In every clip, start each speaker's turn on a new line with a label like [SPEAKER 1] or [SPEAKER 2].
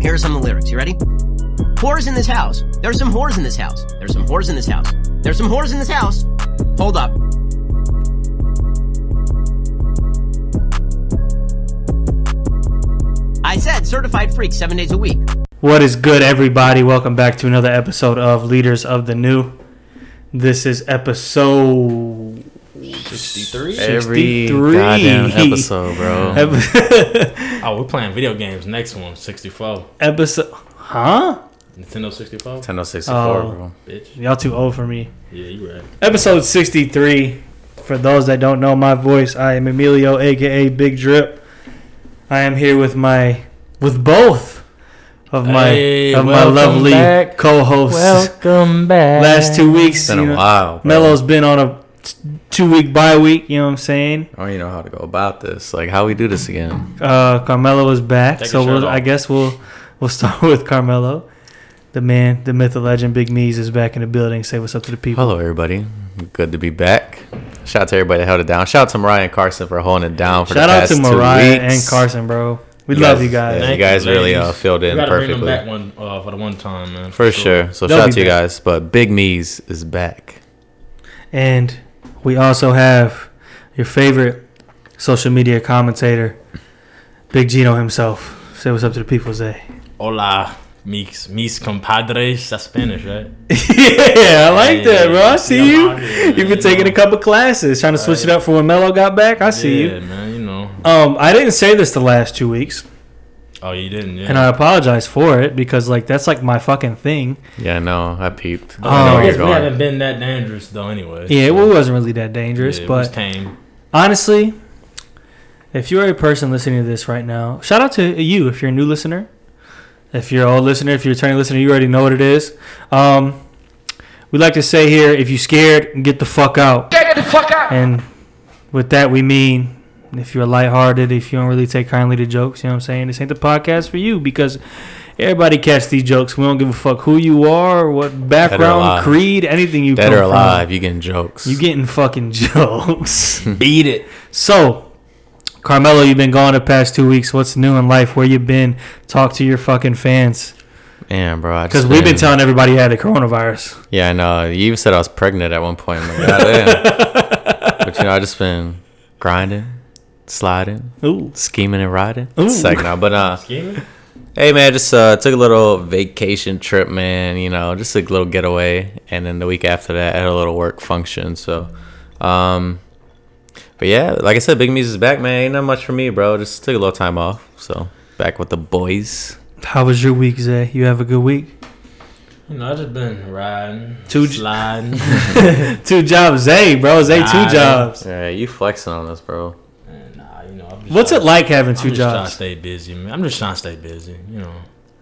[SPEAKER 1] Here are some of the lyrics. You ready? Whores in this house. There's some whores in this house. There's some whores in this house. There's some whores in this house. Hold up. I said certified freaks seven days a week.
[SPEAKER 2] What is good, everybody? Welcome back to another episode of Leaders of the New. This is episode
[SPEAKER 3] 63?
[SPEAKER 4] Every
[SPEAKER 2] 63.
[SPEAKER 4] goddamn episode, bro.
[SPEAKER 2] ep-
[SPEAKER 3] Oh, we're playing video games. Next one, 64.
[SPEAKER 2] episode. Huh?
[SPEAKER 3] Nintendo 64?
[SPEAKER 4] Nintendo 64,
[SPEAKER 2] Oh.
[SPEAKER 4] bro.
[SPEAKER 3] Bitch.
[SPEAKER 2] Y'all too old for me.
[SPEAKER 3] Yeah, you right.
[SPEAKER 2] Episode 63. For those that don't know my voice, I am Emilio, aka Big Drip. I am here with my with both of my
[SPEAKER 3] Hey,
[SPEAKER 2] of my
[SPEAKER 3] welcome
[SPEAKER 2] lovely
[SPEAKER 3] back.
[SPEAKER 2] co-hosts.
[SPEAKER 3] Welcome back.
[SPEAKER 2] Last two weeks,
[SPEAKER 4] It's been
[SPEAKER 2] you know,
[SPEAKER 4] a while. Bro.
[SPEAKER 2] Melo's been on a two week bye week. You know what I'm saying?
[SPEAKER 4] I don't even know how to go about this. Like, how we do this again?
[SPEAKER 2] Uh, Carmelo is back,
[SPEAKER 3] Take
[SPEAKER 2] so
[SPEAKER 3] your shirt
[SPEAKER 2] we'll,
[SPEAKER 3] off.
[SPEAKER 2] I guess we'll we'll start with Carmelo, the man, the myth, the legend, Big Mees is back in the building. Say what's up to the people.
[SPEAKER 4] Hello, everybody. Good to be back. Shout out to everybody that held it down. Shout out to Mariah and Carson for holding it down for
[SPEAKER 2] Shout
[SPEAKER 4] the
[SPEAKER 2] out to
[SPEAKER 4] past two
[SPEAKER 2] Mariah
[SPEAKER 4] weeks.
[SPEAKER 2] and Carson, bro. We
[SPEAKER 4] You
[SPEAKER 2] love
[SPEAKER 4] guys-
[SPEAKER 2] you guys.
[SPEAKER 4] yeah.
[SPEAKER 3] Thank
[SPEAKER 4] guys really,
[SPEAKER 3] ladies.
[SPEAKER 4] uh, filled
[SPEAKER 3] We
[SPEAKER 4] in
[SPEAKER 3] gotta bring them
[SPEAKER 4] perfectly.
[SPEAKER 3] back one, uh, for the one time, man.
[SPEAKER 4] For sure. So
[SPEAKER 2] They'll
[SPEAKER 4] shout
[SPEAKER 2] be
[SPEAKER 4] out to you
[SPEAKER 2] back.
[SPEAKER 4] guys. But Big Me's is back.
[SPEAKER 2] And we also have your favorite social media commentator, Big Gino himself. Say what's up to the people, Zay.
[SPEAKER 3] Hola, mis, mis compadres. That's Spanish, right?
[SPEAKER 2] yeah, I like that, bro. I see
[SPEAKER 3] Yeah,
[SPEAKER 2] you.
[SPEAKER 3] I'm out here, man,
[SPEAKER 2] You've been
[SPEAKER 3] you
[SPEAKER 2] taking
[SPEAKER 3] know.
[SPEAKER 2] a couple classes, trying to switch it up for when Melo got back. I see
[SPEAKER 3] yeah,
[SPEAKER 2] you.
[SPEAKER 3] man, you know.
[SPEAKER 2] Um, I didn't say this the last two weeks,
[SPEAKER 3] Oh, you didn't, yeah.
[SPEAKER 2] and I apologize for it because like that's like my fucking thing.
[SPEAKER 4] Yeah, I know. I peeped.
[SPEAKER 3] But
[SPEAKER 2] Oh.
[SPEAKER 4] I know
[SPEAKER 3] I
[SPEAKER 4] where
[SPEAKER 3] guess
[SPEAKER 4] you're
[SPEAKER 3] we haven't
[SPEAKER 4] going.
[SPEAKER 3] been that dangerous, though, anyway.
[SPEAKER 2] Yeah, it wasn't really that dangerous,
[SPEAKER 3] Yeah, it was
[SPEAKER 2] but
[SPEAKER 3] tame.
[SPEAKER 2] honestly, if you're a person listening to this right now, shout out to you if you're a new listener. If you're an old listener, if you're a returning listener, you already know what it is. Um, we like to say here, if you're scared, get the fuck out. Get the fuck out. And with that, we mean if you're lighthearted, if you don't really take kindly to jokes, you know what I'm saying? This ain't the podcast for you because everybody catch these jokes. We don't give a fuck who you are, or what background,
[SPEAKER 4] alive.
[SPEAKER 2] creed, anything you
[SPEAKER 4] Dead
[SPEAKER 2] come
[SPEAKER 4] or
[SPEAKER 2] from.
[SPEAKER 4] alive, you getting jokes.
[SPEAKER 2] You getting fucking jokes.
[SPEAKER 3] Beat it.
[SPEAKER 2] So, Carmelo, you've been gone the past two weeks. What's new in life? Where you been? Talk to your fucking fans.
[SPEAKER 4] Man, bro. I just
[SPEAKER 2] Because we've been telling everybody you had the coronavirus.
[SPEAKER 4] Yeah, I know. You even said I was pregnant at one point. I'm like, goddamn. but you know, I just been grinding, sliding,
[SPEAKER 2] Ooh.
[SPEAKER 4] scheming and riding.
[SPEAKER 2] Ooh.
[SPEAKER 4] It's like now, but uh,
[SPEAKER 3] Scheming?
[SPEAKER 4] hey man, just uh, took a little vacation trip, man. You know, just a little getaway, and then the week after that, I had a little work function. So, um, but yeah, like I said, Big Me's is back, man. Ain't not much for me, bro. Just took a little time off, so back with the boys.
[SPEAKER 2] How was your week, Zay? You have a good week?
[SPEAKER 3] You know, i just been riding,
[SPEAKER 2] Two-
[SPEAKER 3] sliding.
[SPEAKER 2] Two jobs, Zay, bro. Zay, two
[SPEAKER 3] Nah,
[SPEAKER 2] jobs.
[SPEAKER 4] All right, you flexing on us, bro.
[SPEAKER 3] And, nah, you know, I'll be
[SPEAKER 2] What's
[SPEAKER 3] trying-
[SPEAKER 2] it like having two
[SPEAKER 3] I'm just trying to
[SPEAKER 2] jobs?
[SPEAKER 3] stay busy, man. I'm just trying to stay busy, you know.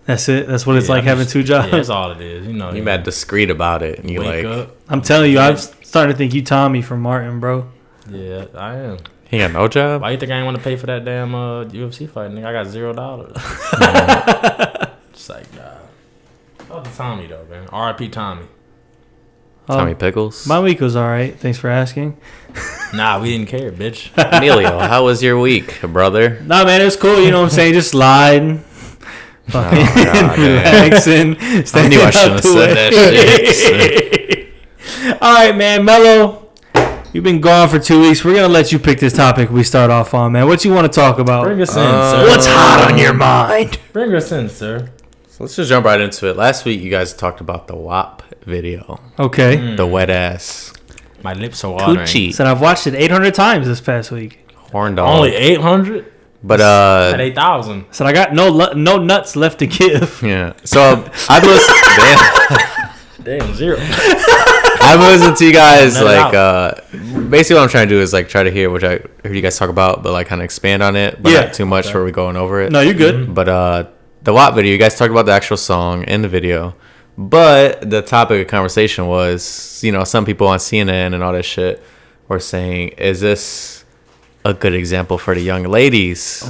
[SPEAKER 2] That's it. That's what it's
[SPEAKER 3] Yeah,
[SPEAKER 2] like
[SPEAKER 3] I'm
[SPEAKER 2] having
[SPEAKER 3] just-
[SPEAKER 2] two jobs.
[SPEAKER 3] Yeah, that's all it is, you know.
[SPEAKER 4] You mad discreet about it, and you
[SPEAKER 3] wake
[SPEAKER 4] like
[SPEAKER 3] up.
[SPEAKER 2] I'm telling you,
[SPEAKER 3] Yeah.
[SPEAKER 2] I'm starting to think you Tommy from Martin, bro.
[SPEAKER 3] Yeah, I am.
[SPEAKER 4] he got no job.
[SPEAKER 3] Why you think I ain't want to pay for that damn uh, UFC fight, nigga? I got zero dollars. It's like, nah. Shout out to Tommy though, man. R.I.P. Tommy.
[SPEAKER 2] Um,
[SPEAKER 4] Tommy Pickles.
[SPEAKER 2] My week was all right. Thanks for asking.
[SPEAKER 3] Nah, we didn't care, bitch.
[SPEAKER 4] Emilio, how was your week, brother?
[SPEAKER 2] Nah, man, it was cool. You know what I'm saying? Just sliding, fucking
[SPEAKER 4] Oh, God, man.
[SPEAKER 2] relaxing.
[SPEAKER 4] I knew
[SPEAKER 2] staying
[SPEAKER 4] I
[SPEAKER 2] out
[SPEAKER 4] shouldn't have
[SPEAKER 2] the way.
[SPEAKER 4] said that shit.
[SPEAKER 2] All right, man, Mello, you've been gone for two weeks. We're gonna let you pick this topic we start off on, man. What you want to talk about?
[SPEAKER 3] Bring us in,
[SPEAKER 4] Uh,
[SPEAKER 3] sir.
[SPEAKER 2] What's hot on your mind?
[SPEAKER 3] Bring us in, sir.
[SPEAKER 4] So let's just jump right into it. Last week, you guys talked about the WAP video,
[SPEAKER 2] Okay,
[SPEAKER 4] the wet ass
[SPEAKER 3] My lips are watering.
[SPEAKER 4] coochie
[SPEAKER 2] said I've watched it 800 times this past week.
[SPEAKER 4] horn dog.
[SPEAKER 3] Only eight hundred
[SPEAKER 4] but
[SPEAKER 3] at
[SPEAKER 4] uh,
[SPEAKER 3] eight thousand.
[SPEAKER 2] Said I got no lu- no nuts left to give.
[SPEAKER 4] yeah. So um, I've listened. damn,
[SPEAKER 3] Damn zero.
[SPEAKER 4] I've listened to you guys
[SPEAKER 3] Let it out.
[SPEAKER 4] like uh, basically what I'm trying to do is like try to hear what I heard you guys talk about, but like kind of expand on it, but
[SPEAKER 2] Yeah.
[SPEAKER 4] not too much where we're going over it.
[SPEAKER 2] No, you're good.
[SPEAKER 4] But uh, the WAP video, you guys talked about the actual song and the video, but the topic of conversation was, you know, some people on CNN and all that shit were saying, is this a good example for the young ladies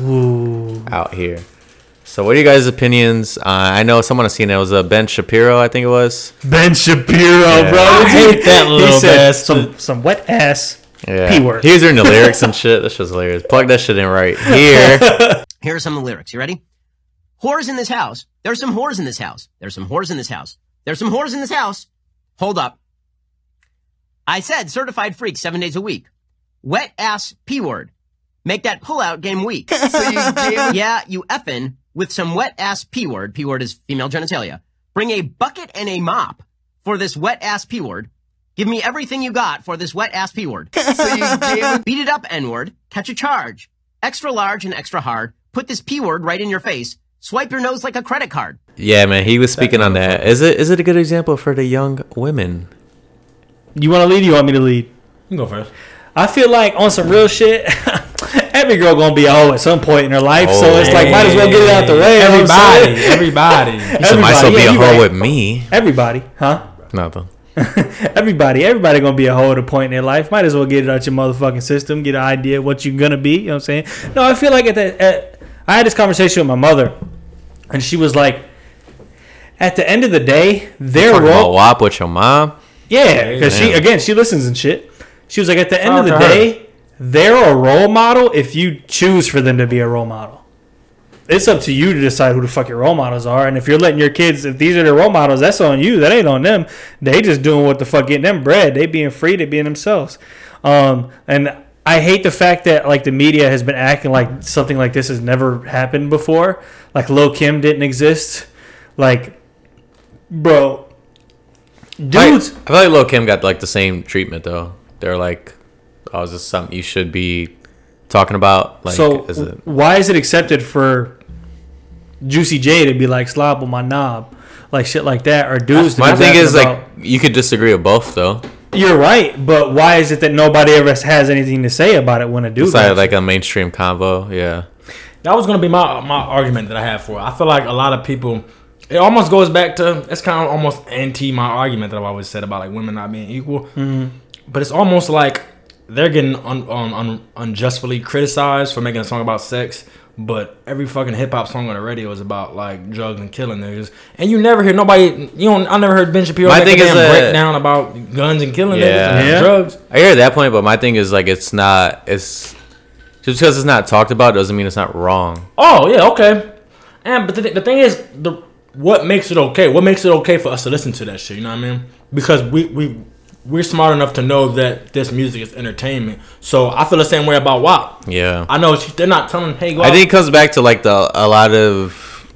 [SPEAKER 4] out here? So, what are you guys' opinions? Uh, I know someone on CNN it was uh, Ben Shapiro, I think it was.
[SPEAKER 2] Ben Shapiro, bro.
[SPEAKER 4] I
[SPEAKER 3] hate that little bastard.
[SPEAKER 2] some some wet ass.
[SPEAKER 4] Yeah.
[SPEAKER 2] P word.
[SPEAKER 4] He was doing the lyrics and shit. That's just hilarious. Plug that shit in right here.
[SPEAKER 1] Here are some of the lyrics. You ready? Whores in this house. There's some whores in this house. There's some whores in this house. There's some whores in this house. Hold up. I said certified freak seven days a week. Wet ass P word. Make that pullout game weak. yeah, you effin' with some wet ass P word. P word is female genitalia. Bring a bucket and a mop for this wet ass P word. Give me everything you got for this wet ass P word. Beat it up, N word. Catch a charge. Extra large and extra hard. Put this P word right in your face. Swipe your nose like a credit card.
[SPEAKER 4] Yeah, man, he was speaking on that. Is it is it a good example for the young women?
[SPEAKER 2] You want to lead? Or you want me to lead?
[SPEAKER 3] You can go first.
[SPEAKER 2] I feel like on some real shit, every girl gonna be a hoe at some point in her life. so
[SPEAKER 4] Oh,
[SPEAKER 2] it's like might as well get it out the way. you know what I'm
[SPEAKER 3] Everybody,
[SPEAKER 2] saying?
[SPEAKER 3] everybody.
[SPEAKER 4] So might as well
[SPEAKER 2] Everybody,
[SPEAKER 4] be
[SPEAKER 2] yeah,
[SPEAKER 4] a
[SPEAKER 2] you
[SPEAKER 4] hoe
[SPEAKER 2] right.
[SPEAKER 4] with me.
[SPEAKER 2] everybody, huh?
[SPEAKER 4] Nothing.
[SPEAKER 2] everybody, everybody gonna be a hoe at a point in their life. Might as well get it out your motherfucking system. Get an idea of what you're gonna be. You know what I'm saying? No, I feel like at that. At, I had this conversation with my mother, and she was like, "At the end of the day, their
[SPEAKER 4] Talking about
[SPEAKER 2] role,
[SPEAKER 4] WAP with your mom.
[SPEAKER 2] yeah, because she
[SPEAKER 4] Yeah.
[SPEAKER 2] again she listens and shit. She was like, at the end
[SPEAKER 3] Shout
[SPEAKER 2] of the
[SPEAKER 3] out to her.
[SPEAKER 2] day, they're a role model if you choose for them to be a role model." It's up to you to decide who the fuck your role models are, and if you're letting your kids, if these are their role models, that's on you. That ain't on them. They just doing what the fuck getting them bread. They being free, they being themselves. Um, and I hate the fact that like the media has been acting like something like this has never happened before. Like Lil Kim didn't exist. Like, bro, dudes.
[SPEAKER 4] I, I feel like Lil Kim got like the same treatment though. They're like, "Oh, is this something you should be talking about?" Like,
[SPEAKER 2] so
[SPEAKER 4] is it?
[SPEAKER 2] why is it accepted for Juicy J to be like slob on my knob, like shit like that, or dudes? to
[SPEAKER 4] My
[SPEAKER 2] be
[SPEAKER 4] thing
[SPEAKER 2] rapping
[SPEAKER 4] is
[SPEAKER 2] about-
[SPEAKER 4] like, you could disagree with both though.
[SPEAKER 2] You're right, but why is it that nobody ever has anything to say about it when a dude?
[SPEAKER 4] It's like,
[SPEAKER 2] does?
[SPEAKER 4] like a mainstream convo. Yeah,
[SPEAKER 3] That was gonna be my my argument that I had for it. I feel like a lot of people. It almost goes back to it's kind of almost anti my argument that I've always said about like women not being equal.
[SPEAKER 4] Mm-hmm.
[SPEAKER 3] But it's almost like they're getting un, un, un, unjustly criticized for making a song about sex. But every fucking hip hop song on the radio is about like drugs and killing niggas, and you never hear nobody. You don't. I never heard Ben Shapiro
[SPEAKER 4] My
[SPEAKER 3] make a
[SPEAKER 4] thing is
[SPEAKER 3] damn
[SPEAKER 4] that-
[SPEAKER 3] breakdown about guns and killing niggas
[SPEAKER 4] Yeah.
[SPEAKER 3] and
[SPEAKER 2] Yeah.
[SPEAKER 3] drugs.
[SPEAKER 4] I hear that point, but my thing is like, it's not. It's just because it's not talked about doesn't mean it's not wrong.
[SPEAKER 3] Oh yeah, okay. And but the, the thing is, the what makes it okay? What makes it okay for us to listen to that shit? You know what I mean? Because we we we're smart enough to know that this music is entertainment. So I feel the same way about WAP.
[SPEAKER 4] Yeah,
[SPEAKER 3] I know she, they're not telling hey go.
[SPEAKER 4] I
[SPEAKER 3] out-
[SPEAKER 4] think it comes back to like the a lot of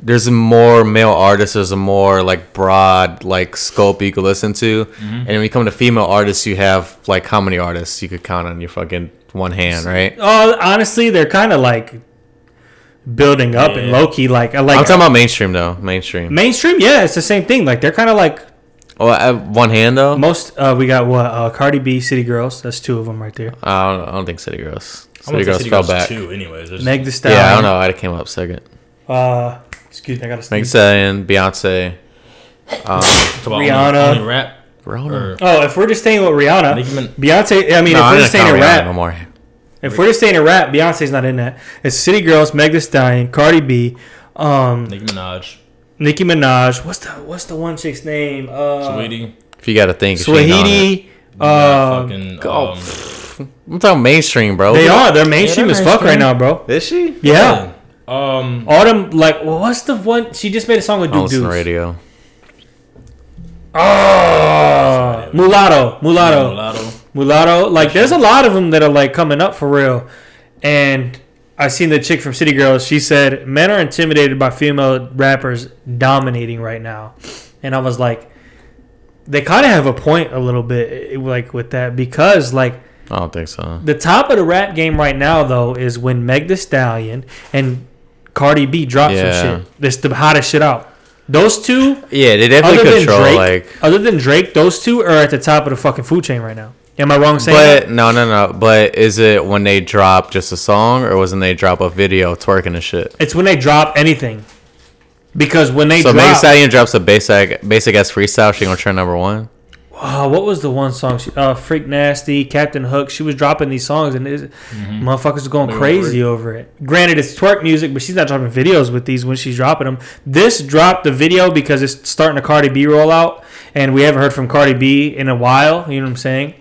[SPEAKER 4] there's more male artists, there's a more like broad like scope you could listen to,
[SPEAKER 3] Mm-hmm.
[SPEAKER 4] and when you come to female artists, you have like how many artists you could count on your fucking one hand, right?
[SPEAKER 2] oh, honestly, they're kind of like building up and low key. Like I like
[SPEAKER 4] I'm talking about mainstream though, mainstream.
[SPEAKER 2] mainstream. Yeah, it's the same thing. Like they're kind of like
[SPEAKER 4] Oh, I have one hand though.
[SPEAKER 2] most. Uh, we got what uh, Cardi B, City Girls. That's two of them right there.
[SPEAKER 4] I don't, I don't think City Girls.
[SPEAKER 3] I'm gonna say
[SPEAKER 4] City Girls
[SPEAKER 3] City
[SPEAKER 4] fell
[SPEAKER 3] Girls
[SPEAKER 4] back.
[SPEAKER 3] Too, anyways. There's-
[SPEAKER 2] Meg Thee Stallion.
[SPEAKER 4] Yeah, I don't know. I came up second.
[SPEAKER 2] Uh, excuse me, I gotta
[SPEAKER 4] Meg
[SPEAKER 2] sneeze.
[SPEAKER 4] Stallion, Beyonce,
[SPEAKER 3] So I
[SPEAKER 2] Rihanna.
[SPEAKER 3] Only, only rap.
[SPEAKER 4] Rihanna.
[SPEAKER 3] Or,
[SPEAKER 2] Oh, if we're just staying with Rihanna,
[SPEAKER 3] Nicki Min-
[SPEAKER 2] Beyonce. I mean,
[SPEAKER 4] No,
[SPEAKER 2] if we're
[SPEAKER 4] I'm not
[SPEAKER 2] just staying in
[SPEAKER 4] counting Rihanna
[SPEAKER 2] rap,
[SPEAKER 4] no more.
[SPEAKER 2] if we're just staying in rap, Beyonce's not in that. It's City Girls, Meg Thee Stallion, Cardi B, um,
[SPEAKER 3] Nicki Minaj,
[SPEAKER 2] Nicki Minaj. What's the what's the one chick's name? Uh,
[SPEAKER 3] Sweetie,
[SPEAKER 4] If you got to think, if you ain't on it.
[SPEAKER 2] Swahidi. Uh,
[SPEAKER 3] fucking
[SPEAKER 4] go.
[SPEAKER 3] um,
[SPEAKER 4] I'm talking mainstream, bro.
[SPEAKER 2] they are. They're mainstream
[SPEAKER 3] they're
[SPEAKER 2] as fuck right
[SPEAKER 3] mainstream.
[SPEAKER 2] now, bro.
[SPEAKER 4] Is she?
[SPEAKER 2] Yeah.
[SPEAKER 3] um,
[SPEAKER 2] Autumn, like, what's the one? She just made a song with
[SPEAKER 4] I don't
[SPEAKER 2] Duke
[SPEAKER 4] listen to
[SPEAKER 2] Deuce.
[SPEAKER 4] radio.
[SPEAKER 2] Oh, mulatto, mulatto,
[SPEAKER 3] Mulatto.
[SPEAKER 2] mulatto. Like, there's a lot of them that are like coming up for real. And I seen the chick from City Girls. She said men are intimidated by female rappers dominating right now, and I was like, they kind of have a point a little bit, eh, like with that because like
[SPEAKER 4] I don't think so.
[SPEAKER 2] The top of the rap game right now, though, is when Meg Thee Stallion and Cardi B drop
[SPEAKER 4] Yeah.
[SPEAKER 2] some shit. That's the hottest shit out. Those two,
[SPEAKER 4] Yeah, they
[SPEAKER 2] other
[SPEAKER 4] definitely
[SPEAKER 2] than
[SPEAKER 4] control.
[SPEAKER 2] Drake,
[SPEAKER 4] like,
[SPEAKER 2] other than Drake, those two are at the top of the fucking food chain right now. Am I wrong saying that?
[SPEAKER 4] but no, no, no. But is it when they drop just a song, or was when they drop a video twerking and shit?
[SPEAKER 2] It's when they drop anything, because when they
[SPEAKER 4] So Meg Thee
[SPEAKER 2] drop,
[SPEAKER 4] Stallion drops a basic, basic ass freestyle. She gonna turn number one.
[SPEAKER 2] uh, what was the one song? She, uh, Freak Nasty, Captain Hook. She was dropping these songs, and it, motherfuckers Mm-hmm. were going crazy over it. Granted, it's twerk music, but she's not dropping videos with these when she's dropping them. This dropped the video because it's starting a Cardi B rollout, and we haven't heard from Cardi B in a while. You know what I'm saying?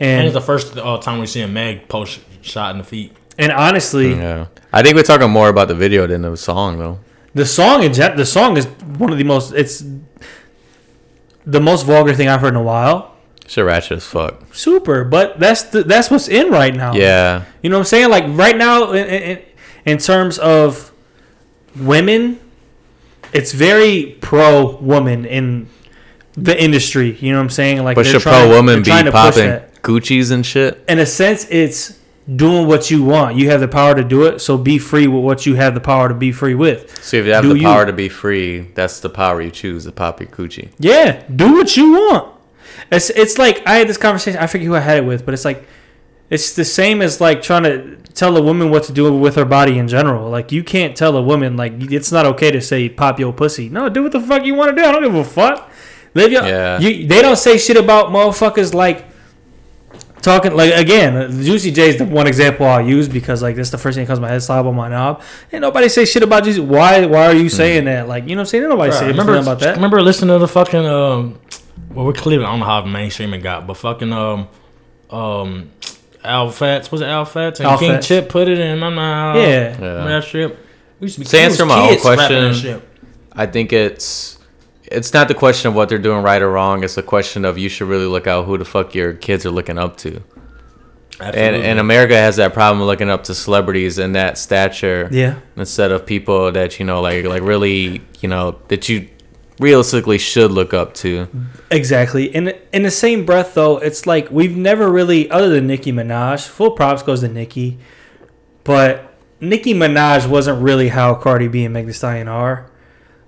[SPEAKER 3] And
[SPEAKER 2] And
[SPEAKER 3] it's the first uh, time we're seeing Meg post shot in the feet.
[SPEAKER 2] and honestly,
[SPEAKER 4] Yeah, I think we're talking more about the video than the song though.
[SPEAKER 2] The song in gen- the song is one of the most. It's the most vulgar thing I've heard in a while.
[SPEAKER 4] Shit ratchet as fuck.
[SPEAKER 2] Super, but that's the, that's what's in right now.
[SPEAKER 4] Yeah.
[SPEAKER 2] You know what I'm saying? Like right now, in, in, in terms of women, it's very pro woman in the industry. You know what I'm saying? Like,
[SPEAKER 4] But
[SPEAKER 2] they're
[SPEAKER 4] should
[SPEAKER 2] trying-
[SPEAKER 4] pro woman be
[SPEAKER 2] they're trying to push
[SPEAKER 4] popping
[SPEAKER 2] that.
[SPEAKER 4] Gucci's and shit?
[SPEAKER 2] In a sense, it's doing what you want. You have the power to do it, so be free with what you have the power to be free with.
[SPEAKER 4] So if you have
[SPEAKER 2] Do
[SPEAKER 4] the
[SPEAKER 2] you.
[SPEAKER 4] power to be free, that's the power you choose to pop your Gucci.
[SPEAKER 2] Yeah, do what you want. It's it's like I had this conversation. I forget who I had it with, but it's like it's the same as like trying to tell a woman what to do with her body in general. Like you can't tell a woman like it's not okay to say pop your pussy. No, do what the fuck you want to do. I don't give a fuck. Live your.
[SPEAKER 4] Yeah.
[SPEAKER 2] You, they don't say shit about motherfuckers like talking like again. Juicy J is the one example I'll use because like that's the first thing that comes to my head. Slob on my knob. And nobody say shit about Juicy. Why? Why are you saying that? Like you know what I'm saying? Ain't Nobody say
[SPEAKER 3] Bruh,
[SPEAKER 2] remember, about that.
[SPEAKER 3] Remember listening to the fucking um, well, we're Cleveland. I don't know how mainstream it got, but fucking um, um, Al Fats was it Al Fats and
[SPEAKER 2] Al
[SPEAKER 3] King
[SPEAKER 2] Fats.
[SPEAKER 3] Chip put it in my mouth.
[SPEAKER 2] Yeah.
[SPEAKER 3] Remember that shit. We used to be
[SPEAKER 4] To answer
[SPEAKER 3] we
[SPEAKER 4] my
[SPEAKER 3] was
[SPEAKER 4] own
[SPEAKER 3] kids rapping
[SPEAKER 4] question-
[SPEAKER 3] that shit.
[SPEAKER 4] I think it's it's not the question of what they're doing right or wrong. It's a question of you should really look out who the fuck your kids are looking up to. And
[SPEAKER 3] Absolutely.
[SPEAKER 4] and America has that problem of looking up to celebrities and that stature.
[SPEAKER 2] Yeah.
[SPEAKER 4] Instead of people that you know, like like really, you know, that you realistically should look up to.
[SPEAKER 2] Mm. Exactly. In in the same breath, though, it's like we've never really, other than Nicki Minaj, full props goes to Nicki, but Nicki Minaj wasn't really how Cardi B and Meg Thee Stallion are,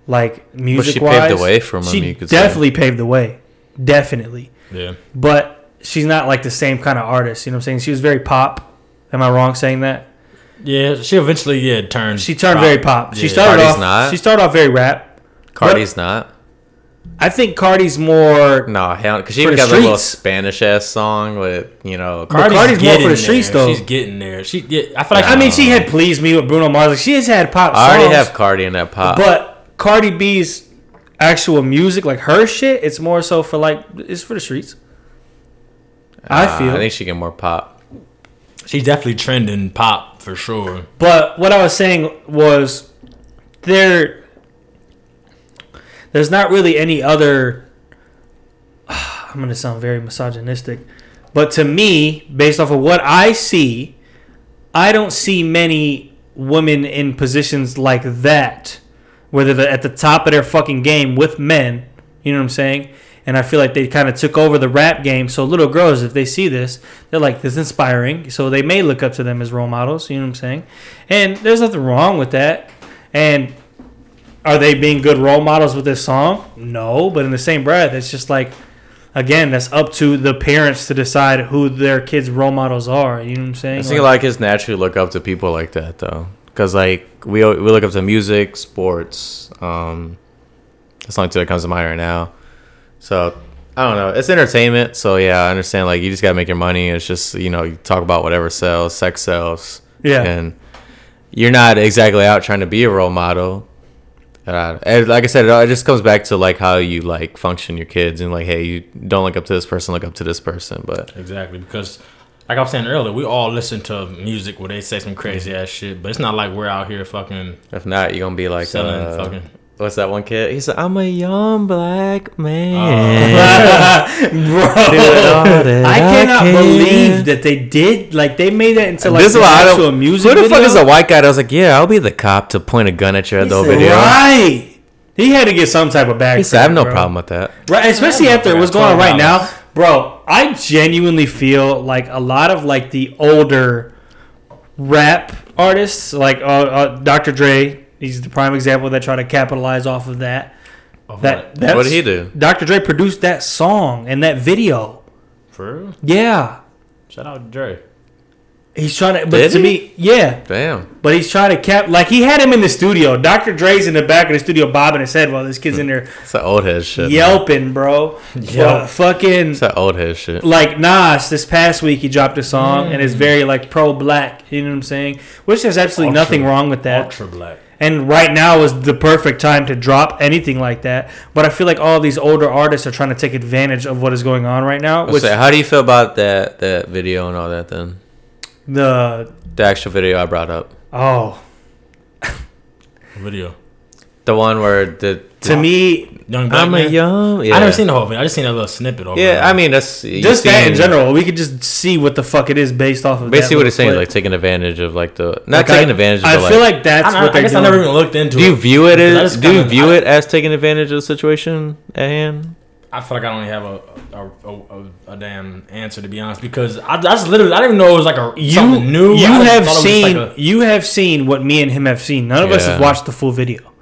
[SPEAKER 2] like music wise.
[SPEAKER 4] paved the way for 'em,
[SPEAKER 2] She
[SPEAKER 4] you could say.
[SPEAKER 2] definitely paved the way, definitely.
[SPEAKER 3] yeah,
[SPEAKER 2] But she's not like the same kind of artist. You know what I'm saying? She was very pop. Am I wrong saying that?
[SPEAKER 3] yeah. She eventually yeah turned.
[SPEAKER 2] She turned
[SPEAKER 3] rock.
[SPEAKER 2] very pop. She
[SPEAKER 3] Yeah.
[SPEAKER 2] started
[SPEAKER 4] Cardi's
[SPEAKER 2] off.
[SPEAKER 4] not?
[SPEAKER 2] She started off very rap.
[SPEAKER 4] Cardi's not.
[SPEAKER 2] I think Cardi's more.
[SPEAKER 4] No, hell, because she
[SPEAKER 2] For
[SPEAKER 4] even
[SPEAKER 2] the
[SPEAKER 4] got that little
[SPEAKER 2] streets.
[SPEAKER 4] Spanish ass song with you know.
[SPEAKER 2] But Cardi's more for
[SPEAKER 3] getting
[SPEAKER 2] the streets,
[SPEAKER 3] there.
[SPEAKER 2] though.
[SPEAKER 3] She's getting there. She yeah, I feel like
[SPEAKER 2] I mean, she had pleased me with Bruno Mars. Like, she has had pop.
[SPEAKER 4] I already
[SPEAKER 2] songs.
[SPEAKER 4] have Cardi in that pop.
[SPEAKER 2] But Cardi B's actual music, like her shit, it's more so for like it's for the streets. I
[SPEAKER 4] Uh,
[SPEAKER 2] feel.
[SPEAKER 4] I think she get more pop.
[SPEAKER 3] she's definitely trending pop for sure.
[SPEAKER 2] but what I was saying was there there's not really any other I'm going to sound very misogynistic, but to me, based off of what I see, I don't see many women in positions like that where they're at the top of their fucking game with men. You know what I'm saying? And I feel like they kind of took over the rap game. So little girls, if they see this, they're like, "This is inspiring." So they may look up to them as role models. You know what I'm saying? And there's nothing wrong with that. And are they being good role models with this song? No. But in the same breath, it's just like, again, that's up to the parents to decide who their kids' role models are. You know what I'm saying?
[SPEAKER 4] I think a lot of kids naturally look up to people like that though, because like we we look up to music, sports. Um, that's the only two that comes to mind right now. So I don't know. It's entertainment, so yeah, I understand. Like you just gotta make your money. It's just you know you talk about whatever sells, sex sells.
[SPEAKER 2] Yeah.
[SPEAKER 4] and you're not exactly out trying to be a role model. Uh, and like I said, it all- it just comes back to like how you like function your kids and like, hey, you don't look up to this person, look up to this person. But
[SPEAKER 3] Exactly, because like I was saying earlier, we all listen to music where they say some crazy ass shit, but it's not like we're out here fucking
[SPEAKER 4] if not, you're gonna be like,
[SPEAKER 3] selling
[SPEAKER 4] uh,
[SPEAKER 3] fucking.
[SPEAKER 4] What's that one kid? He said, "I'm a young black man."
[SPEAKER 2] Bro, I cannot believe that they did. Like they made that into Oh. like
[SPEAKER 4] this is
[SPEAKER 2] an
[SPEAKER 4] why I
[SPEAKER 2] actual
[SPEAKER 4] don't.
[SPEAKER 2] music
[SPEAKER 4] who the
[SPEAKER 2] video.
[SPEAKER 4] fuck is a white guy? That was like, "Yeah, I'll be the cop to point a gun at your head the whole video."
[SPEAKER 2] Right. He had to get some type of back.
[SPEAKER 4] He said, "I have
[SPEAKER 2] for that,
[SPEAKER 4] no
[SPEAKER 2] bro.
[SPEAKER 4] problem with that."
[SPEAKER 2] Right, especially
[SPEAKER 3] no
[SPEAKER 2] after what's
[SPEAKER 3] problem.
[SPEAKER 2] going on right now,
[SPEAKER 3] $12.
[SPEAKER 2] bro. I genuinely feel like a lot of like the older rap artists, like uh, uh, Dr. Dre, he's the prime example that try to capitalize off of that. That that's,
[SPEAKER 4] What did he do?
[SPEAKER 2] Dr. Dre produced that song and that video.
[SPEAKER 3] for real?
[SPEAKER 2] Yeah,
[SPEAKER 3] Shout out to Dre.
[SPEAKER 2] he's trying to. But
[SPEAKER 4] Did
[SPEAKER 2] to
[SPEAKER 4] he?
[SPEAKER 2] me, yeah,
[SPEAKER 4] Damn.
[SPEAKER 2] But he's trying to cap like he had him in the studio. Dr. Dre's in the back of the studio bobbing his head while this kid's in there
[SPEAKER 4] It's that old head shit. man.
[SPEAKER 2] yelping, bro. But fucking
[SPEAKER 4] It's that old head shit.
[SPEAKER 2] like Nas this past week he dropped a song and it's very like pro black, you know what I'm saying? Which there's absolutely
[SPEAKER 3] Ultra-
[SPEAKER 2] nothing wrong with that.
[SPEAKER 3] Ultra black.
[SPEAKER 2] And right now is the perfect time to drop anything like that. But I feel like all these older artists are trying to take advantage of what is going on right now. Which
[SPEAKER 4] so how do you feel about that that video and all that? Then
[SPEAKER 2] the
[SPEAKER 4] the actual video I brought up.
[SPEAKER 2] oh
[SPEAKER 3] Video.
[SPEAKER 4] The one where the
[SPEAKER 2] To me,
[SPEAKER 3] Young black
[SPEAKER 4] I'm a
[SPEAKER 3] man.
[SPEAKER 4] young. Yeah.
[SPEAKER 3] I never seen the whole thing. I just seen a little snippet of it.
[SPEAKER 4] Yeah, I mean that's you
[SPEAKER 2] just that in
[SPEAKER 4] seen-
[SPEAKER 2] general, we could just see what the fuck it is based off of. that
[SPEAKER 4] Basically, what
[SPEAKER 2] little
[SPEAKER 4] it's saying is
[SPEAKER 2] clip.
[SPEAKER 4] like taking advantage of like the not
[SPEAKER 2] Like,
[SPEAKER 4] taking
[SPEAKER 2] I-
[SPEAKER 4] advantage.
[SPEAKER 2] I
[SPEAKER 4] but,
[SPEAKER 2] feel like that's
[SPEAKER 3] I, I,
[SPEAKER 2] what
[SPEAKER 3] I
[SPEAKER 2] they're
[SPEAKER 3] guess
[SPEAKER 2] doing.
[SPEAKER 3] I never even looked into
[SPEAKER 4] Do
[SPEAKER 3] it.
[SPEAKER 4] you view it
[SPEAKER 3] I
[SPEAKER 4] as
[SPEAKER 3] just
[SPEAKER 4] do you
[SPEAKER 3] kinda-
[SPEAKER 4] view
[SPEAKER 3] I-
[SPEAKER 4] it as taking advantage of the situation at hand?
[SPEAKER 3] I feel like I don't have a a, a, a, a damn answer to be honest because I, I just literally I didn't even know it was like a
[SPEAKER 2] you
[SPEAKER 3] something new.
[SPEAKER 2] you
[SPEAKER 3] I just
[SPEAKER 2] have
[SPEAKER 3] thought it was just
[SPEAKER 2] seen
[SPEAKER 3] like a-
[SPEAKER 2] you have seen what me and him have seen. None of us have
[SPEAKER 4] Yeah.
[SPEAKER 2] watched the full video.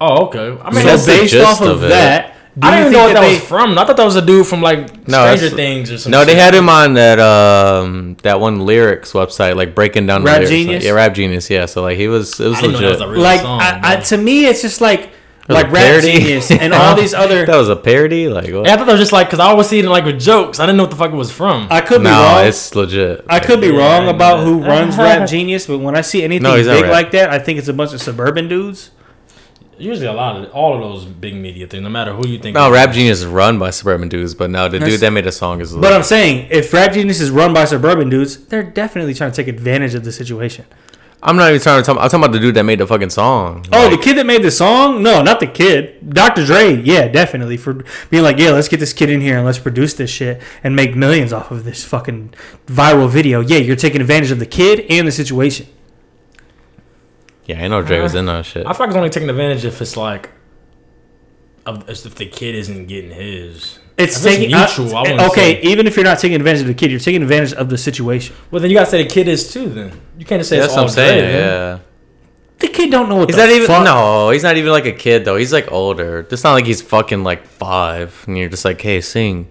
[SPEAKER 3] oh okay. I mean,
[SPEAKER 2] So
[SPEAKER 4] that's the
[SPEAKER 2] based
[SPEAKER 4] gist
[SPEAKER 2] off of
[SPEAKER 4] of it.
[SPEAKER 2] that, do
[SPEAKER 3] I didn't
[SPEAKER 2] you
[SPEAKER 3] even know
[SPEAKER 2] think
[SPEAKER 3] what that,
[SPEAKER 2] they-
[SPEAKER 3] was from. I thought that was a dude from like
[SPEAKER 4] No,
[SPEAKER 3] Stranger
[SPEAKER 4] that's-
[SPEAKER 3] Things or something.
[SPEAKER 4] No, they had him on that um that one lyrics website, like breaking down the
[SPEAKER 2] Rap
[SPEAKER 4] lyrics.
[SPEAKER 2] Genius?
[SPEAKER 4] yeah, Rap Genius. Yeah, so like he was it was
[SPEAKER 3] I didn't know that was
[SPEAKER 4] legit.
[SPEAKER 3] a real
[SPEAKER 2] like
[SPEAKER 3] song.
[SPEAKER 2] I, I,
[SPEAKER 3] bro.
[SPEAKER 2] to me it's just like
[SPEAKER 4] was a
[SPEAKER 2] like rap
[SPEAKER 4] parody?
[SPEAKER 2] genius and all these other
[SPEAKER 4] that was a parody. Like what?
[SPEAKER 3] yeah, I thought that was just like because I always see it in, like with jokes. I didn't know what the fuck it was from.
[SPEAKER 2] I could be
[SPEAKER 4] no,
[SPEAKER 2] wrong.
[SPEAKER 4] it's legit.
[SPEAKER 2] I could be wrong
[SPEAKER 3] I
[SPEAKER 2] about
[SPEAKER 3] know.
[SPEAKER 2] who runs Rap Genius, but when I see anything
[SPEAKER 4] No, he's not
[SPEAKER 2] big
[SPEAKER 4] rap.
[SPEAKER 2] like that, I think it's a bunch of suburban dudes.
[SPEAKER 3] Usually a lot of all of those big media things, no matter who you think.
[SPEAKER 4] no,
[SPEAKER 3] it
[SPEAKER 4] Rap
[SPEAKER 3] is.
[SPEAKER 4] Genius is run by Suburban Dudes, but no, the
[SPEAKER 2] That's-
[SPEAKER 4] dude that made the song is.
[SPEAKER 2] But I'm saying, if Rap Genius is run by suburban dudes, they're definitely trying to take advantage of the situation.
[SPEAKER 4] I'm not even trying to talk. I'm talking about the dude that made the fucking song.
[SPEAKER 2] Oh,
[SPEAKER 4] Like,
[SPEAKER 2] the kid that made the song? No, not the kid. Dr. Dre, yeah, definitely for being like, yeah, let's get this kid in here and let's produce this shit and make millions off of this fucking viral video. Yeah, you're taking advantage of the kid and the situation.
[SPEAKER 4] yeah, I know Dre
[SPEAKER 2] Ah.
[SPEAKER 4] was in that shit.
[SPEAKER 3] I feel like it's only taking advantage if it's like, of- as if the kid isn't getting his.
[SPEAKER 2] It's
[SPEAKER 3] If it's
[SPEAKER 2] taking
[SPEAKER 3] mutual, I
[SPEAKER 2] uh,
[SPEAKER 3] wouldn't
[SPEAKER 2] okay,
[SPEAKER 3] say.
[SPEAKER 2] even if you're not taking advantage of the kid, you're taking advantage of the situation.
[SPEAKER 3] Well, then you gotta say the kid is too. Then you can't just say
[SPEAKER 4] Yeah,
[SPEAKER 3] it's
[SPEAKER 4] that's what
[SPEAKER 3] all
[SPEAKER 4] I'm saying.
[SPEAKER 3] Dre, then.
[SPEAKER 4] yeah.
[SPEAKER 2] The kid don't know what
[SPEAKER 4] He's
[SPEAKER 2] the
[SPEAKER 4] not even
[SPEAKER 2] fuck.
[SPEAKER 4] no. He's not even like a kid though. He's like older. It's not like he's fucking like five, and you're just like, hey, sing.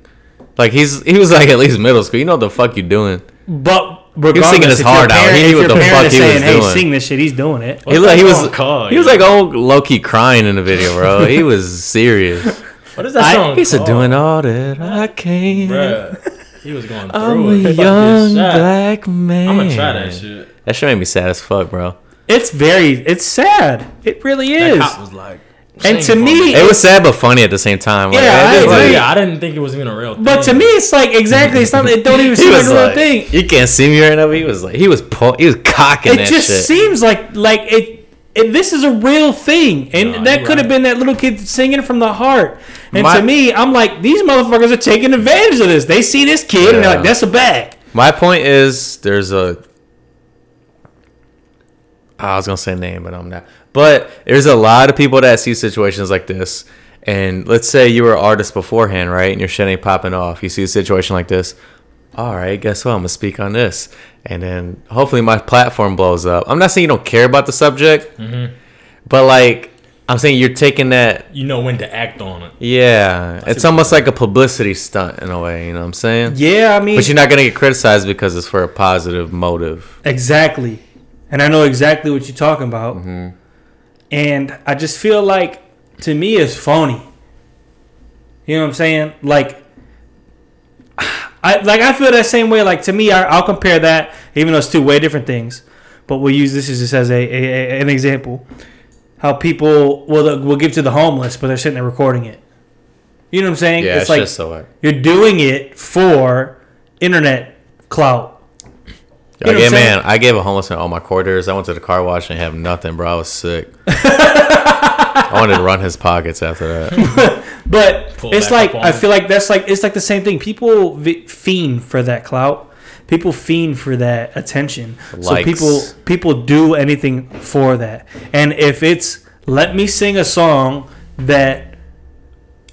[SPEAKER 4] Like he's he was like at least middle school. You know what the fuck you doing?
[SPEAKER 2] But regardless,
[SPEAKER 4] singing his
[SPEAKER 2] if your
[SPEAKER 4] heart out. He
[SPEAKER 2] parent-
[SPEAKER 4] knew
[SPEAKER 2] if
[SPEAKER 4] what
[SPEAKER 2] your
[SPEAKER 4] the
[SPEAKER 2] parent
[SPEAKER 4] fuck
[SPEAKER 2] is
[SPEAKER 4] he was
[SPEAKER 2] saying, hey,
[SPEAKER 4] doing."
[SPEAKER 2] sing this shit. He's doing it.
[SPEAKER 4] He, like, he was
[SPEAKER 3] called?
[SPEAKER 4] he was like old low key crying in the video, bro. he was serious.
[SPEAKER 3] What is that
[SPEAKER 2] I-
[SPEAKER 3] song?
[SPEAKER 4] He's
[SPEAKER 3] called?
[SPEAKER 4] doing all that I can.
[SPEAKER 3] Bruh, he was going through
[SPEAKER 4] I'm a
[SPEAKER 3] it. Fuck this
[SPEAKER 4] young
[SPEAKER 3] shot.
[SPEAKER 4] black man.
[SPEAKER 3] I'm gonna try that shit.
[SPEAKER 4] That shit made me sad as fuck, bro.
[SPEAKER 2] It's very, it's sad. It really
[SPEAKER 3] That
[SPEAKER 2] is.
[SPEAKER 3] cop was like,
[SPEAKER 2] And to
[SPEAKER 3] sing for
[SPEAKER 2] me-
[SPEAKER 4] It was sad but funny at the same time.
[SPEAKER 2] Yeah,
[SPEAKER 4] Like, it
[SPEAKER 2] I
[SPEAKER 4] is,
[SPEAKER 3] Well,
[SPEAKER 2] agree.
[SPEAKER 4] like-
[SPEAKER 3] yeah, I didn't think it was even a real. Thing.
[SPEAKER 2] But to me, it's like exactly. It's not. It don't even
[SPEAKER 4] He
[SPEAKER 2] seem like
[SPEAKER 4] was
[SPEAKER 2] a real
[SPEAKER 4] like,
[SPEAKER 2] thing.
[SPEAKER 4] you can't see me right now. But he was like, he was po- he was cocking
[SPEAKER 2] It
[SPEAKER 4] that
[SPEAKER 2] just
[SPEAKER 4] shit.
[SPEAKER 2] seems like like it, it. This is a real thing, and
[SPEAKER 3] No,
[SPEAKER 2] that
[SPEAKER 3] you're
[SPEAKER 2] could have
[SPEAKER 3] right.
[SPEAKER 2] been that little kid singing from the heart. And
[SPEAKER 4] My-
[SPEAKER 2] to me, I'm like, these motherfuckers are taking advantage of this. They see this kid, and they're like,
[SPEAKER 4] Yeah.
[SPEAKER 2] that's a bag.
[SPEAKER 4] My point is, there's a. I was gonna say name, but I'm not. But there's a lot of people that see situations like this, and let's say you were an artist beforehand, right? And your shit ain't popping off. You see a situation like this. All right, guess what? I'm gonna speak on this, and then hopefully my platform blows up. I'm not saying you don't care about the subject, but like I'm saying you're taking that.
[SPEAKER 3] you know when to act on it.
[SPEAKER 4] Yeah, it's almost like a publicity stunt in a way. You know what I'm saying?
[SPEAKER 2] Yeah, I mean,
[SPEAKER 4] But you're not gonna get criticized because it's for a positive motive.
[SPEAKER 2] Exactly. And I know exactly what you're talking about.
[SPEAKER 4] Mm-hmm.
[SPEAKER 2] And I just feel like, to me, it's phony. You know what I'm saying? Like, I like I feel that same way. Like to me, I, I'll compare that, even though it's two way different things. But we'll use this as just as a, a, a- an example. How people will will give to the homeless, but they're sitting there recording it. You know what I'm saying?
[SPEAKER 4] Yeah, it's,
[SPEAKER 2] like
[SPEAKER 4] just so hard.
[SPEAKER 2] you're doing it for internet clout. know
[SPEAKER 4] Like,
[SPEAKER 2] what
[SPEAKER 4] yeah,
[SPEAKER 2] I'm
[SPEAKER 4] man, I gave a homeless man all my quarters. I went to the car wash and have nothing, bro. I was sick. I wanted to run his pockets after that.
[SPEAKER 2] But
[SPEAKER 3] Pull
[SPEAKER 2] it's
[SPEAKER 3] back
[SPEAKER 2] like
[SPEAKER 3] up on
[SPEAKER 2] I
[SPEAKER 3] it.
[SPEAKER 2] feel like that's like it's like the same thing. People vi- fiend for that clout. People fiend for that attention. So
[SPEAKER 4] Likes.
[SPEAKER 2] people people do anything for that. And if it's let me sing a song that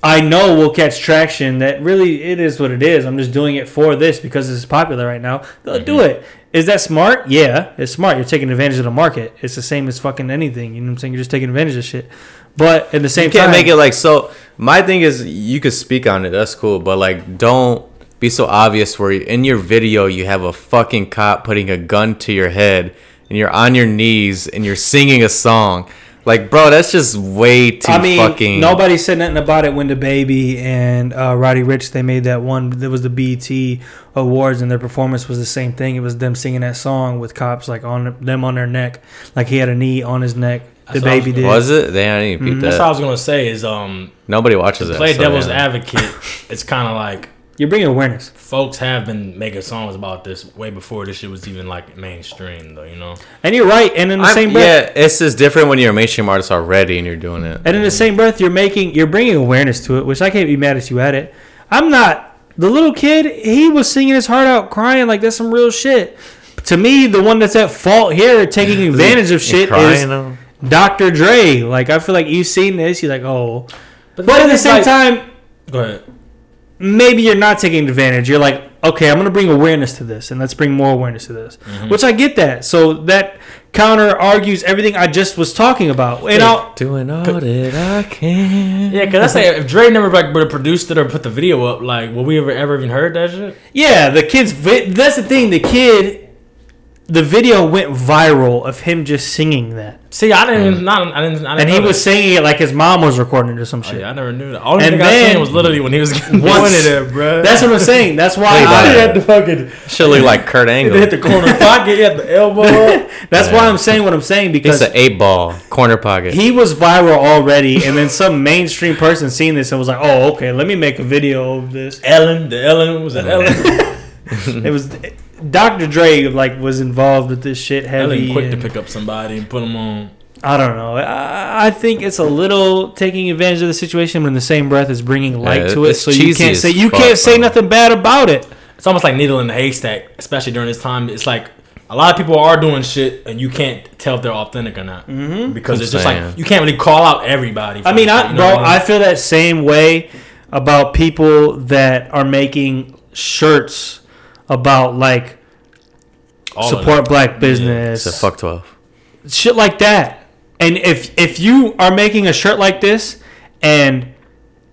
[SPEAKER 2] I know will catch traction, that really it is what it is. I'm just doing it for this because it's popular right now. They'll do it. Is that smart? Yeah, it's smart. You're taking advantage of the market. It's the same as fucking anything. You know what I'm saying? You're just taking advantage of shit. But at the same
[SPEAKER 4] You can't
[SPEAKER 2] time,
[SPEAKER 4] make it like so. My thing is, you could speak on it. That's cool, but like, don't be so obvious. Where you, in your video, you have a fucking cop putting a gun to your head, and you're on your knees and you're singing a song. Like, bro, that's just way too
[SPEAKER 2] I mean,
[SPEAKER 4] fucking.
[SPEAKER 2] nobody said nothing about it when the baby and uh, Roddy Rich they made that one. There was the BET Awards, and their performance was the same thing. It was them singing that song with cops like on them on their neck, like he had a knee on his neck. The
[SPEAKER 3] That's
[SPEAKER 2] baby did.
[SPEAKER 4] was it? They didn't
[SPEAKER 2] Mm,
[SPEAKER 4] even peep
[SPEAKER 3] That's what I
[SPEAKER 4] that.
[SPEAKER 3] was gonna say is um
[SPEAKER 4] Nobody watches it.
[SPEAKER 3] play
[SPEAKER 4] so,
[SPEAKER 3] devil's
[SPEAKER 4] yeah.
[SPEAKER 3] advocate. It's kind of like
[SPEAKER 2] You're bringing awareness.
[SPEAKER 3] Folks have been making songs about this way before this shit was even like mainstream, though. You know,
[SPEAKER 2] And you're right. And in the
[SPEAKER 4] I'm-
[SPEAKER 2] same breath,
[SPEAKER 4] yeah, it's just different when you're a mainstream artist already and you're doing it.
[SPEAKER 2] and in the same breath, you're making, you're bringing awareness to it, which I can't be mad at you at it. I'm not the little kid. He was singing his heart out, crying like that's some real shit. To me, the one that's at fault here, taking advantage of shit, is
[SPEAKER 4] crying, though.
[SPEAKER 2] Dr. Dre. Like I feel like you've seen this. You're like, oh, but,
[SPEAKER 3] then
[SPEAKER 2] at the
[SPEAKER 3] it's
[SPEAKER 2] same
[SPEAKER 3] like-
[SPEAKER 2] time,
[SPEAKER 3] go ahead.
[SPEAKER 2] maybe you're not taking advantage. You're like, okay, I'm going to bring awareness to this, and let's bring more awareness to this, which I get that. So that counter argues everything I just was talking about. And I'll,
[SPEAKER 4] Doing all that I can.
[SPEAKER 3] Yeah, cause I say if Dre never like would have produced it or put the video up, like would we ever ever even heard that shit?
[SPEAKER 2] yeah, the kids. vi- That's the thing. The kid, the video went viral of him just singing that,
[SPEAKER 3] See, I didn't, not, I didn't, I didn't
[SPEAKER 2] and he
[SPEAKER 3] know
[SPEAKER 2] was
[SPEAKER 3] that.
[SPEAKER 2] singing it Oh, like his mom was recording it or some shit.
[SPEAKER 3] Yeah, I never knew that. Only
[SPEAKER 2] And
[SPEAKER 3] thing I
[SPEAKER 2] then-
[SPEAKER 3] seen was literally when he was getting
[SPEAKER 2] Once-
[SPEAKER 3] pointed at, bro.
[SPEAKER 2] That's what I'm saying. That's why.
[SPEAKER 4] Playback.
[SPEAKER 2] I,
[SPEAKER 3] the fucking
[SPEAKER 4] She look like Kurt
[SPEAKER 3] they hit the
[SPEAKER 4] Angle.
[SPEAKER 3] corner pocket, he had the elbow. up.
[SPEAKER 2] that's why I'm saying what I'm saying
[SPEAKER 4] It's
[SPEAKER 2] because
[SPEAKER 4] an eight ball corner pocket.
[SPEAKER 2] he was viral already, and then some mainstream person seen this and was like, "Oh, okay, let me make a video of this."
[SPEAKER 3] Ellen, the Ellen was that Ellen.
[SPEAKER 2] It was Dr. Dre like was involved with this shit heavy.
[SPEAKER 3] Ellen quick to
[SPEAKER 2] and-
[SPEAKER 3] pick up somebody and put them on.
[SPEAKER 2] I don't know. I, I think it's a little taking advantage of the situation, but in the same breath, it's bringing light
[SPEAKER 4] Yeah,
[SPEAKER 2] to it.
[SPEAKER 4] it's
[SPEAKER 2] So you
[SPEAKER 4] cheesy
[SPEAKER 2] can't
[SPEAKER 4] as
[SPEAKER 2] say you
[SPEAKER 4] fuck,
[SPEAKER 2] can't say
[SPEAKER 4] bro.
[SPEAKER 2] nothing bad about it.
[SPEAKER 3] It's almost like needle in the haystack, especially during this time. It's like a lot of people are doing shit, and you can't tell if they're authentic or not mm-hmm. because it's just
[SPEAKER 4] saying.
[SPEAKER 3] like you can't really call out everybody.
[SPEAKER 2] I mean, I,
[SPEAKER 3] You know
[SPEAKER 2] bro,
[SPEAKER 3] what mean?
[SPEAKER 2] I feel that same way about people that are making shirts about like
[SPEAKER 3] All of
[SPEAKER 2] support black business.
[SPEAKER 4] It's a fuck 12.
[SPEAKER 2] shit like that. And if if you are making a shirt like this and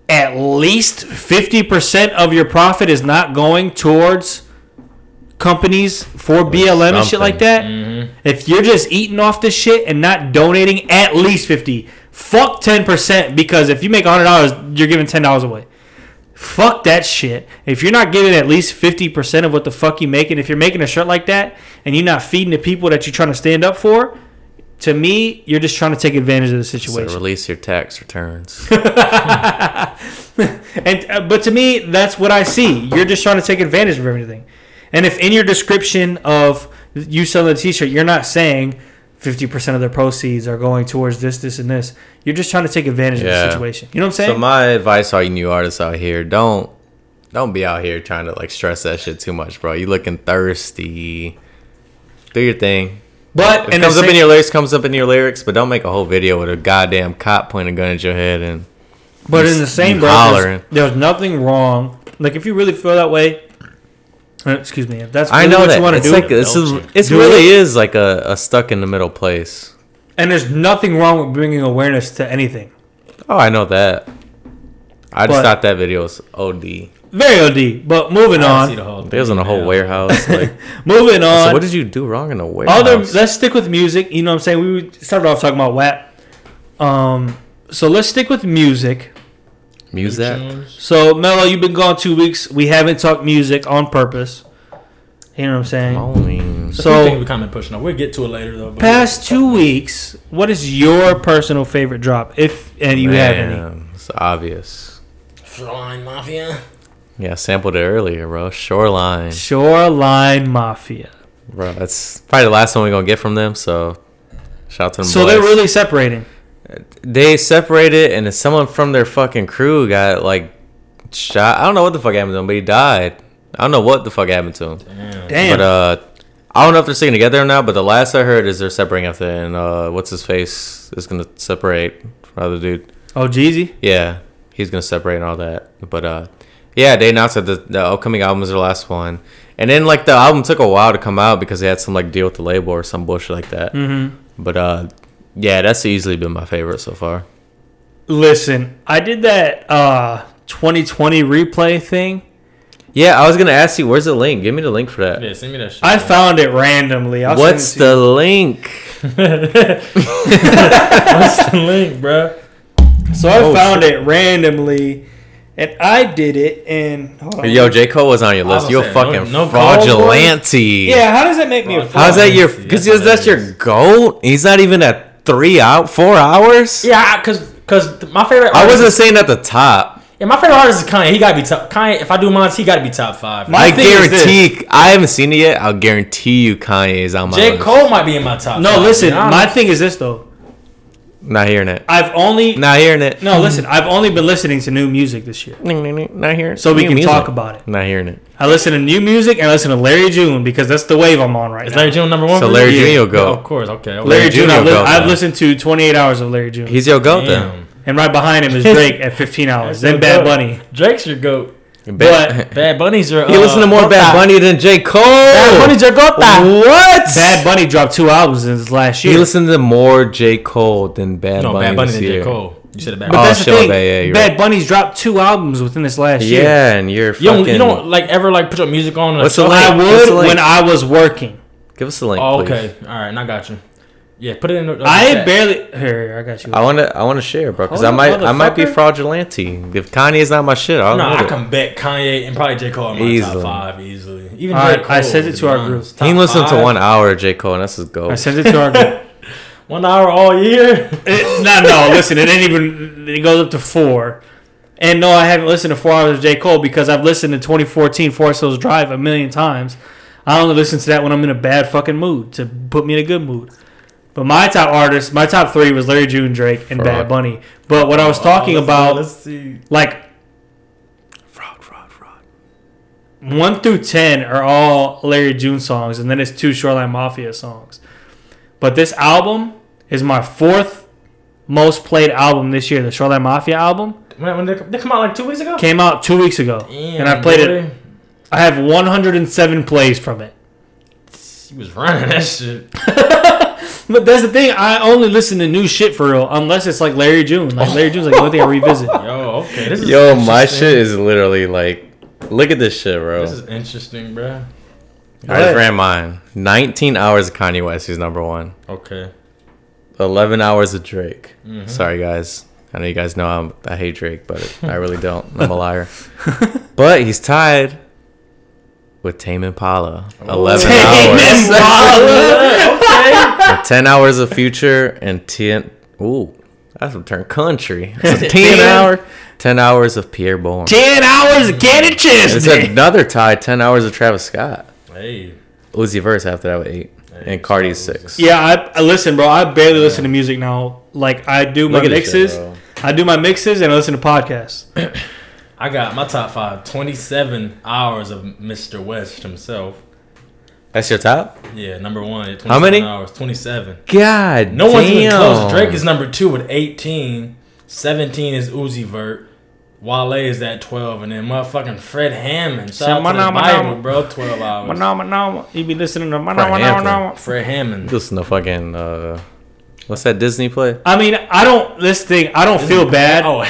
[SPEAKER 2] at least 50% of your profit is not going towards companies for BLM and shit
[SPEAKER 4] something.
[SPEAKER 2] like that, if you're just eating off this shit and not donating at least 50, fuck 10% because if you make $100, you're giving $10 away. Fuck that shit. If you're not giving at least 50% of what the fuck you making, if you're making a shirt like that and you're not feeding the people that you're trying to stand up for, to me, you're just trying to take advantage of the
[SPEAKER 4] So
[SPEAKER 2] situation.
[SPEAKER 4] release your tax returns.
[SPEAKER 2] And uh, but to me, that's what I see. You're just trying to take advantage of everything. And if in your description of you selling a T-shirt, you're not saying 50% of the proceeds are going towards this, this, and this, you're just trying to take advantage of
[SPEAKER 4] Yeah.
[SPEAKER 2] the situation. You know what I'm saying?
[SPEAKER 4] So my advice to all you new artists out here, don't don't be out here trying to like stress that shit too much, bro. You looking thirsty. Do your thing.
[SPEAKER 2] but
[SPEAKER 4] If it
[SPEAKER 2] and the
[SPEAKER 4] comes up
[SPEAKER 2] same-
[SPEAKER 4] in your lyrics, comes up in your lyrics, but don't make a whole video with a goddamn cop pointing a gun at your head and
[SPEAKER 2] But
[SPEAKER 4] You-
[SPEAKER 2] in the
[SPEAKER 4] you
[SPEAKER 2] same breath, there's,
[SPEAKER 4] hollering.
[SPEAKER 2] there's nothing wrong. Like if you really feel that way, uh, excuse me, if that's really
[SPEAKER 4] I know
[SPEAKER 2] what
[SPEAKER 4] that
[SPEAKER 2] you want to
[SPEAKER 4] it's
[SPEAKER 2] do,
[SPEAKER 4] like this is
[SPEAKER 3] Don't
[SPEAKER 4] it's
[SPEAKER 2] Do
[SPEAKER 4] really is like a, a stuck in the middle place.
[SPEAKER 2] and there's nothing wrong with bringing awareness to anything.
[SPEAKER 4] Oh, I know that. I
[SPEAKER 2] But-
[SPEAKER 4] just thought that video was OD.
[SPEAKER 2] Very OD. But moving
[SPEAKER 3] I didn't see the
[SPEAKER 2] on,
[SPEAKER 3] whole
[SPEAKER 4] They was in a
[SPEAKER 3] thing,
[SPEAKER 4] whole
[SPEAKER 3] man.
[SPEAKER 4] warehouse. Like,
[SPEAKER 2] moving on.
[SPEAKER 4] so what did you do wrong in a warehouse?
[SPEAKER 2] other let's stick with music you know what i'm saying we started off talking about WAP. um so let's stick with music
[SPEAKER 4] music.
[SPEAKER 2] so mello you've been gone two weeks we haven't talked music on purpose you know what i'm saying
[SPEAKER 4] Oh. Only
[SPEAKER 3] So
[SPEAKER 2] so
[SPEAKER 3] we kind of pushing up. We'll get to it later though. but-
[SPEAKER 2] past two weeks what is your personal favorite drop if and you have any
[SPEAKER 4] Man, It's obvious.
[SPEAKER 3] Flying Mafia.
[SPEAKER 4] Yeah, I sampled it earlier, bro. Shoreline,
[SPEAKER 2] shoreline mafia
[SPEAKER 4] bro. That's probably the last one we're gonna get from them. So, shout out to them.
[SPEAKER 2] so
[SPEAKER 4] boys.
[SPEAKER 2] they're really separating
[SPEAKER 4] they separated, and if someone from their fucking crew got like shot. I don't know what the fuck happened to him, but he died. I don't know what the fuck happened to him.
[SPEAKER 2] damn
[SPEAKER 4] But uh, I don't know if they're sticking together or not. But the last I heard is they're separating after, that, and uh, what's his face is gonna separate from the other dude.
[SPEAKER 2] oh jeezy
[SPEAKER 4] Yeah, he's gonna separate and all that. But uh, yeah, they announced that the, the upcoming album is their last one, and then like the album took a while to come out because they had some like deal with the label or some bullshit like that. Mm-hmm. But uh, yeah, that's easily been my favorite so far.
[SPEAKER 2] listen i did that uh 2020 replay thing
[SPEAKER 4] Yeah, I was gonna ask you, where's the link? Give me the link for that.
[SPEAKER 3] Yeah, send me that shit.
[SPEAKER 2] i found it randomly I'll send it
[SPEAKER 4] What's
[SPEAKER 2] to you.
[SPEAKER 4] the link?
[SPEAKER 3] What's the link, bro?
[SPEAKER 2] So
[SPEAKER 4] Oh,
[SPEAKER 2] I found it randomly, and I did it. And hold on.
[SPEAKER 4] Yo, J Cole was on your
[SPEAKER 3] I was
[SPEAKER 4] list. You're a
[SPEAKER 3] gonna say, no- no Cole,
[SPEAKER 4] fucking
[SPEAKER 3] boy.
[SPEAKER 4] fraudulante.
[SPEAKER 2] yeah, how does that make me a
[SPEAKER 3] How's
[SPEAKER 2] fraud?
[SPEAKER 4] How's that your?
[SPEAKER 3] Fraudulante,
[SPEAKER 4] Because
[SPEAKER 3] that's
[SPEAKER 4] that's, your goat. He's not even at three out, four hours.
[SPEAKER 3] Yeah, cause cause my favorite.
[SPEAKER 4] I
[SPEAKER 3] artist
[SPEAKER 4] wasn't
[SPEAKER 3] is-
[SPEAKER 4] saying at the top.
[SPEAKER 3] Yeah, my favorite artist is Kanye. He gotta be top. Kanye, if I do mine, he gotta be top five.
[SPEAKER 2] My
[SPEAKER 4] I
[SPEAKER 2] thing is
[SPEAKER 4] guarantee. I haven't seen it yet. I'll guarantee you Kanye is on my
[SPEAKER 3] J.
[SPEAKER 4] list.
[SPEAKER 3] Cole might be in my top.
[SPEAKER 2] No,
[SPEAKER 3] five,
[SPEAKER 2] listen.
[SPEAKER 3] to be honest.
[SPEAKER 2] My thing is this though.
[SPEAKER 4] Not hearing it.
[SPEAKER 2] I've only
[SPEAKER 4] Not hearing it.
[SPEAKER 2] no listen. I've only been listening to new music this year.
[SPEAKER 4] Ding, ding, ding. Not hearing it.
[SPEAKER 2] So we
[SPEAKER 4] New
[SPEAKER 2] can
[SPEAKER 4] music.
[SPEAKER 2] talk about it.
[SPEAKER 4] Not hearing it.
[SPEAKER 2] I listen to new music and I listen to Larry June because that's the wave I'm on right
[SPEAKER 3] Is
[SPEAKER 2] now.
[SPEAKER 3] Larry June number one?
[SPEAKER 4] So
[SPEAKER 3] for
[SPEAKER 4] Larry
[SPEAKER 3] you?
[SPEAKER 4] June, you'll
[SPEAKER 3] Oh,
[SPEAKER 4] go.
[SPEAKER 3] of course. Okay. okay.
[SPEAKER 2] Larry,
[SPEAKER 4] Larry
[SPEAKER 2] June.
[SPEAKER 4] June
[SPEAKER 2] I
[SPEAKER 4] will go,
[SPEAKER 2] have
[SPEAKER 4] man.
[SPEAKER 2] listened to 28 hours of Larry June,
[SPEAKER 4] He's your goat
[SPEAKER 3] Damn.
[SPEAKER 2] and right behind him is Drake at 15 hours. Then Bad Bunny.
[SPEAKER 3] Drake's your goat.
[SPEAKER 4] then.
[SPEAKER 2] But- uh,
[SPEAKER 3] Bad uh, Bunny's your.
[SPEAKER 4] you listen to more Bad Bunny than J. Cole.
[SPEAKER 3] Bad Bunny's your goat.
[SPEAKER 4] What?
[SPEAKER 2] Bad Bunny dropped two albums in his last year.
[SPEAKER 4] you listen to more J. Cole than Bad
[SPEAKER 3] No,
[SPEAKER 4] Bunny.
[SPEAKER 3] Bad Bunny
[SPEAKER 4] this
[SPEAKER 3] than J.
[SPEAKER 4] year.
[SPEAKER 3] Cole. You said a Bad
[SPEAKER 2] but
[SPEAKER 4] Oh,
[SPEAKER 3] Bunny.
[SPEAKER 2] that's the thing.
[SPEAKER 4] shit, yeah, yeah, you're
[SPEAKER 2] Bad Bunny's dropped two albums within this last year.
[SPEAKER 4] Yeah, and you're
[SPEAKER 3] You don't,
[SPEAKER 4] fucking.
[SPEAKER 3] you don't like ever like put your music on. and, like,
[SPEAKER 4] What's the
[SPEAKER 3] shuffle?
[SPEAKER 4] last-
[SPEAKER 2] I
[SPEAKER 4] It's
[SPEAKER 2] would
[SPEAKER 4] like-
[SPEAKER 2] when I was working.
[SPEAKER 4] give us a link.
[SPEAKER 3] Oh,
[SPEAKER 4] please.
[SPEAKER 3] okay. All right. and I got you. Yeah, put it in. The,
[SPEAKER 2] I
[SPEAKER 3] chat.
[SPEAKER 2] had barely. Here, I got you.
[SPEAKER 4] I want to I want to share, bro, because
[SPEAKER 2] Oh,
[SPEAKER 4] I might I might be
[SPEAKER 2] motherfucker.
[SPEAKER 4] fraudulenti. If Kanye's not my shit, I'll
[SPEAKER 3] No,
[SPEAKER 4] admit
[SPEAKER 3] I
[SPEAKER 4] it.
[SPEAKER 3] can bet Kanye and probably J. Cole in my top
[SPEAKER 4] Easily.
[SPEAKER 3] five easily. Even
[SPEAKER 2] I-
[SPEAKER 3] J. Cole,
[SPEAKER 2] I sent it to
[SPEAKER 3] be
[SPEAKER 2] our
[SPEAKER 3] honest.
[SPEAKER 4] He
[SPEAKER 3] Top
[SPEAKER 4] listened to
[SPEAKER 3] five,
[SPEAKER 4] one hour of J Cole, and that's his goal.
[SPEAKER 2] I sent it to our group.
[SPEAKER 3] one hour all year.
[SPEAKER 2] It- no, no, listen, it ain't even. It goes up to four. And no, I haven't listened to Four Hours of J. Cole because I've listened to 2014 Forest Hills Drive a million times. I only listen to that when I'm in a bad fucking mood to put me in a good mood. But my top artists, my top three was Larry June, Drake, and Bad
[SPEAKER 4] Fraud.
[SPEAKER 2] Bunny. But what I was talking
[SPEAKER 3] Let's-
[SPEAKER 2] about,
[SPEAKER 3] Let's see.
[SPEAKER 2] like
[SPEAKER 4] fraud, fraud, fraud.
[SPEAKER 2] one through ten are all Larry June songs, and then it's two Shoreline Mafia songs. But this album is my fourth most played album this year. The Shoreline Mafia album
[SPEAKER 3] When, when they, they come out like two weeks ago.
[SPEAKER 2] came out two weeks ago,
[SPEAKER 3] Damn,
[SPEAKER 2] and I played
[SPEAKER 3] boy.
[SPEAKER 2] it. I have 107 plays from it.
[SPEAKER 3] He was running that shit.
[SPEAKER 2] But that's the thing. I only listen to new shit for real, unless it's like Larry June. Like Larry June's like the only thing I revisit.
[SPEAKER 3] Yo, okay. This is
[SPEAKER 4] Yo, my
[SPEAKER 3] interesting.
[SPEAKER 4] shit is literally like, look at this shit, bro.
[SPEAKER 3] This is interesting, bro.
[SPEAKER 4] I just ran mine. 19 hours of Kanye West, who's number one.
[SPEAKER 3] Okay.
[SPEAKER 4] 11 hours of Drake.
[SPEAKER 3] Mm-hmm.
[SPEAKER 4] Sorry, guys. I know you guys know I'm, I hate Drake, but I really don't. I'm a liar. but he's tied with Tame Impala. 11
[SPEAKER 2] Tame
[SPEAKER 4] hours.
[SPEAKER 2] Impala.
[SPEAKER 4] With 10 hours of Future and 10. Ooh, that's a turn country. That's a 10 hour. 10 hours of Pierre Bourne.
[SPEAKER 2] Ten hours of Candy
[SPEAKER 4] It's
[SPEAKER 2] Chesney.
[SPEAKER 4] another tie. 10 hours of Travis Scott.
[SPEAKER 3] Hey.
[SPEAKER 4] Uzi Verse after that with eight. and Cardi's six.
[SPEAKER 2] Yeah, I, I listen, bro. I barely listen to music now. Like I do my
[SPEAKER 4] Look at this shit,
[SPEAKER 2] mixes.
[SPEAKER 4] bro.
[SPEAKER 2] I do my mixes and I listen to podcasts.
[SPEAKER 3] I got my top five. 27 hours of Mr. West himself.
[SPEAKER 4] That's your top?
[SPEAKER 3] Yeah, number one. at
[SPEAKER 4] How many?
[SPEAKER 3] 27 Hours. 27.
[SPEAKER 4] God.
[SPEAKER 3] No one's even close.
[SPEAKER 4] damn.
[SPEAKER 3] Drake is number two with 18. 17 is Uzi Vert. Wale is at 12. And then motherfucking Fred Hammond. Shout out to the
[SPEAKER 2] Manama,
[SPEAKER 3] Bible,
[SPEAKER 2] manama.
[SPEAKER 3] bro. 12 hours.
[SPEAKER 2] Manama, nama. You be listening to manama,
[SPEAKER 4] Frank
[SPEAKER 2] nama,
[SPEAKER 4] Hampton.
[SPEAKER 2] nama.
[SPEAKER 3] Fred Hammond.
[SPEAKER 4] Listen to fucking uh, what's that Disney play?
[SPEAKER 2] I mean, I don't. This thing, I don't feel bad.
[SPEAKER 3] Oh,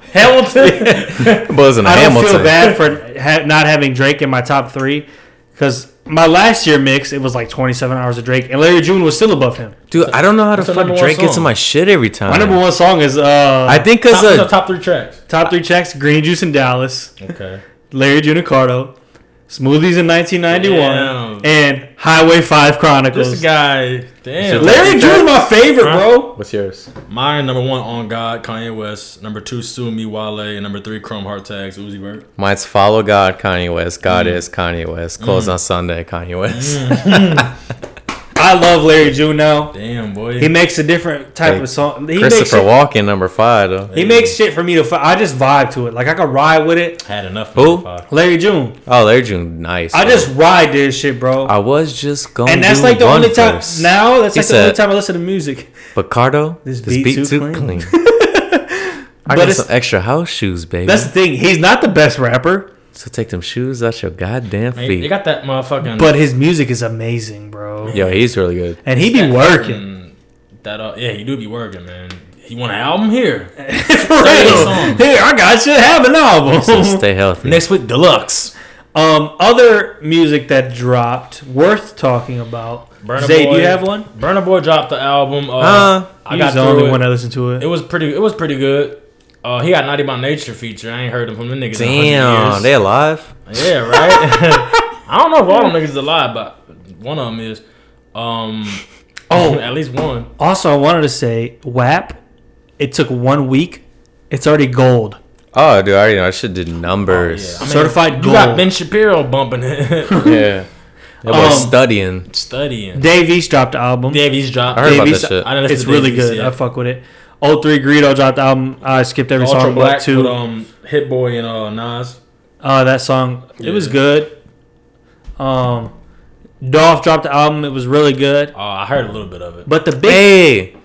[SPEAKER 3] Hamilton.
[SPEAKER 4] But listen, to
[SPEAKER 2] I don't
[SPEAKER 4] Hamilton.
[SPEAKER 2] feel bad for ha- not having Drake in my top three because my last year mix it was like 27 hours of Drake and Larry June was still above him.
[SPEAKER 4] dude. I don't know how to
[SPEAKER 3] What's the
[SPEAKER 4] fuck
[SPEAKER 3] number one
[SPEAKER 4] Drake gets
[SPEAKER 3] song?
[SPEAKER 4] in my shit every time.
[SPEAKER 2] My number one song is uh
[SPEAKER 4] I think because
[SPEAKER 3] top, no,
[SPEAKER 4] of
[SPEAKER 3] top three tracks.
[SPEAKER 2] top three checks: Green Juice in Dallas,
[SPEAKER 3] Okay.
[SPEAKER 2] Larry June and Cardo, Smoothies in 1991,
[SPEAKER 3] Damn.
[SPEAKER 2] and Highway Five
[SPEAKER 3] This
[SPEAKER 2] Chronicles.
[SPEAKER 3] guy, damn.
[SPEAKER 2] Larry June's my favorite, bro.
[SPEAKER 4] what's yours?
[SPEAKER 3] Mine number one on God, Kanye West. Number two, Sue Me Wale, and number three, Chrome Heart Tags, Uzi Vert.
[SPEAKER 4] Mine's Follow God, Kanye West. God
[SPEAKER 2] Mm.
[SPEAKER 4] is Kanye West. Close on Sunday, Kanye West.
[SPEAKER 2] I love Larry June now.
[SPEAKER 3] Damn boy.
[SPEAKER 2] He makes a different type
[SPEAKER 4] Like,
[SPEAKER 2] of song. He makes
[SPEAKER 4] Christopher
[SPEAKER 2] shit,
[SPEAKER 4] Walken, number five. Though.
[SPEAKER 2] he makes shit for me to. Fi- I just vibe to it. Like I can ride with it.
[SPEAKER 3] had enough.
[SPEAKER 4] Who?
[SPEAKER 3] Fuck.
[SPEAKER 2] Larry June.
[SPEAKER 4] Oh, Larry June, nice.
[SPEAKER 2] I
[SPEAKER 4] bro.
[SPEAKER 2] just ride this shit, bro.
[SPEAKER 4] Uh-huh. I was just going.
[SPEAKER 2] and that's like the only time now. That's like
[SPEAKER 4] He
[SPEAKER 2] the
[SPEAKER 4] said-
[SPEAKER 2] only time I listen to music.
[SPEAKER 4] Picardo,
[SPEAKER 2] This
[SPEAKER 4] this,
[SPEAKER 2] beat
[SPEAKER 4] beat,
[SPEAKER 2] too
[SPEAKER 4] too
[SPEAKER 2] clean.
[SPEAKER 4] clean. I
[SPEAKER 2] But
[SPEAKER 4] got
[SPEAKER 2] it's-
[SPEAKER 4] some extra house shoes, baby.
[SPEAKER 2] That's the thing. He's not the best rapper,
[SPEAKER 4] So take them shoes out your goddamn
[SPEAKER 3] Man, They
[SPEAKER 4] feet.
[SPEAKER 3] got that motherfucking.
[SPEAKER 2] but his music is amazing, bro.
[SPEAKER 4] Yo, he's really good.
[SPEAKER 2] And he be working.
[SPEAKER 3] Mm, that uh, yeah, he do be working, man. He want an album here.
[SPEAKER 2] For
[SPEAKER 3] Same
[SPEAKER 2] real.
[SPEAKER 3] song.
[SPEAKER 2] Here, I got you. Have an
[SPEAKER 4] So
[SPEAKER 2] album.
[SPEAKER 4] stay healthy.
[SPEAKER 3] Next week, deluxe.
[SPEAKER 2] um, other music that dropped worth talking about.
[SPEAKER 3] Burna
[SPEAKER 2] Zay, do
[SPEAKER 3] Boy-
[SPEAKER 2] you have one?
[SPEAKER 3] Burna Boy dropped the album. Uh,
[SPEAKER 4] Uh,
[SPEAKER 3] I
[SPEAKER 2] He's
[SPEAKER 3] got
[SPEAKER 2] the
[SPEAKER 3] through
[SPEAKER 2] only
[SPEAKER 3] it.
[SPEAKER 2] one I listened to it.
[SPEAKER 3] It was pretty. It was pretty good. Uh, he got Naughty by Nature feature. I ain't heard him from the niggas. in a hundred
[SPEAKER 4] Damn,
[SPEAKER 3] years.
[SPEAKER 4] they alive.
[SPEAKER 3] Yeah, right. I don't know if all them niggas alive, but one of them is. Um, oh, at least one.
[SPEAKER 2] Also, I wanted to say, WAP, it took one week. It's already gold.
[SPEAKER 4] Oh, dude, I already know. That shit did numbers.
[SPEAKER 3] I mean,
[SPEAKER 2] Certified
[SPEAKER 3] You
[SPEAKER 2] gold.
[SPEAKER 3] got Ben Shapiro bumping it,
[SPEAKER 4] yeah. That boy
[SPEAKER 2] Um,
[SPEAKER 4] studying.
[SPEAKER 3] studying.
[SPEAKER 2] Dave East dropped the album.
[SPEAKER 3] Davies dropped.
[SPEAKER 4] I heard about
[SPEAKER 2] Davies-
[SPEAKER 4] that shit.
[SPEAKER 3] I know this
[SPEAKER 2] it's
[SPEAKER 3] is
[SPEAKER 2] really
[SPEAKER 3] Davies,
[SPEAKER 2] good.
[SPEAKER 3] yeah.
[SPEAKER 2] I fuck with it. All three Greedo dropped the album. I skipped every
[SPEAKER 3] Ultra
[SPEAKER 2] song but
[SPEAKER 3] Black
[SPEAKER 2] two.
[SPEAKER 3] with um, Hit Boy and uh, Nas.
[SPEAKER 2] Uh, that song, it was
[SPEAKER 3] Yeah.
[SPEAKER 2] good. Um, Dolph dropped the album. It was really good.
[SPEAKER 3] Oh, I heard a little bit of it.
[SPEAKER 2] But the big
[SPEAKER 4] Hey!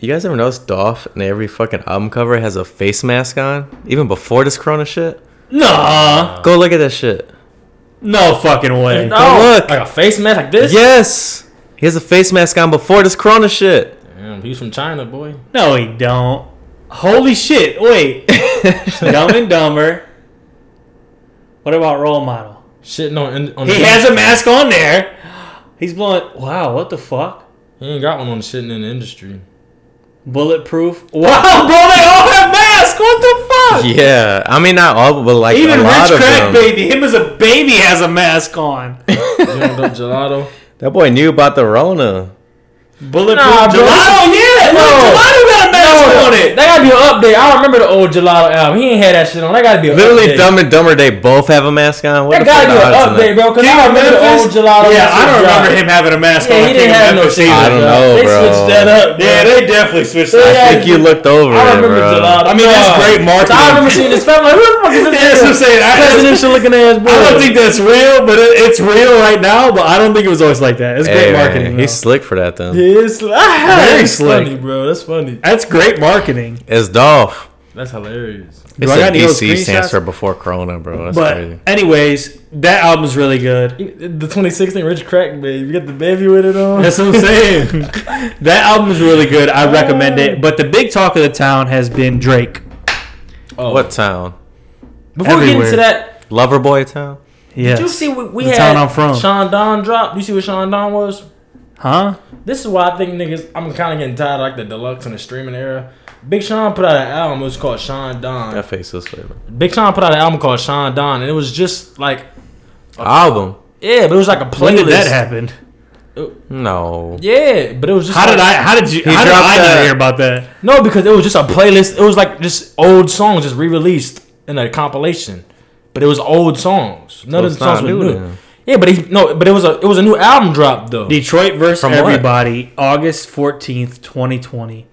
[SPEAKER 4] You guys ever noticed Dolph and every fucking album cover has a face mask on? Even before this Corona shit?
[SPEAKER 2] nah,
[SPEAKER 4] Go look at that shit.
[SPEAKER 2] no fucking way.
[SPEAKER 4] No. look.
[SPEAKER 3] like a face mask like this.
[SPEAKER 4] Yes! He has a face mask on before this Corona shit.
[SPEAKER 3] Damn, he's from China, boy.
[SPEAKER 2] No, he don't. Holy shit! Wait, Dumb and Dumber. What about Role Model?
[SPEAKER 3] Shitting on, on
[SPEAKER 2] He has a mask on there. He's blowing. Wow, what the fuck?
[SPEAKER 3] He ain't got one on shitting in the industry.
[SPEAKER 2] Bulletproof. Wow, bro, they all have masks. What the fuck?
[SPEAKER 4] Yeah. I mean, not all, but like
[SPEAKER 2] Even
[SPEAKER 4] a lot
[SPEAKER 2] Rich
[SPEAKER 4] of
[SPEAKER 2] Crack
[SPEAKER 4] them.
[SPEAKER 2] Baby, him as a baby, has a mask on.
[SPEAKER 3] You want the gelato?
[SPEAKER 4] That boy knew about the Rona.
[SPEAKER 2] Bulletproof
[SPEAKER 3] Nah, bro,
[SPEAKER 2] gelato. Yeah, no. gelato got a mask on
[SPEAKER 3] That
[SPEAKER 2] it.
[SPEAKER 3] gotta be an update. I don't remember the old gelato album. He ain't had that shit on. That gotta be an
[SPEAKER 4] Literally,
[SPEAKER 3] update.
[SPEAKER 4] Dumb and Dumber, they both have a mask on. What
[SPEAKER 3] That
[SPEAKER 4] the
[SPEAKER 3] gotta be an
[SPEAKER 4] fuck are the odds on that?
[SPEAKER 3] update, bro. Cause
[SPEAKER 2] King
[SPEAKER 3] I
[SPEAKER 2] of
[SPEAKER 3] remember the old
[SPEAKER 2] Memphis?
[SPEAKER 3] gelato.
[SPEAKER 2] Yeah,
[SPEAKER 3] was
[SPEAKER 2] I don't
[SPEAKER 3] dry.
[SPEAKER 2] remember him having a mask on.
[SPEAKER 3] Yeah, he
[SPEAKER 2] King
[SPEAKER 3] didn't
[SPEAKER 2] of
[SPEAKER 3] have no
[SPEAKER 2] Memphis either.
[SPEAKER 3] shit.
[SPEAKER 4] I don't know,
[SPEAKER 3] They
[SPEAKER 4] bro.
[SPEAKER 3] switched that up.
[SPEAKER 2] Yeah,
[SPEAKER 3] bro.
[SPEAKER 2] they definitely switched
[SPEAKER 3] Yeah,
[SPEAKER 2] that.
[SPEAKER 4] I think
[SPEAKER 2] shit.
[SPEAKER 4] you looked
[SPEAKER 3] I
[SPEAKER 4] over it,
[SPEAKER 3] remember
[SPEAKER 4] bro.
[SPEAKER 3] gelato.
[SPEAKER 2] I mean, that's
[SPEAKER 3] Nah.
[SPEAKER 2] great marketing.
[SPEAKER 3] I remember seeing this fella. Like, who the fuck is
[SPEAKER 2] Yeah, that's
[SPEAKER 3] this?
[SPEAKER 2] what I'm saying. I,
[SPEAKER 3] Presidential looking ass boy.
[SPEAKER 2] I don't think that's real, but it, it's real right now. But I don't think it was always like that. It's
[SPEAKER 4] Hey,
[SPEAKER 2] great
[SPEAKER 4] man,
[SPEAKER 2] marketing. though.
[SPEAKER 4] he's slick for that, then.
[SPEAKER 3] It's very
[SPEAKER 2] slick.
[SPEAKER 3] funny, bro. That's funny.
[SPEAKER 2] That's great marketing.
[SPEAKER 4] It's Dolph.
[SPEAKER 3] That's hilarious.
[SPEAKER 4] It
[SPEAKER 2] I
[SPEAKER 4] said
[SPEAKER 2] got any of those
[SPEAKER 4] BC stands
[SPEAKER 2] screenshots?
[SPEAKER 4] for before Corona, bro. That's
[SPEAKER 2] but
[SPEAKER 4] crazy.
[SPEAKER 2] anyways, that album's really good.
[SPEAKER 3] The 2016 Rich Crack Babe. You got the baby with it on.
[SPEAKER 2] That's what I'm saying. that album is really good. I recommend it. But the big talk of the town has been Drake.
[SPEAKER 3] Oh.
[SPEAKER 4] What town?
[SPEAKER 3] Before we get
[SPEAKER 2] everywhere.
[SPEAKER 3] into that,
[SPEAKER 4] Loverboy town?
[SPEAKER 2] Yeah.
[SPEAKER 3] did you see what we
[SPEAKER 2] The
[SPEAKER 3] had?
[SPEAKER 2] town I'm from.
[SPEAKER 3] Sean Don dropped. You see what Sean Don was?
[SPEAKER 2] Huh?
[SPEAKER 3] This is why I think niggas. I'm kind of getting tired of like the deluxe and the streaming era. Big Sean put out an album. It was called Sean Don.
[SPEAKER 4] That face is favorite.
[SPEAKER 3] Big Sean put out an album called Sean Don, and it was just like
[SPEAKER 4] Album?
[SPEAKER 3] yeah, but it was like a playlist.
[SPEAKER 2] When did that happen?
[SPEAKER 4] No.
[SPEAKER 3] Yeah, but it was just
[SPEAKER 2] How did
[SPEAKER 3] like-
[SPEAKER 2] I? How did you? how did
[SPEAKER 4] dropped
[SPEAKER 2] I not
[SPEAKER 4] a-
[SPEAKER 2] hear about that?
[SPEAKER 3] No, because it was just a playlist. It was like just old songs just re-released in a compilation, but it was old songs. None
[SPEAKER 4] So
[SPEAKER 3] of
[SPEAKER 4] it's
[SPEAKER 3] the songs
[SPEAKER 4] not
[SPEAKER 3] were
[SPEAKER 4] new
[SPEAKER 3] new.
[SPEAKER 4] then.
[SPEAKER 3] Yeah, but he no, but it was a it was a new album drop though.
[SPEAKER 2] Detroit versus
[SPEAKER 4] From what?
[SPEAKER 2] everybody, August fourteenth, twenty twenty.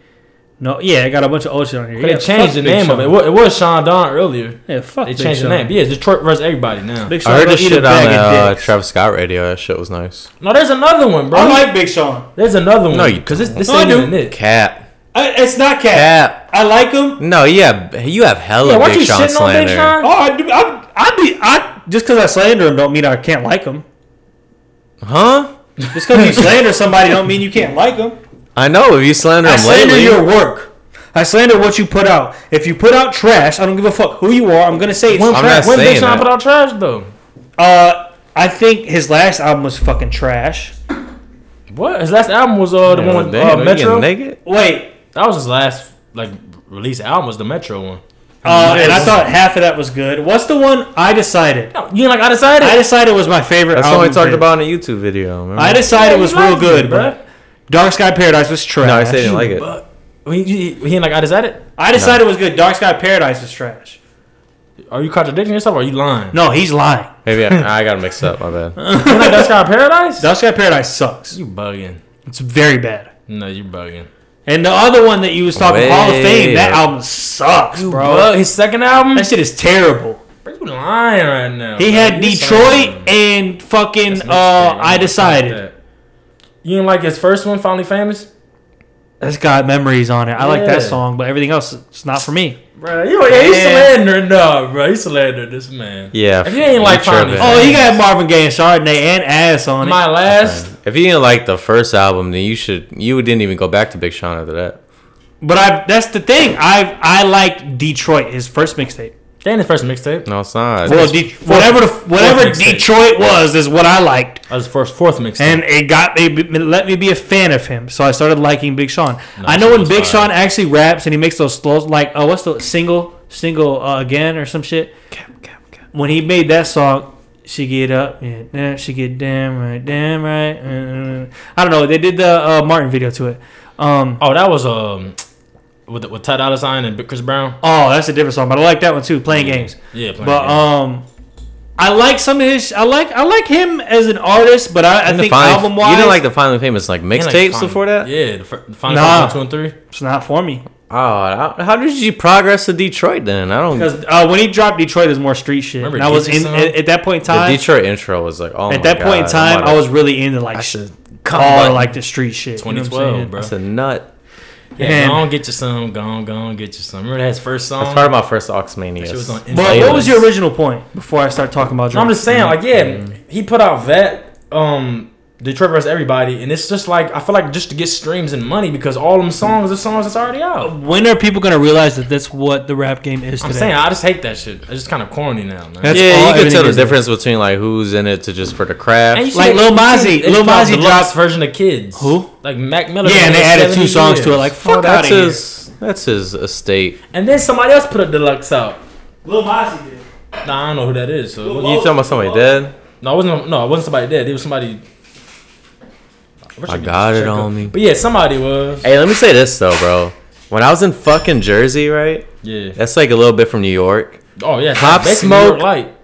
[SPEAKER 2] No, yeah, I got a bunch of old shit on here.
[SPEAKER 3] but
[SPEAKER 2] yeah,
[SPEAKER 3] they changed
[SPEAKER 2] fuck
[SPEAKER 3] the
[SPEAKER 2] Big
[SPEAKER 3] name of
[SPEAKER 2] Sean.
[SPEAKER 3] it. It was, it was Sean Don earlier.
[SPEAKER 2] Yeah, fuck.
[SPEAKER 3] They
[SPEAKER 2] Big
[SPEAKER 3] changed the
[SPEAKER 2] Sean.
[SPEAKER 3] name. Yeah, it's Detroit versus everybody now.
[SPEAKER 2] Big Sean.
[SPEAKER 4] I heard
[SPEAKER 2] go
[SPEAKER 4] this
[SPEAKER 2] eat a
[SPEAKER 4] shit on
[SPEAKER 2] bag of
[SPEAKER 4] uh,
[SPEAKER 2] dicks.
[SPEAKER 4] Travis Scott radio. That shit was nice.
[SPEAKER 3] No, there's another one, bro.
[SPEAKER 2] I like Big Sean.
[SPEAKER 3] there's another one.
[SPEAKER 4] No, you
[SPEAKER 3] because this this
[SPEAKER 2] don't.
[SPEAKER 3] ain't
[SPEAKER 2] No, I
[SPEAKER 3] even it.
[SPEAKER 4] Cat.
[SPEAKER 2] I, it's not cat.
[SPEAKER 4] Cat.
[SPEAKER 2] I like him.
[SPEAKER 4] No, yeah, you have hella
[SPEAKER 3] Yeah, why
[SPEAKER 4] Big
[SPEAKER 3] you
[SPEAKER 4] Sean
[SPEAKER 3] shitting on Big
[SPEAKER 4] slander.
[SPEAKER 2] Oh, I, do- I, I be I just because I slander him don't mean I can't like him.
[SPEAKER 4] Huh?
[SPEAKER 2] Just because you slander somebody don't mean you can't like them.
[SPEAKER 4] I know. If you slander
[SPEAKER 2] I
[SPEAKER 4] him
[SPEAKER 2] slander
[SPEAKER 4] lately,
[SPEAKER 2] your work. I slander what you put out. If you put out trash, I don't give a fuck who you are. I'm gonna say it's
[SPEAKER 4] I'm
[SPEAKER 2] trash.
[SPEAKER 4] not
[SPEAKER 3] When Big
[SPEAKER 4] saying
[SPEAKER 3] Sean
[SPEAKER 4] that.
[SPEAKER 3] put out trash though.
[SPEAKER 2] Uh, I think his last album was fucking trash.
[SPEAKER 3] What his last album was uh the
[SPEAKER 4] Yeah,
[SPEAKER 3] one with
[SPEAKER 4] damn,
[SPEAKER 3] uh,
[SPEAKER 4] you
[SPEAKER 3] Metro.
[SPEAKER 4] getting naked?
[SPEAKER 2] Wait, uh,
[SPEAKER 3] That was his last like release album was the Metro one.
[SPEAKER 2] uh, and I thought half of that was good. What's the one I decided?
[SPEAKER 3] No, you ain't like I decided.
[SPEAKER 2] I decided was my favorite.
[SPEAKER 4] That's
[SPEAKER 2] album
[SPEAKER 4] what we talked
[SPEAKER 2] bit.
[SPEAKER 4] about in a YouTube video. Remember?
[SPEAKER 2] I decided was real good, bro.
[SPEAKER 3] bruh.
[SPEAKER 2] Dark Sky Paradise was trash.
[SPEAKER 4] no, I said I didn't like it.
[SPEAKER 3] But he, he, he ain't like I decided.
[SPEAKER 2] I decided it was good. Dark Sky Paradise was trash.
[SPEAKER 3] Are you contradicting yourself? Or are you lying?
[SPEAKER 2] No, he's lying.
[SPEAKER 4] Maybe I, I got mixed up. My bad.
[SPEAKER 3] You ain't like that's kind of paradise.
[SPEAKER 2] Dark Sky Paradise sucks.
[SPEAKER 3] you bugging?
[SPEAKER 2] It's very bad.
[SPEAKER 3] No, you bugging.
[SPEAKER 2] And the other one that you was talking Hall of Fame,
[SPEAKER 4] Wait.
[SPEAKER 2] that album sucks,
[SPEAKER 3] You
[SPEAKER 2] bro.
[SPEAKER 3] bug- his second album.
[SPEAKER 2] That shit is terrible.
[SPEAKER 3] Bro, you lying right now.
[SPEAKER 2] He
[SPEAKER 3] bro.
[SPEAKER 2] had
[SPEAKER 3] You
[SPEAKER 2] Detroit
[SPEAKER 3] lying.
[SPEAKER 2] and fucking
[SPEAKER 3] That's
[SPEAKER 2] uh,
[SPEAKER 3] mixtape.
[SPEAKER 2] I
[SPEAKER 3] don't
[SPEAKER 2] decided.
[SPEAKER 3] like that. You didn't like his first one, Finally Famous?
[SPEAKER 2] That's got memories on it. I like that
[SPEAKER 3] Yeah.
[SPEAKER 2] song, but everything else it's not for me.
[SPEAKER 3] Bro, you yeah, you
[SPEAKER 2] Yeah.
[SPEAKER 3] slandering, no, bro. You slandering this man.
[SPEAKER 4] Yeah,
[SPEAKER 3] If you ain't like
[SPEAKER 4] you
[SPEAKER 3] Finally
[SPEAKER 4] tripping.
[SPEAKER 2] Oh,
[SPEAKER 3] Famous,
[SPEAKER 2] he got Marvin Gaye and Chardonnay and ass on it.
[SPEAKER 3] my last.
[SPEAKER 4] If you didn't like the first album, then you should. You didn't even go back to Big Sean after that.
[SPEAKER 2] but I that's the thing. I I like Detroit, his first mixtape.
[SPEAKER 3] That ain't his first mixtape.
[SPEAKER 4] No, it's not.
[SPEAKER 2] Well, De- whatever the, whatever
[SPEAKER 3] mixtape.
[SPEAKER 2] Detroit was is what I liked.
[SPEAKER 3] That was his first fourth mixtape.
[SPEAKER 2] and it got it, it let me be a fan of him. So I started liking Big Sean. I know
[SPEAKER 3] she
[SPEAKER 2] when
[SPEAKER 3] was
[SPEAKER 2] Big
[SPEAKER 3] fire.
[SPEAKER 2] Sean actually raps and he makes those slows, like oh, what's the single single uh, again or some shit. When he made that song, she get up, yeah, damn, she get damn right, damn right. uh, mm, mm, mm. I don't know. They did the uh, Martin video to it. Um,
[SPEAKER 3] oh, that was um, with with Ty Dolla Sign and Chris Brown.
[SPEAKER 2] Oh, that's a different song, but I like that one too. Playing games.
[SPEAKER 3] Yeah, playing
[SPEAKER 2] but
[SPEAKER 3] games.
[SPEAKER 2] um, I like some of his. I like I like him as an artist, but I, I think album wise,
[SPEAKER 4] you didn't like the finally famous like
[SPEAKER 3] And, like,
[SPEAKER 4] mixtapes
[SPEAKER 3] Final-
[SPEAKER 4] before that.
[SPEAKER 3] Yeah, the, fir- the final
[SPEAKER 2] Nah.
[SPEAKER 3] two and three.
[SPEAKER 2] it's not for me.
[SPEAKER 4] Oh, how- how did you progress to Detroit then? I don't. The
[SPEAKER 2] Because uh, when he dropped Detroit, it was more street shit.
[SPEAKER 3] Remember
[SPEAKER 2] and I was
[SPEAKER 3] Detroit
[SPEAKER 2] in
[SPEAKER 3] song?
[SPEAKER 2] at, at that point in time.
[SPEAKER 4] Detroit intro was like, oh my
[SPEAKER 2] at that point in
[SPEAKER 4] God,
[SPEAKER 2] time,
[SPEAKER 4] I'm
[SPEAKER 2] I
[SPEAKER 4] on
[SPEAKER 2] was really into like sh-
[SPEAKER 4] should
[SPEAKER 2] all
[SPEAKER 4] button.
[SPEAKER 2] like the street shit. you know what I'm
[SPEAKER 3] 2012,
[SPEAKER 2] saying?
[SPEAKER 4] a-
[SPEAKER 3] bro.
[SPEAKER 4] That's a nut.
[SPEAKER 3] Yeah,
[SPEAKER 2] And-
[SPEAKER 3] go on, get you some. Go on, go on, get you some. Remember that first song?
[SPEAKER 4] That's part of my first Oxmania.
[SPEAKER 3] She was on
[SPEAKER 2] But
[SPEAKER 3] Playlist.
[SPEAKER 2] what was your original point before I start talking about?
[SPEAKER 3] No, I'm
[SPEAKER 2] drugs?
[SPEAKER 3] just saying, like, yeah,
[SPEAKER 2] Mm-hmm.
[SPEAKER 3] he put out that um Detroit vs. Everybody, and it's just like I feel like just to get streams and money because all them songs are songs that's already out.
[SPEAKER 2] when are people gonna realize that that's what the rap game is?
[SPEAKER 3] I'm
[SPEAKER 2] today?
[SPEAKER 3] saying I just hate that shit. It's just kind of corny now, man.
[SPEAKER 2] That's all
[SPEAKER 4] yeah, you
[SPEAKER 2] everything
[SPEAKER 4] can tell the
[SPEAKER 2] is.
[SPEAKER 4] difference between like who's in it to just for the
[SPEAKER 3] And you
[SPEAKER 4] craft.
[SPEAKER 3] should-
[SPEAKER 2] Like Lil
[SPEAKER 3] you should-
[SPEAKER 2] Mozzie.
[SPEAKER 3] they
[SPEAKER 2] Lil
[SPEAKER 3] should have
[SPEAKER 2] Mozzie
[SPEAKER 3] a deluxe
[SPEAKER 2] dropped-
[SPEAKER 3] version of kids.
[SPEAKER 2] Who?
[SPEAKER 3] Like Mac Miller.
[SPEAKER 2] Yeah, and they
[SPEAKER 3] made
[SPEAKER 2] added
[SPEAKER 3] 70
[SPEAKER 2] two songs to it.
[SPEAKER 3] years.
[SPEAKER 2] Like fuck
[SPEAKER 4] Oh,
[SPEAKER 2] out
[SPEAKER 4] that's
[SPEAKER 2] of here.
[SPEAKER 4] his. That's his estate.
[SPEAKER 3] and then somebody else put a deluxe out.
[SPEAKER 2] Lil Mozzie did.
[SPEAKER 3] Nah, I don't know who that is. So it
[SPEAKER 4] You
[SPEAKER 3] wasn't-
[SPEAKER 4] talking about somebody dead?
[SPEAKER 3] no, it wasn't. No, it wasn't somebody dead. It was somebody. I, wish
[SPEAKER 4] I
[SPEAKER 3] could
[SPEAKER 4] got it
[SPEAKER 3] check
[SPEAKER 4] on
[SPEAKER 3] up.
[SPEAKER 4] me.
[SPEAKER 3] But yeah, somebody was.
[SPEAKER 4] Hey, let me say this though, bro. When I was in fucking Jersey, right?
[SPEAKER 3] Yeah.
[SPEAKER 4] That's like a little bit from New York.
[SPEAKER 3] Oh yeah.
[SPEAKER 4] Pop
[SPEAKER 3] basically New York
[SPEAKER 4] Smoke.
[SPEAKER 3] Light.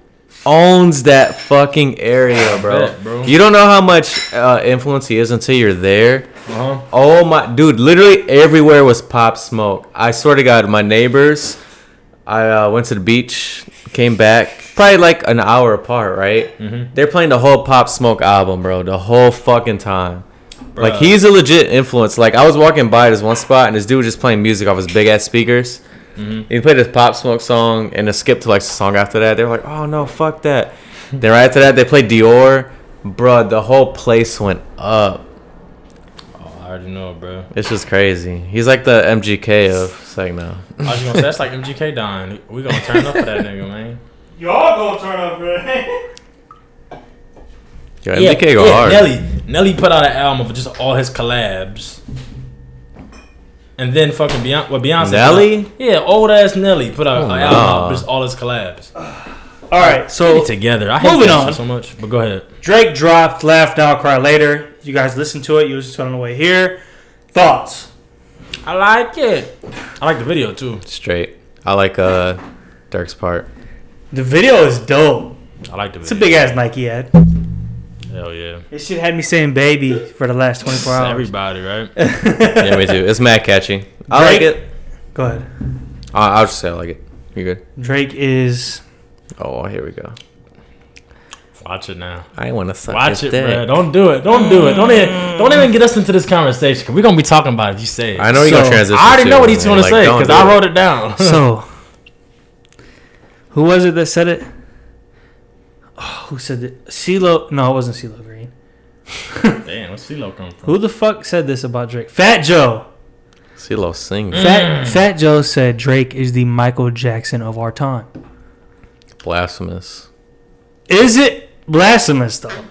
[SPEAKER 4] Owns that fucking area, bro.
[SPEAKER 3] bet, bro.
[SPEAKER 4] You don't know how much uh, influence he is until you're there.
[SPEAKER 3] Uh huh.
[SPEAKER 4] Oh my dude, literally everywhere was pop smoke. I swear to God, my neighbors. I uh, went to the beach, came back, probably like an hour apart, right? They're playing the whole Pop Smoke album, bro, the whole fucking time. Like
[SPEAKER 3] Bruh.
[SPEAKER 4] he's a legit influence. Like I was walking by this one spot, and this dude was just playing music off his big ass speakers. He played this Pop Smoke song, and then skipped to like the song after that. They were like, "Oh no, fuck that." then right after that, they played Dior, bro. The whole place went up.
[SPEAKER 3] Oh, I already know, bro.
[SPEAKER 4] It's just crazy. He's like the MGK of Segno.
[SPEAKER 3] I was just gonna say that's like MGK dying. We gonna turn up for that nigga, man.
[SPEAKER 2] Y'all gonna turn up, man.
[SPEAKER 4] Yo, MGK go hard.
[SPEAKER 3] Nelly, Nelly put out an album of just all his collabs, and then fucking Beyonce. Well, Beyonce. put
[SPEAKER 4] Nelly? Oh,
[SPEAKER 3] out- yeah, old ass Nelly put out an album
[SPEAKER 4] nah.
[SPEAKER 3] of just all his collabs.
[SPEAKER 2] All right, so
[SPEAKER 3] Get together. I hate
[SPEAKER 2] Moving
[SPEAKER 3] that
[SPEAKER 2] on.
[SPEAKER 3] shit so much. But go ahead.
[SPEAKER 2] Drake dropped "Laugh Now, Cry Later." You guys listen to it. You listen to it on the way here. Thoughts?
[SPEAKER 3] I like it. I like the video too.
[SPEAKER 4] Straight. I like uh Dirk's part.
[SPEAKER 2] The video is dope.
[SPEAKER 3] I like the video.
[SPEAKER 2] It's a big ass Nike ad.
[SPEAKER 3] Hell yeah.
[SPEAKER 2] This shit had me saying "baby" for the last twenty four hours.
[SPEAKER 3] Everybody, right?
[SPEAKER 4] Yeah, me too. It's mad catchy. I like
[SPEAKER 2] Drake-
[SPEAKER 4] it.
[SPEAKER 2] Go ahead.
[SPEAKER 4] I, I'll just say I like it. You good?
[SPEAKER 2] Drake is
[SPEAKER 4] Oh, here we go.
[SPEAKER 3] Watch it now.
[SPEAKER 4] I want to suck
[SPEAKER 3] Watch
[SPEAKER 4] his
[SPEAKER 3] it,
[SPEAKER 4] dick.
[SPEAKER 3] bro. Don't do it. Don't do it. Don't even, don't even get us into this conversation. we we're gonna be talking about it if you say it.
[SPEAKER 4] I know you're
[SPEAKER 2] So,
[SPEAKER 4] gonna transition.
[SPEAKER 3] I already
[SPEAKER 4] to
[SPEAKER 3] know what
[SPEAKER 4] it,
[SPEAKER 3] he's
[SPEAKER 4] man.
[SPEAKER 3] gonna
[SPEAKER 4] Like,
[SPEAKER 3] say
[SPEAKER 4] don't
[SPEAKER 3] because
[SPEAKER 4] do
[SPEAKER 3] I wrote it down.
[SPEAKER 2] so. Who was it that said it? Oh, who said it? CeeLo? No, it wasn't CeeLo Green.
[SPEAKER 3] Damn, where's CeeLo come from?
[SPEAKER 2] Who the fuck said this about Drake? Fat Joe.
[SPEAKER 4] CeeLo sings.
[SPEAKER 3] Mm.
[SPEAKER 2] Fat, Fat Joe said Drake is the Michael Jackson of our time.
[SPEAKER 4] Blasphemous.
[SPEAKER 2] Is it blasphemous though?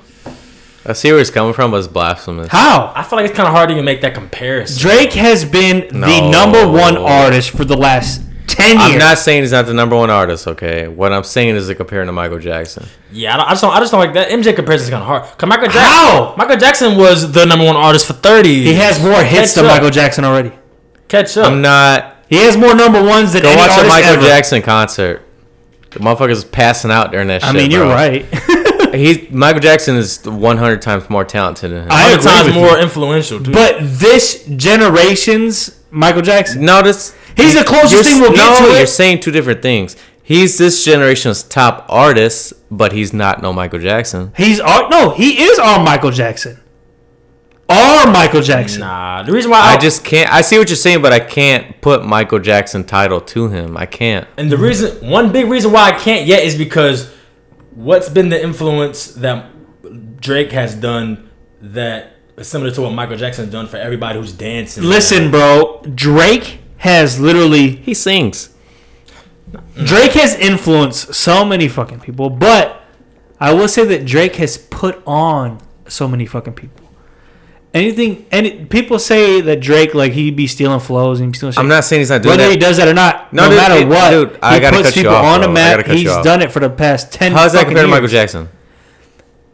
[SPEAKER 4] I see where he's coming from, but it's blasphemous.
[SPEAKER 2] How?
[SPEAKER 3] I feel like it's kind of hard to even make that comparison.
[SPEAKER 2] Drake has been the
[SPEAKER 4] No.
[SPEAKER 2] number one artist for the last ten years.
[SPEAKER 4] I'm not saying he's not the number one artist, okay? What I'm saying is that comparing to Michael Jackson.
[SPEAKER 3] Yeah, I, don't, I just don't. I just don't like that MJ comparison is kind of hard. Cause Michael Jackson,
[SPEAKER 2] How?
[SPEAKER 3] Michael Jackson was the number one artist for thirty.
[SPEAKER 2] he has more hits than
[SPEAKER 3] Catch up.
[SPEAKER 2] Michael Jackson already.
[SPEAKER 3] catch up.
[SPEAKER 4] I'm not.
[SPEAKER 2] He has more number ones than
[SPEAKER 4] Go
[SPEAKER 2] any
[SPEAKER 4] watch a
[SPEAKER 2] artist
[SPEAKER 4] Michael
[SPEAKER 2] ever.
[SPEAKER 4] Jackson concert. The motherfucker's passing out during that
[SPEAKER 2] I
[SPEAKER 4] shit.
[SPEAKER 2] mean, you're
[SPEAKER 4] bro.
[SPEAKER 2] right.
[SPEAKER 4] He's Michael Jackson is 100 times more talented than him.
[SPEAKER 2] I
[SPEAKER 3] Hundred
[SPEAKER 2] agree
[SPEAKER 3] times
[SPEAKER 2] with
[SPEAKER 3] more
[SPEAKER 2] you.
[SPEAKER 3] influential, dude.
[SPEAKER 2] But this generation's Michael Jackson.
[SPEAKER 4] no, this
[SPEAKER 2] He's the closest
[SPEAKER 4] you're-
[SPEAKER 2] thing we'll get
[SPEAKER 4] no,
[SPEAKER 2] to it.
[SPEAKER 4] You're saying two different things. He's this generation's top artist, but he's not no Michael Jackson.
[SPEAKER 2] He's our no, he is our Michael Jackson. Our Michael Jackson.
[SPEAKER 3] nah, the reason why I,
[SPEAKER 4] I just can't. I see what you're saying, but I can't put Michael Jackson title to him. I can't.
[SPEAKER 3] and the reason one big reason why I can't yet is because what's been the influence that Drake has done that is similar to what Michael Jackson has done for everybody who's dancing.
[SPEAKER 2] Listen, bro, Drake has literally
[SPEAKER 4] He sings.
[SPEAKER 2] Drake has influenced so many fucking people, but I will say that Drake has put on so many fucking people. Anything, any people say that Drake like he be stealing flows and he be stealing. Shit.
[SPEAKER 4] I'm not saying he's not doing
[SPEAKER 2] whether he
[SPEAKER 4] that.
[SPEAKER 2] does that or not.
[SPEAKER 4] No,
[SPEAKER 2] No,
[SPEAKER 4] dude,
[SPEAKER 2] matter
[SPEAKER 4] it-
[SPEAKER 2] what,
[SPEAKER 4] dude,
[SPEAKER 2] he
[SPEAKER 4] I gotta
[SPEAKER 2] puts
[SPEAKER 4] cut you
[SPEAKER 2] people
[SPEAKER 4] off,
[SPEAKER 2] on
[SPEAKER 4] bro.
[SPEAKER 2] the
[SPEAKER 4] I gotta
[SPEAKER 2] map.
[SPEAKER 4] cut you
[SPEAKER 2] He's
[SPEAKER 4] off.
[SPEAKER 2] done it for the past ten.
[SPEAKER 4] How's that
[SPEAKER 2] fucking
[SPEAKER 4] compared to
[SPEAKER 2] years.
[SPEAKER 4] Michael Jackson?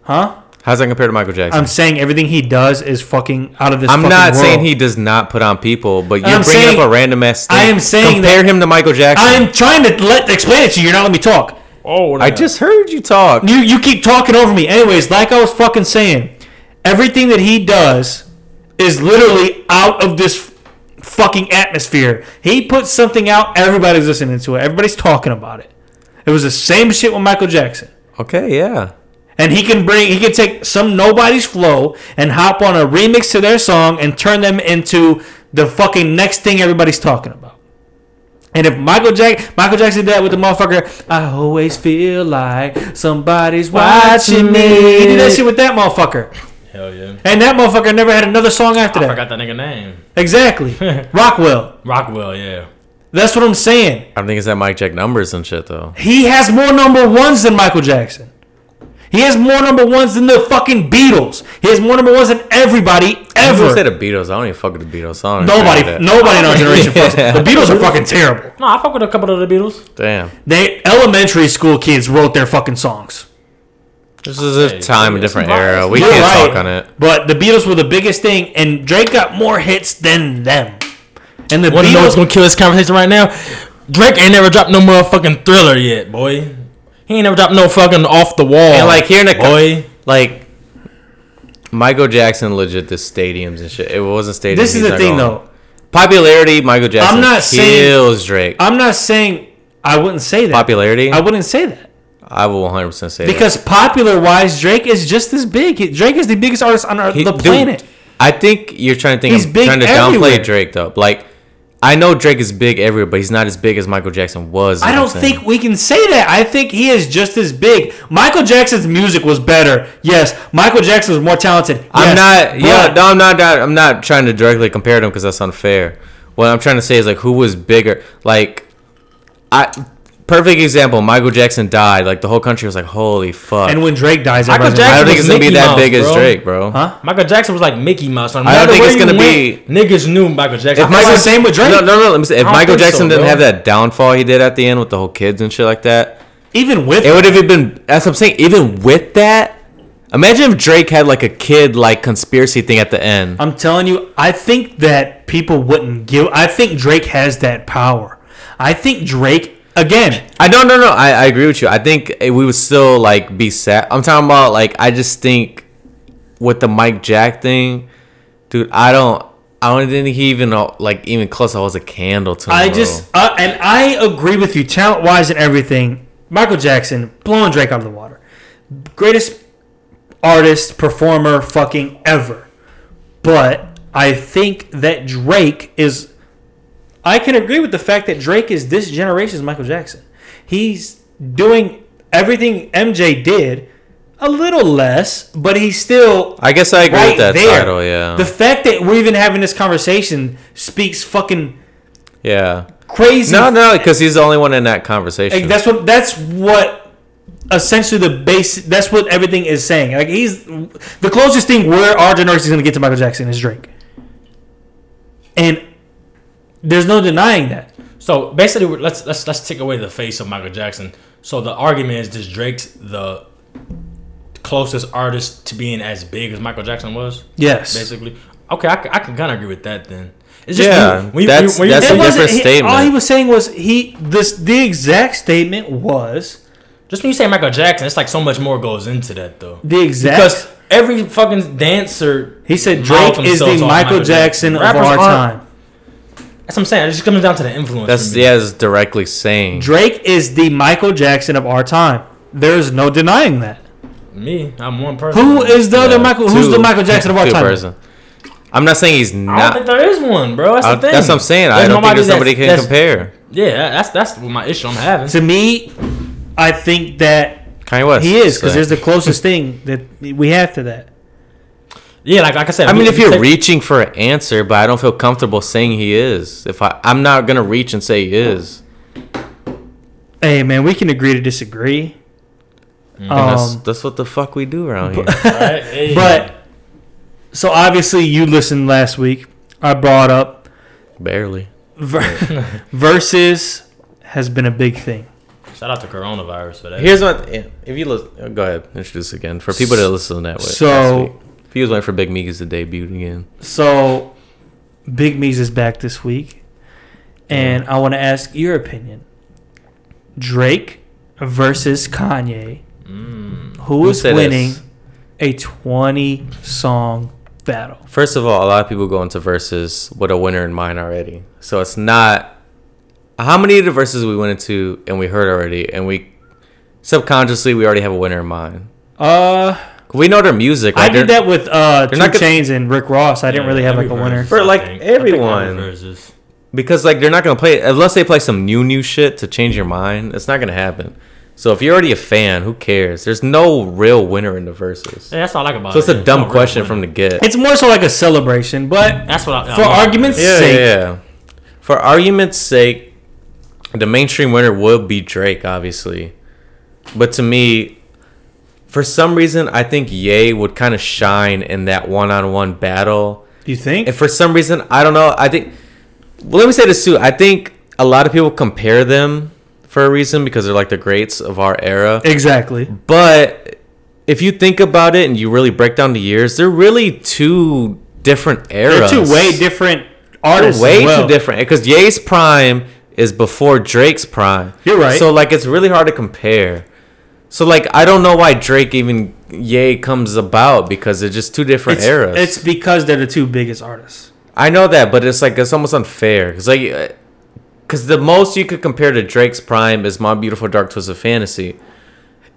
[SPEAKER 2] Huh?
[SPEAKER 4] How's that compared to Michael Jackson?
[SPEAKER 2] I'm saying everything he does is fucking out of this.
[SPEAKER 4] I'm
[SPEAKER 2] fucking
[SPEAKER 4] not
[SPEAKER 2] world.
[SPEAKER 4] saying he does not put on people, but you're
[SPEAKER 2] I'm
[SPEAKER 4] bringing
[SPEAKER 2] saying-
[SPEAKER 4] up a random ass.
[SPEAKER 2] I
[SPEAKER 4] thing.
[SPEAKER 2] am saying
[SPEAKER 4] compare
[SPEAKER 2] that-
[SPEAKER 4] him to Michael Jackson.
[SPEAKER 2] I'm trying to let explain it to you. You're not letting me talk.
[SPEAKER 3] Oh,
[SPEAKER 4] I
[SPEAKER 3] damn.
[SPEAKER 4] just heard you talk.
[SPEAKER 2] You you keep talking over me. Anyways, like I was fucking saying, everything that he does is literally out of this fucking atmosphere. He puts something out, everybody's listening to it. Everybody's talking about it. It was the same shit with Michael Jackson.
[SPEAKER 4] Okay, yeah.
[SPEAKER 2] And he can bring he can take some nobody's flow and hop on a remix to their song and turn them into the fucking next thing everybody's talking about. And if Michael Jack Michael Jackson did that with the motherfucker, I always feel like somebody's watching me. He did that shit with that motherfucker.
[SPEAKER 3] Hell yeah.
[SPEAKER 2] And that motherfucker never had another song after
[SPEAKER 3] I
[SPEAKER 2] that.
[SPEAKER 3] forgot that nigga name.
[SPEAKER 2] Exactly. Rockwell.
[SPEAKER 3] Rockwell, yeah.
[SPEAKER 2] That's what I'm saying.
[SPEAKER 4] I don't think it's that Mike Jack numbers and shit though.
[SPEAKER 2] He has more number ones than Michael Jackson. He has more number ones than the fucking Beatles. He has more number ones than everybody
[SPEAKER 4] I'm gonna
[SPEAKER 2] ever.
[SPEAKER 4] say the Beatles. I don't even fuck with the Beatles. I don't agree with
[SPEAKER 2] Nobody,
[SPEAKER 4] that.
[SPEAKER 2] nobody in our generation. fucks.
[SPEAKER 4] Yeah.
[SPEAKER 2] The Beatles are fucking terrible.
[SPEAKER 3] No, I fuck with a couple of the Beatles.
[SPEAKER 4] Damn.
[SPEAKER 2] They elementary school kids wrote their fucking songs.
[SPEAKER 4] This is a
[SPEAKER 3] Hey,
[SPEAKER 4] time, a
[SPEAKER 3] it's
[SPEAKER 4] different
[SPEAKER 3] biased.
[SPEAKER 4] era. We
[SPEAKER 2] You're
[SPEAKER 4] can't
[SPEAKER 2] right.
[SPEAKER 4] talk on it.
[SPEAKER 2] But the Beatles were the biggest thing, and Drake got more hits than them. And the
[SPEAKER 3] Wanna know what's
[SPEAKER 2] Beatles,
[SPEAKER 3] gonna kill this conversation right now? Drake ain't never dropped no motherfucking thriller yet, boy. He ain't never dropped no fucking off the wall.
[SPEAKER 4] And like hearing a
[SPEAKER 3] boy.
[SPEAKER 4] like Michael Jackson legit the stadiums and shit. It wasn't stadiums.
[SPEAKER 2] this is
[SPEAKER 4] he's
[SPEAKER 2] the
[SPEAKER 4] not
[SPEAKER 2] thing,
[SPEAKER 4] going.
[SPEAKER 2] though.
[SPEAKER 4] Popularity, Michael Jackson.
[SPEAKER 2] I'm not saying-
[SPEAKER 4] kills Drake.
[SPEAKER 2] I'm not saying I wouldn't say that.
[SPEAKER 4] Popularity,
[SPEAKER 2] I wouldn't say that.
[SPEAKER 4] I will 100 percent say that.
[SPEAKER 2] Because popular wise, Drake is just as big. He- Drake is the biggest artist on our,
[SPEAKER 4] He-
[SPEAKER 2] the
[SPEAKER 4] dude,
[SPEAKER 2] planet.
[SPEAKER 4] I think you're trying to think.
[SPEAKER 2] He's
[SPEAKER 4] I'm
[SPEAKER 2] big
[SPEAKER 4] trying to
[SPEAKER 2] everywhere.
[SPEAKER 4] downplay Drake though. Like I know Drake is big everywhere, but he's not as big as Michael Jackson was.
[SPEAKER 2] I
[SPEAKER 4] is what
[SPEAKER 2] don't
[SPEAKER 4] I'm saying.
[SPEAKER 2] think we can say that. I think he is just as big. Michael Jackson's music was better. Yes, Michael Jackson was more talented. Yes,
[SPEAKER 4] I'm not. Yeah,
[SPEAKER 2] but
[SPEAKER 4] no, I'm not. I'm not trying to directly compare them because that's unfair. What I'm trying to say is like who was bigger. Like, I perfect example. Michael Jackson died. Like the whole country was like, holy fuck.
[SPEAKER 2] And when Drake dies,
[SPEAKER 3] Michael
[SPEAKER 2] everybody's
[SPEAKER 4] I
[SPEAKER 2] like,
[SPEAKER 4] don't
[SPEAKER 3] Jackson
[SPEAKER 4] think it's
[SPEAKER 3] was
[SPEAKER 4] gonna be
[SPEAKER 3] Mickey
[SPEAKER 4] that
[SPEAKER 3] Mouse,
[SPEAKER 4] big as
[SPEAKER 3] bro.
[SPEAKER 4] Drake, bro.
[SPEAKER 2] Huh?
[SPEAKER 3] Michael Jackson was like Mickey Mouse. No
[SPEAKER 4] I don't
[SPEAKER 3] matter
[SPEAKER 4] think
[SPEAKER 3] where
[SPEAKER 4] it's
[SPEAKER 3] you
[SPEAKER 4] gonna
[SPEAKER 3] went, Niggas knew Michael Jackson. I
[SPEAKER 4] If
[SPEAKER 3] feel
[SPEAKER 4] Michael,
[SPEAKER 2] the same with Drake.
[SPEAKER 4] No, no, no. Let me say, if
[SPEAKER 3] don't
[SPEAKER 4] Michael
[SPEAKER 3] think
[SPEAKER 4] Jackson
[SPEAKER 3] so,
[SPEAKER 4] didn't
[SPEAKER 3] bro.
[SPEAKER 4] have that downfall he did at the end with the whole kids and shit like that,
[SPEAKER 2] even with
[SPEAKER 4] it would have been. That's what I'm saying. Even with that, imagine if Drake had like a kid like conspiracy thing at the end.
[SPEAKER 2] I'm telling you, I think that people wouldn't give. I think Drake has that power. I think Drake again.
[SPEAKER 4] I don't no no I, I agree with you. I think eh, we would still like be sad. I'm talking about like I just think with the Mike Jack thing, dude. I don't. I don't think he even uh, like even close. I was a candle to. him,
[SPEAKER 2] I
[SPEAKER 4] bro.
[SPEAKER 2] just uh, and I agree with you, talent wise and everything. Michael Jackson blowing Drake out of the water, greatest artist performer fucking ever. But I think that Drake is. I can agree with the fact that Drake is this generation's Michael Jackson. He's doing everything MJ did, a little less, but he's still
[SPEAKER 4] I guess I agree
[SPEAKER 2] right
[SPEAKER 4] with that
[SPEAKER 2] there.
[SPEAKER 4] title. Yeah.
[SPEAKER 2] The fact that we're even having this conversation speaks fucking
[SPEAKER 4] yeah.
[SPEAKER 2] crazy.
[SPEAKER 4] No no because he's the only one in that conversation.
[SPEAKER 2] Like, that's what. That's what. Essentially, the base. That's what everything is saying. Like he's the closest thing where our generation is going to get to Michael Jackson is Drake, and there's no denying that.
[SPEAKER 3] So basically, we're- let's let's let's take away the face of Michael Jackson. So the argument is, does Drake's the closest artist to being as big as Michael Jackson was?
[SPEAKER 2] Yes,
[SPEAKER 3] Basically, okay, I, c- I can kind of agree with that then. It's
[SPEAKER 4] Yeah, that's- that's
[SPEAKER 2] It
[SPEAKER 4] a
[SPEAKER 2] wasn't-
[SPEAKER 4] different
[SPEAKER 2] he-
[SPEAKER 4] statement.
[SPEAKER 2] All he was saying was he this the exact statement was
[SPEAKER 3] just when you say Michael Jackson, it's like so much more goes into that though.
[SPEAKER 2] the exact.
[SPEAKER 3] Because every fucking dancer,
[SPEAKER 2] he said
[SPEAKER 3] modeled
[SPEAKER 2] Drake is the
[SPEAKER 3] themselves
[SPEAKER 2] Michael,
[SPEAKER 3] off
[SPEAKER 2] Jackson of
[SPEAKER 3] Rappers
[SPEAKER 2] our
[SPEAKER 3] aren't-
[SPEAKER 2] time.
[SPEAKER 3] That's what I'm saying. It just comes down to the influence.
[SPEAKER 4] That's
[SPEAKER 3] for me.
[SPEAKER 4] yeah. It's directly saying.
[SPEAKER 2] Drake is the Michael Jackson of our time. There is no denying that.
[SPEAKER 3] Me, I'm one person.
[SPEAKER 2] Who is the
[SPEAKER 4] Yeah,
[SPEAKER 2] other Michael? Who's
[SPEAKER 4] two-
[SPEAKER 2] the Michael Jackson of our
[SPEAKER 4] two
[SPEAKER 2] time?
[SPEAKER 4] person. I'm not saying he's
[SPEAKER 3] I don't think
[SPEAKER 4] not.
[SPEAKER 3] there is one, bro. That's
[SPEAKER 4] I-
[SPEAKER 3] the thing.
[SPEAKER 4] Uh, that's what I'm saying. I
[SPEAKER 3] There's
[SPEAKER 4] don't think
[SPEAKER 3] nobody
[SPEAKER 4] there's somebody
[SPEAKER 3] that's-
[SPEAKER 4] can
[SPEAKER 3] that's-
[SPEAKER 4] compare.
[SPEAKER 3] Yeah, that's that's what my issue I'm having.
[SPEAKER 2] To me, I think that
[SPEAKER 4] Kanye West.
[SPEAKER 2] he is because
[SPEAKER 4] so.
[SPEAKER 2] there's the closest thing that we have to that.
[SPEAKER 3] Yeah, like like I said.
[SPEAKER 4] I mean,
[SPEAKER 3] we-
[SPEAKER 4] if
[SPEAKER 3] we
[SPEAKER 4] you're
[SPEAKER 3] take-
[SPEAKER 4] reaching for an answer, but I don't feel comfortable saying he is. If I, I'm not gonna reach and say he is.
[SPEAKER 2] Mm-hmm. Hey man, we can agree to disagree.
[SPEAKER 4] And Mm, that's
[SPEAKER 2] Um,
[SPEAKER 4] that's what the fuck we do around here.
[SPEAKER 3] Right, hey.
[SPEAKER 2] but so obviously you listened last week. I brought up
[SPEAKER 4] Barely.
[SPEAKER 2] ver- versus has been a big thing.
[SPEAKER 3] Shout
[SPEAKER 5] Shout out to coronavirus for that.
[SPEAKER 4] Here's what yeah, if you listen. Go ahead, introduce again for people that listen that way.
[SPEAKER 2] So-
[SPEAKER 4] Views went for Big Meek's to debut again.
[SPEAKER 2] So, Big Me's is back this week, and I want to ask your opinion. Drake versus Kanye. Who
[SPEAKER 4] Mm. Who
[SPEAKER 2] is
[SPEAKER 4] said
[SPEAKER 2] winning
[SPEAKER 4] this?
[SPEAKER 2] a 20 song battle?
[SPEAKER 4] First of all, a lot of people go into verses with a winner in mind already. So it's not how many of the verses we went into and we heard already, and we subconsciously we already have a winner in mind.
[SPEAKER 2] Uh,
[SPEAKER 4] We know their music.
[SPEAKER 2] I
[SPEAKER 4] like,
[SPEAKER 2] did
[SPEAKER 4] they're-
[SPEAKER 2] that with uh, 2
[SPEAKER 4] not gonna-
[SPEAKER 2] Chainz and Rick Ross. I didn't really have like a winner.
[SPEAKER 4] For, like, everyone.
[SPEAKER 5] Versus.
[SPEAKER 4] because like they're not gonna play unless they play some new new shit to change your mind. It's not gonna happen. So if you're already a fan, who cares? There's no real winner in the verses.
[SPEAKER 5] Yeah, that's all I like about
[SPEAKER 4] So
[SPEAKER 5] it.
[SPEAKER 4] it's a
[SPEAKER 5] There's
[SPEAKER 4] dumb
[SPEAKER 5] no real
[SPEAKER 4] question
[SPEAKER 5] winner.
[SPEAKER 4] from the get.
[SPEAKER 2] It's more so like a celebration, but
[SPEAKER 5] That's what I,
[SPEAKER 2] for
[SPEAKER 5] I love.
[SPEAKER 2] argument's
[SPEAKER 4] yeah,
[SPEAKER 2] sake,
[SPEAKER 4] yeah. For argument's sake, the mainstream winner would be Drake, obviously. But to me, for some reason, I think Ye would kind of shine in that one-on-one battle.
[SPEAKER 2] you think?
[SPEAKER 4] And for some reason, I don't know. I think. Well, let me say this too. I think a lot of people compare them for a reason because they're like the greats of our era.
[SPEAKER 2] exactly.
[SPEAKER 4] But if you think about it and you really break down the years, they're really two different
[SPEAKER 2] They're
[SPEAKER 4] eras.
[SPEAKER 2] two way different
[SPEAKER 4] They're
[SPEAKER 2] artists.
[SPEAKER 4] way
[SPEAKER 2] as well.
[SPEAKER 4] too different because Ye's prime is before Drake's prime.
[SPEAKER 2] You're right.
[SPEAKER 4] So like, it's really hard to compare. So like, I don't know why Drake even Ye comes about because they're just two different
[SPEAKER 2] It's,
[SPEAKER 4] eras.
[SPEAKER 2] it's because they're the two biggest artists.
[SPEAKER 4] I know that, but it's like it's almost unfair. Cause like, because the most you could compare to Drake's prime is My Beautiful Dark Twisted Fantasy,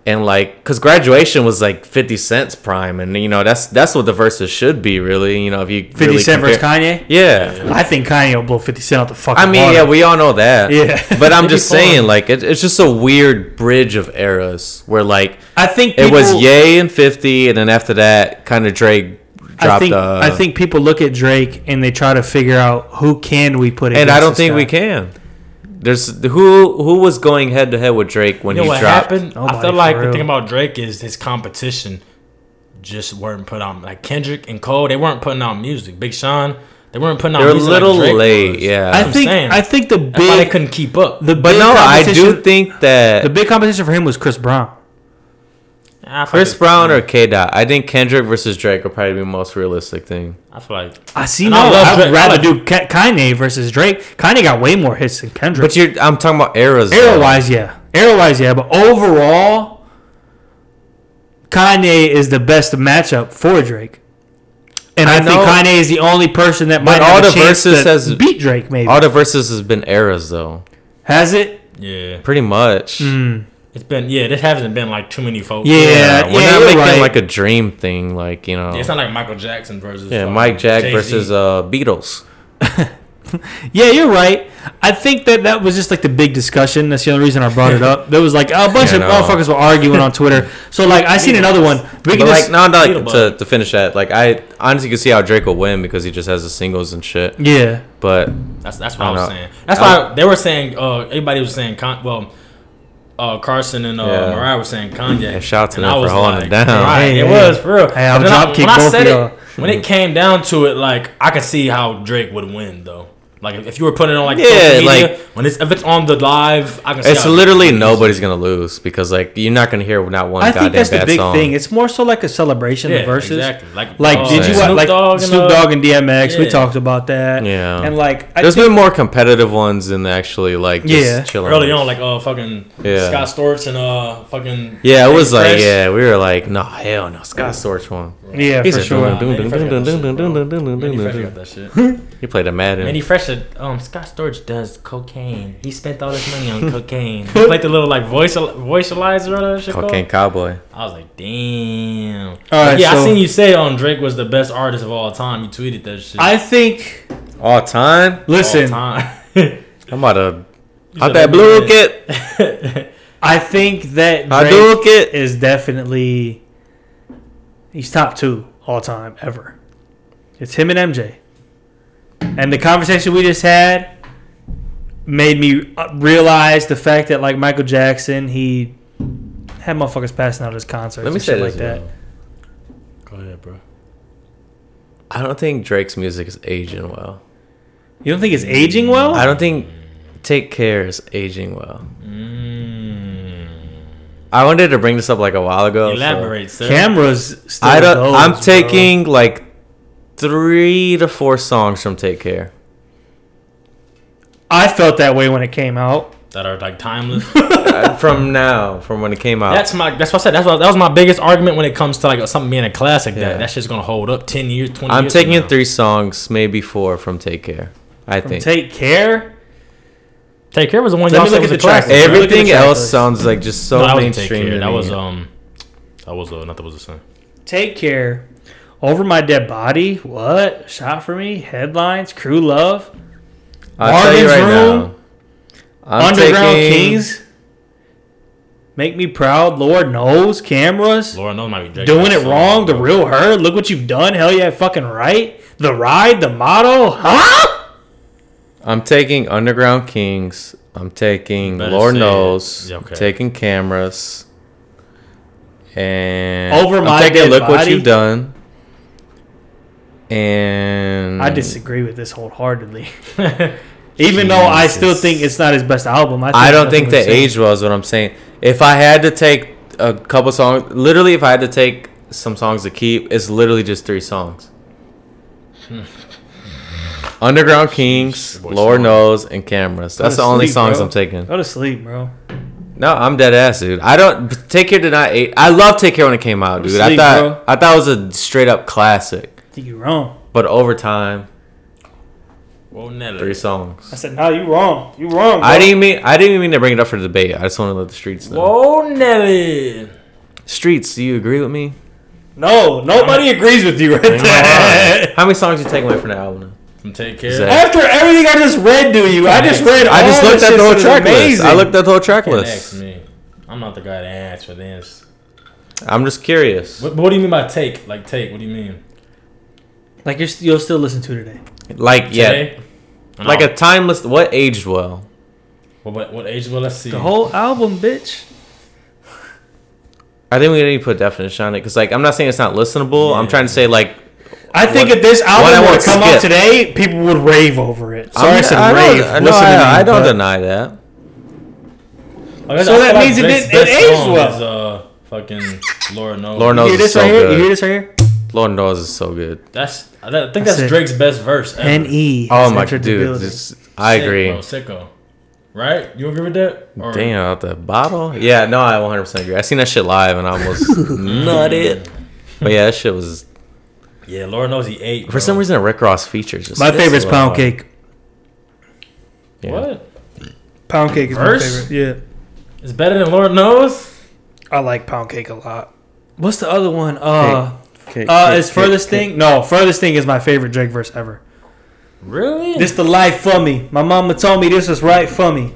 [SPEAKER 4] and like, cause graduation was like Fifty Cent's prime, and you know that's that's what the verses should be really. You know if you
[SPEAKER 2] 50
[SPEAKER 4] really
[SPEAKER 2] Cent versus
[SPEAKER 4] compare-
[SPEAKER 2] Kanye?
[SPEAKER 4] Yeah,
[SPEAKER 2] I think Kanye will blow 50 Cent out the fucking
[SPEAKER 4] I mean yeah,
[SPEAKER 2] water.
[SPEAKER 4] we all know that.
[SPEAKER 2] Yeah.
[SPEAKER 4] but I'm
[SPEAKER 2] It'd be
[SPEAKER 4] just saying
[SPEAKER 2] fun.
[SPEAKER 4] like it, it's just a weird bridge of eras where like
[SPEAKER 2] I think
[SPEAKER 4] it was
[SPEAKER 2] people-
[SPEAKER 4] Ye and Fifty, and then after that, kind of Drake dropped.
[SPEAKER 2] I think,
[SPEAKER 4] uh,
[SPEAKER 2] I think people look at Drake and they try to figure out who can we put in.
[SPEAKER 4] and I don't think we can. There's who who was going head to head with Drake when
[SPEAKER 3] You know
[SPEAKER 4] he
[SPEAKER 3] what
[SPEAKER 4] dropped.
[SPEAKER 3] happened?
[SPEAKER 2] Nobody,
[SPEAKER 3] I feel
[SPEAKER 2] for
[SPEAKER 3] like the
[SPEAKER 2] real.
[SPEAKER 3] thing about Drake is his competition just weren't put on. Like Kendrick and Cole, they weren't putting out music. Big Sean, they weren't putting out.
[SPEAKER 4] They're a
[SPEAKER 3] music
[SPEAKER 4] little
[SPEAKER 3] like Drake
[SPEAKER 4] late,
[SPEAKER 3] was.
[SPEAKER 4] yeah.
[SPEAKER 2] I
[SPEAKER 3] I'm
[SPEAKER 2] think
[SPEAKER 3] saying.
[SPEAKER 2] I think the
[SPEAKER 3] That's why they
[SPEAKER 2] big
[SPEAKER 3] couldn't keep up.
[SPEAKER 2] the
[SPEAKER 4] But
[SPEAKER 2] big
[SPEAKER 4] no, I do
[SPEAKER 2] competition-
[SPEAKER 4] think
[SPEAKER 2] the
[SPEAKER 4] that
[SPEAKER 2] big competition for him was Chris Brown.
[SPEAKER 5] I feel
[SPEAKER 4] Chris
[SPEAKER 5] like-
[SPEAKER 4] Brown or K Dot. I think Kendrick versus Drake would probably be the most realistic thing.
[SPEAKER 5] I feel like
[SPEAKER 2] I see.
[SPEAKER 3] And
[SPEAKER 2] No,
[SPEAKER 3] I love
[SPEAKER 2] I'd
[SPEAKER 3] Drake. I
[SPEAKER 2] rather do
[SPEAKER 3] like-
[SPEAKER 2] Ka- Kanye versus Drake. Kanye got way more hits than Kendrick.
[SPEAKER 4] But you're I'm talking about eras. though.
[SPEAKER 2] Era wise, yeah. Era wise, yeah. But overall, Kanye is the best matchup for Drake. And I,
[SPEAKER 4] I
[SPEAKER 2] think
[SPEAKER 4] know.
[SPEAKER 2] Kanye is the only person that might
[SPEAKER 4] But
[SPEAKER 2] have
[SPEAKER 4] all
[SPEAKER 2] a
[SPEAKER 4] the
[SPEAKER 2] chance
[SPEAKER 4] verses
[SPEAKER 2] to
[SPEAKER 4] has-
[SPEAKER 2] beat Drake. Maybe
[SPEAKER 4] All the verses has been eras though,
[SPEAKER 2] has it?
[SPEAKER 5] yeah,
[SPEAKER 4] pretty much.
[SPEAKER 3] It's been yeah. This hasn't been like too many folks.
[SPEAKER 2] Yeah,
[SPEAKER 4] Yeah,
[SPEAKER 2] yeah.
[SPEAKER 4] we're not
[SPEAKER 2] you're
[SPEAKER 4] making
[SPEAKER 2] right.
[SPEAKER 4] like a dream thing, like you know.
[SPEAKER 3] It's not like Michael Jackson versus
[SPEAKER 4] yeah,
[SPEAKER 3] fucking
[SPEAKER 4] Mike Jack
[SPEAKER 3] Jay-Z.
[SPEAKER 4] versus uh, Beatles.
[SPEAKER 2] yeah, you're right. I think that that was just like the big discussion. That's the only reason I brought it up. There was like a bunch
[SPEAKER 4] Yeah,
[SPEAKER 2] of
[SPEAKER 4] no.
[SPEAKER 2] motherfuckers were arguing on Twitter. So like I seen another one. We can
[SPEAKER 4] But
[SPEAKER 2] just,
[SPEAKER 4] like, no, no, like,
[SPEAKER 3] Beetlebug.
[SPEAKER 4] to, to finish that, like I honestly could see how Drake will win because he just has the singles and shit.
[SPEAKER 2] yeah.
[SPEAKER 4] But
[SPEAKER 3] That's that's what I,
[SPEAKER 4] I don't
[SPEAKER 3] was
[SPEAKER 4] know.
[SPEAKER 3] saying. That's
[SPEAKER 4] I-
[SPEAKER 3] why they were saying. Uh, everybody was saying. Con- well, uh, Carson and uh,
[SPEAKER 4] Yeah.
[SPEAKER 3] Mariah were saying Kanye.
[SPEAKER 4] Yeah, shout out to
[SPEAKER 3] And
[SPEAKER 4] them
[SPEAKER 3] I
[SPEAKER 4] for
[SPEAKER 3] was
[SPEAKER 4] holding it down.
[SPEAKER 3] Right,
[SPEAKER 2] Hey,
[SPEAKER 3] it
[SPEAKER 2] hey.
[SPEAKER 3] was for real.
[SPEAKER 2] Hey, I'll
[SPEAKER 3] And then I-
[SPEAKER 2] dropkick
[SPEAKER 3] when I
[SPEAKER 2] both of
[SPEAKER 3] said it-
[SPEAKER 2] y'all.
[SPEAKER 3] When it came down to it, like I could see how Drake would win though. Like if- if you were putting it on like
[SPEAKER 4] Yeah,
[SPEAKER 3] social media,
[SPEAKER 4] like-
[SPEAKER 3] when it's if it's on the live, I can. see
[SPEAKER 4] it's
[SPEAKER 3] how
[SPEAKER 4] literally
[SPEAKER 3] Drake wins.
[SPEAKER 4] nobody's gonna lose because like you're not gonna hear not one
[SPEAKER 2] I
[SPEAKER 4] goddamn
[SPEAKER 2] think that's the
[SPEAKER 4] bad
[SPEAKER 2] big
[SPEAKER 4] song.
[SPEAKER 2] thing. It's more so like a celebration
[SPEAKER 3] Yeah,
[SPEAKER 2] of verses.
[SPEAKER 3] exactly. Like
[SPEAKER 2] Like,
[SPEAKER 3] uh,
[SPEAKER 2] did you
[SPEAKER 4] Snoop
[SPEAKER 2] watch, like
[SPEAKER 3] Dogg and,
[SPEAKER 2] Snoop
[SPEAKER 3] uh,
[SPEAKER 2] Dogg and DMX? We
[SPEAKER 3] yeah.
[SPEAKER 2] talked about that.
[SPEAKER 4] Yeah.
[SPEAKER 2] and like I
[SPEAKER 4] There's
[SPEAKER 2] think-
[SPEAKER 4] been more competitive ones than actually like just
[SPEAKER 2] Yeah.
[SPEAKER 4] chilling.
[SPEAKER 3] early on, like uh, fucking
[SPEAKER 4] Yeah.
[SPEAKER 3] Scott Storch and uh, fucking
[SPEAKER 4] yeah, it was like
[SPEAKER 3] Fresh.
[SPEAKER 4] yeah, we were like no hell no Scott Storch one.
[SPEAKER 2] yeah,
[SPEAKER 4] He
[SPEAKER 2] for
[SPEAKER 4] said,
[SPEAKER 2] sure.
[SPEAKER 4] "Dun, dun, dun, dun, dun, dun, dun, dun, dun, dun,
[SPEAKER 3] Manny
[SPEAKER 4] dun,
[SPEAKER 3] Fresh
[SPEAKER 4] dun."
[SPEAKER 3] got that shit.
[SPEAKER 4] He played a Madden.
[SPEAKER 5] Manny Fresh said, um, Scott Storch does cocaine. He spent all his money on cocaine. He played the little like voice voicealizer or whatever that shit
[SPEAKER 4] Cocaine
[SPEAKER 5] called.
[SPEAKER 4] Cowboy.
[SPEAKER 5] I was like, damn.
[SPEAKER 2] All right,
[SPEAKER 3] yeah,
[SPEAKER 2] so
[SPEAKER 3] I seen you say on Drake was the best artist of all time. You tweeted that shit.
[SPEAKER 2] I think.
[SPEAKER 4] All time.
[SPEAKER 2] Listen,
[SPEAKER 3] all time.
[SPEAKER 4] I'm about to.
[SPEAKER 3] said
[SPEAKER 4] How'd that
[SPEAKER 3] that
[SPEAKER 4] blue
[SPEAKER 3] blue
[SPEAKER 4] get?
[SPEAKER 2] I think that
[SPEAKER 4] How'd
[SPEAKER 2] Drake
[SPEAKER 4] Duke it?
[SPEAKER 2] is definitely he's top two all time ever. It's him and MJ, and the conversation we just had made me uh, realize the fact that like Michael Jackson, he had motherfuckers passing out at his concerts.
[SPEAKER 4] Let me
[SPEAKER 2] and
[SPEAKER 4] say
[SPEAKER 2] shit like
[SPEAKER 4] this.
[SPEAKER 2] that.
[SPEAKER 3] Go ahead, bro.
[SPEAKER 4] I don't think Drake's music is aging well.
[SPEAKER 2] You don't think it's aging well?
[SPEAKER 4] I don't think Take Care is aging well.
[SPEAKER 3] Mm.
[SPEAKER 4] I wanted to bring this up like a while ago. so-
[SPEAKER 3] Elaborate, sir.
[SPEAKER 2] Cameras. Still
[SPEAKER 4] I don't.
[SPEAKER 2] goes,
[SPEAKER 4] I'm
[SPEAKER 2] bro.
[SPEAKER 4] taking like three to four songs from Take Care.
[SPEAKER 2] I felt that way when it came out.
[SPEAKER 3] that are like timeless.
[SPEAKER 4] Uh, from now, from when it came out.
[SPEAKER 3] That's my. That's what I said. That's what that was my biggest argument when it comes to like something being a classic. That
[SPEAKER 4] Yeah.
[SPEAKER 3] that shit's gonna hold up ten years, twenty.
[SPEAKER 4] I'm
[SPEAKER 3] years from
[SPEAKER 4] taking
[SPEAKER 3] now.
[SPEAKER 4] three songs, maybe four from Take Care. I think
[SPEAKER 2] Take care.
[SPEAKER 3] Take care was the one.
[SPEAKER 2] Let
[SPEAKER 3] Y'all
[SPEAKER 2] me
[SPEAKER 3] said
[SPEAKER 2] look
[SPEAKER 3] was
[SPEAKER 2] at
[SPEAKER 3] a
[SPEAKER 2] the track
[SPEAKER 3] classic.
[SPEAKER 2] list. Really good
[SPEAKER 4] everything
[SPEAKER 2] track
[SPEAKER 4] else
[SPEAKER 2] list.
[SPEAKER 4] sounds like just so
[SPEAKER 3] No, that wasn't take
[SPEAKER 4] mainstream.
[SPEAKER 3] care.
[SPEAKER 4] to
[SPEAKER 3] That
[SPEAKER 4] me.
[SPEAKER 3] was
[SPEAKER 2] uh,
[SPEAKER 3] um. That was uh, not that was the same.
[SPEAKER 2] Take care. Over my dead body. What? Shot for me. Headlines. Crew love.
[SPEAKER 4] I'll tell you
[SPEAKER 2] Marvin's
[SPEAKER 4] right
[SPEAKER 2] Room,
[SPEAKER 4] now. I'm
[SPEAKER 2] Underground
[SPEAKER 4] taking-
[SPEAKER 2] Kings. Make me proud. Lord knows. Cameras.
[SPEAKER 3] Laura knows might be Drake
[SPEAKER 2] Doing
[SPEAKER 3] Bell's
[SPEAKER 2] it
[SPEAKER 3] song.
[SPEAKER 2] wrong, the real her. Look what you've done. Hell yeah, fucking right. The ride, the motto, huh?
[SPEAKER 4] I'm taking Underground Kings. I'm taking
[SPEAKER 3] Better
[SPEAKER 4] Lord
[SPEAKER 3] say it.
[SPEAKER 4] knows.
[SPEAKER 3] Yeah, okay.
[SPEAKER 4] Taking cameras. And
[SPEAKER 2] Over My Dead
[SPEAKER 4] look what
[SPEAKER 2] Body.
[SPEAKER 4] you've done. And
[SPEAKER 2] I disagree with this wholeheartedly. Even though I still
[SPEAKER 4] Jesus.
[SPEAKER 2] think it's not his best album, I,
[SPEAKER 4] I don't think
[SPEAKER 2] nothing
[SPEAKER 4] the
[SPEAKER 2] was said.
[SPEAKER 4] age was what I'm saying. If I had to take a couple songs, literally, if I had to take some songs to keep, it's literally just three songs.
[SPEAKER 2] Hmm.
[SPEAKER 4] Underground Kings,
[SPEAKER 3] boy
[SPEAKER 4] Lord
[SPEAKER 3] smart.
[SPEAKER 4] knows, and Cameras. That's the
[SPEAKER 2] to
[SPEAKER 4] only
[SPEAKER 2] sleep,
[SPEAKER 4] songs
[SPEAKER 2] bro.
[SPEAKER 4] I'm taking.
[SPEAKER 2] Go to sleep, bro.
[SPEAKER 4] No, I'm dead ass, dude. I don't Take Care did not. Eight, I love Take Care when it came out, dude. I
[SPEAKER 2] Sleep,
[SPEAKER 4] thought
[SPEAKER 2] bro.
[SPEAKER 4] I thought it was a straight up classic.
[SPEAKER 2] I think you're wrong.
[SPEAKER 4] But over time,
[SPEAKER 3] Well, Nelly.
[SPEAKER 4] three
[SPEAKER 2] I
[SPEAKER 4] songs.
[SPEAKER 2] said, no, you wrong. You wrong.
[SPEAKER 4] I didn't mean I didn't even mean to bring it up for debate. I just want to let the streets know.
[SPEAKER 3] Whoa, Nelly.
[SPEAKER 4] Streets, do you agree with me?
[SPEAKER 2] No, nobody agrees with you right there.
[SPEAKER 4] How many songs you take away from the album?
[SPEAKER 3] From Take care.
[SPEAKER 4] Zach.
[SPEAKER 2] After everything I just read to you, I just read.
[SPEAKER 4] I just
[SPEAKER 2] all
[SPEAKER 4] looked
[SPEAKER 2] this
[SPEAKER 4] at
[SPEAKER 2] shit
[SPEAKER 4] the whole
[SPEAKER 2] that is
[SPEAKER 4] track list.
[SPEAKER 2] amazing.
[SPEAKER 4] I looked at the whole track
[SPEAKER 3] Don't ask
[SPEAKER 4] list.
[SPEAKER 3] me. I'm not the guy to ask for this.
[SPEAKER 4] I'm just curious.
[SPEAKER 3] What, what do you mean by take? Like take? What do you mean?
[SPEAKER 2] like you're, st- you'll still listen to today.
[SPEAKER 4] Like yeah,
[SPEAKER 3] Today?
[SPEAKER 4] like a timeless. What aged well?
[SPEAKER 3] What, what, what age? Well, let's see.
[SPEAKER 2] The whole album, bitch.
[SPEAKER 4] I think we need to put definition on it because like I'm not saying it's not listenable. I'm trying to say like
[SPEAKER 2] I think
[SPEAKER 4] What-
[SPEAKER 2] if this
[SPEAKER 4] what I
[SPEAKER 2] album were
[SPEAKER 4] won't
[SPEAKER 2] to come out
[SPEAKER 4] skip.
[SPEAKER 2] today, people would rave over it. Sorry, i
[SPEAKER 4] I'm-
[SPEAKER 2] said
[SPEAKER 4] I don't-
[SPEAKER 2] rave.
[SPEAKER 4] I- No,
[SPEAKER 2] Listen to me,
[SPEAKER 4] I, I don't
[SPEAKER 2] but-
[SPEAKER 4] deny that.
[SPEAKER 3] Like, I-
[SPEAKER 2] So
[SPEAKER 3] I
[SPEAKER 2] that
[SPEAKER 3] feel
[SPEAKER 2] means it
[SPEAKER 3] Drake's
[SPEAKER 2] didn't- it
[SPEAKER 3] best
[SPEAKER 2] aged
[SPEAKER 3] song
[SPEAKER 2] well.
[SPEAKER 3] Is, uh, fucking Laura knows.
[SPEAKER 4] Lord knows
[SPEAKER 2] You hear this
[SPEAKER 4] is so
[SPEAKER 2] right here? You hear
[SPEAKER 4] good.
[SPEAKER 2] this right here?
[SPEAKER 4] Lord knows is so good.
[SPEAKER 3] That's I I think
[SPEAKER 2] That's
[SPEAKER 3] that's,
[SPEAKER 2] it.
[SPEAKER 3] Drake's best verse. Ever.
[SPEAKER 2] N E.
[SPEAKER 4] Oh my dude, this, I
[SPEAKER 3] Sick,
[SPEAKER 4] agree.
[SPEAKER 3] bro, sicko. Right? You agree with that? Or-
[SPEAKER 4] Damn, out the bottle. Yeah, no, I 100 percent agree. I seen that shit live and I almost nutted. But yeah, that shit was
[SPEAKER 3] Yeah, Laura knows he ate.
[SPEAKER 4] for some
[SPEAKER 3] bro.
[SPEAKER 4] reason a Rick Ross feature. Just
[SPEAKER 2] My
[SPEAKER 4] hits
[SPEAKER 2] favorite is
[SPEAKER 4] so
[SPEAKER 2] pound
[SPEAKER 4] hard.
[SPEAKER 2] cake.
[SPEAKER 4] Yeah.
[SPEAKER 3] What?
[SPEAKER 2] Pound cake is
[SPEAKER 3] Verse?
[SPEAKER 2] my favorite.
[SPEAKER 3] It's better than Lord knows.
[SPEAKER 2] Yeah, I like pound cake a lot. What's the other one? Uh,
[SPEAKER 4] Cake,
[SPEAKER 2] uh,
[SPEAKER 4] cake,
[SPEAKER 2] is
[SPEAKER 4] cake,
[SPEAKER 2] furthest
[SPEAKER 4] cake.
[SPEAKER 2] thing? No, furthest thing is my favorite Drake verse ever.
[SPEAKER 3] Really?
[SPEAKER 2] This the life for me. My mama told me this was right for me.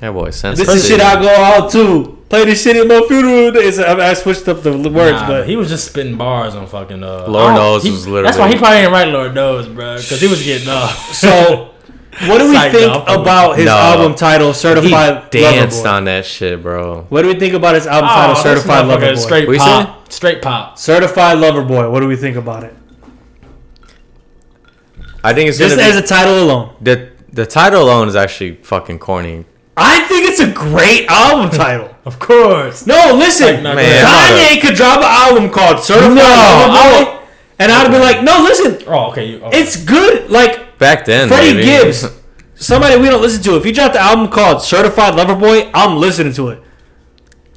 [SPEAKER 4] That boy,
[SPEAKER 2] This is shit I go out to. Play this shit at my funeral. It's, I, I switched up the words,
[SPEAKER 3] Nah,
[SPEAKER 2] but
[SPEAKER 3] he was just spitting bars on fucking. Uh,
[SPEAKER 4] Lord
[SPEAKER 3] I don't-
[SPEAKER 4] knows
[SPEAKER 3] he-
[SPEAKER 4] was literally-
[SPEAKER 3] That's why he probably didn't write Lord knows, bro, because he was getting uh, up.
[SPEAKER 2] So, what do we
[SPEAKER 3] Psyched
[SPEAKER 2] think
[SPEAKER 3] up.
[SPEAKER 2] about his
[SPEAKER 4] No.
[SPEAKER 2] album title
[SPEAKER 4] He
[SPEAKER 2] "Certified Lover
[SPEAKER 4] danced
[SPEAKER 2] Boy"?
[SPEAKER 4] on Oh, that shit, bro.
[SPEAKER 2] What do we think about his album title
[SPEAKER 3] Oh, this
[SPEAKER 2] "Certified
[SPEAKER 3] motherfucker
[SPEAKER 2] Lover Boy"?
[SPEAKER 3] is Straight
[SPEAKER 4] What you
[SPEAKER 3] pop. Straight pop.
[SPEAKER 2] Certified Lover Boy. What do we think about it?
[SPEAKER 4] I think it's
[SPEAKER 2] Just
[SPEAKER 4] gonna
[SPEAKER 2] as
[SPEAKER 4] be,
[SPEAKER 2] a title alone,
[SPEAKER 4] the the title alone is actually fucking corny.
[SPEAKER 2] I think it's a great album title.
[SPEAKER 3] Of course.
[SPEAKER 2] No, listen,
[SPEAKER 3] Man,
[SPEAKER 2] Kanye could drop an album called "Certified Lover Boy," and I'd be like, "No, listen,
[SPEAKER 3] Oh, okay. You, okay.
[SPEAKER 2] it's good." Like
[SPEAKER 4] Back then,
[SPEAKER 2] Freddie
[SPEAKER 4] maybe.
[SPEAKER 2] Gibbs, somebody we don't listen to. If he dropped an album called "Certified Lover Boy," I'm listening to it.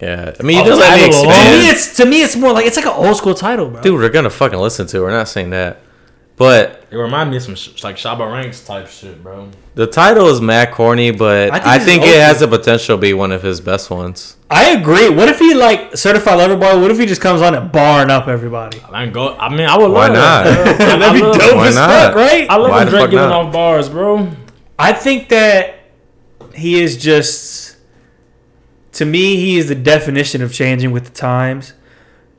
[SPEAKER 4] Yeah, I mean, you
[SPEAKER 3] Oh,
[SPEAKER 4] just let me
[SPEAKER 3] title alone?
[SPEAKER 2] To
[SPEAKER 4] expand.
[SPEAKER 2] me, it's to me, it's more like it's like an old school title, bro.
[SPEAKER 4] Dude, we're gonna fucking listen to. it. We're not saying that, but
[SPEAKER 3] it reminded me of some sh- like Shabba Ranks type shit, bro.
[SPEAKER 4] the title is mad corny.
[SPEAKER 2] I think
[SPEAKER 4] But I
[SPEAKER 2] it's
[SPEAKER 4] think,
[SPEAKER 2] okay.
[SPEAKER 4] it has the potential to be one of his best ones.
[SPEAKER 2] I agree. What if he like certified lover boy? What if he just comes on and barn up everybody?
[SPEAKER 3] I go. I mean, I would
[SPEAKER 4] Why
[SPEAKER 3] love
[SPEAKER 4] not?
[SPEAKER 3] that. bro. I- I
[SPEAKER 2] That'd be
[SPEAKER 3] love-
[SPEAKER 2] dope
[SPEAKER 4] why
[SPEAKER 2] as
[SPEAKER 4] not?
[SPEAKER 2] fuck, right?
[SPEAKER 3] I
[SPEAKER 2] I,
[SPEAKER 3] love
[SPEAKER 4] Why
[SPEAKER 3] when
[SPEAKER 4] the
[SPEAKER 3] Drake
[SPEAKER 4] fuck
[SPEAKER 3] giving
[SPEAKER 4] not?
[SPEAKER 3] off bars, bro.
[SPEAKER 2] think that he is just to me, he is the definition of changing with the times.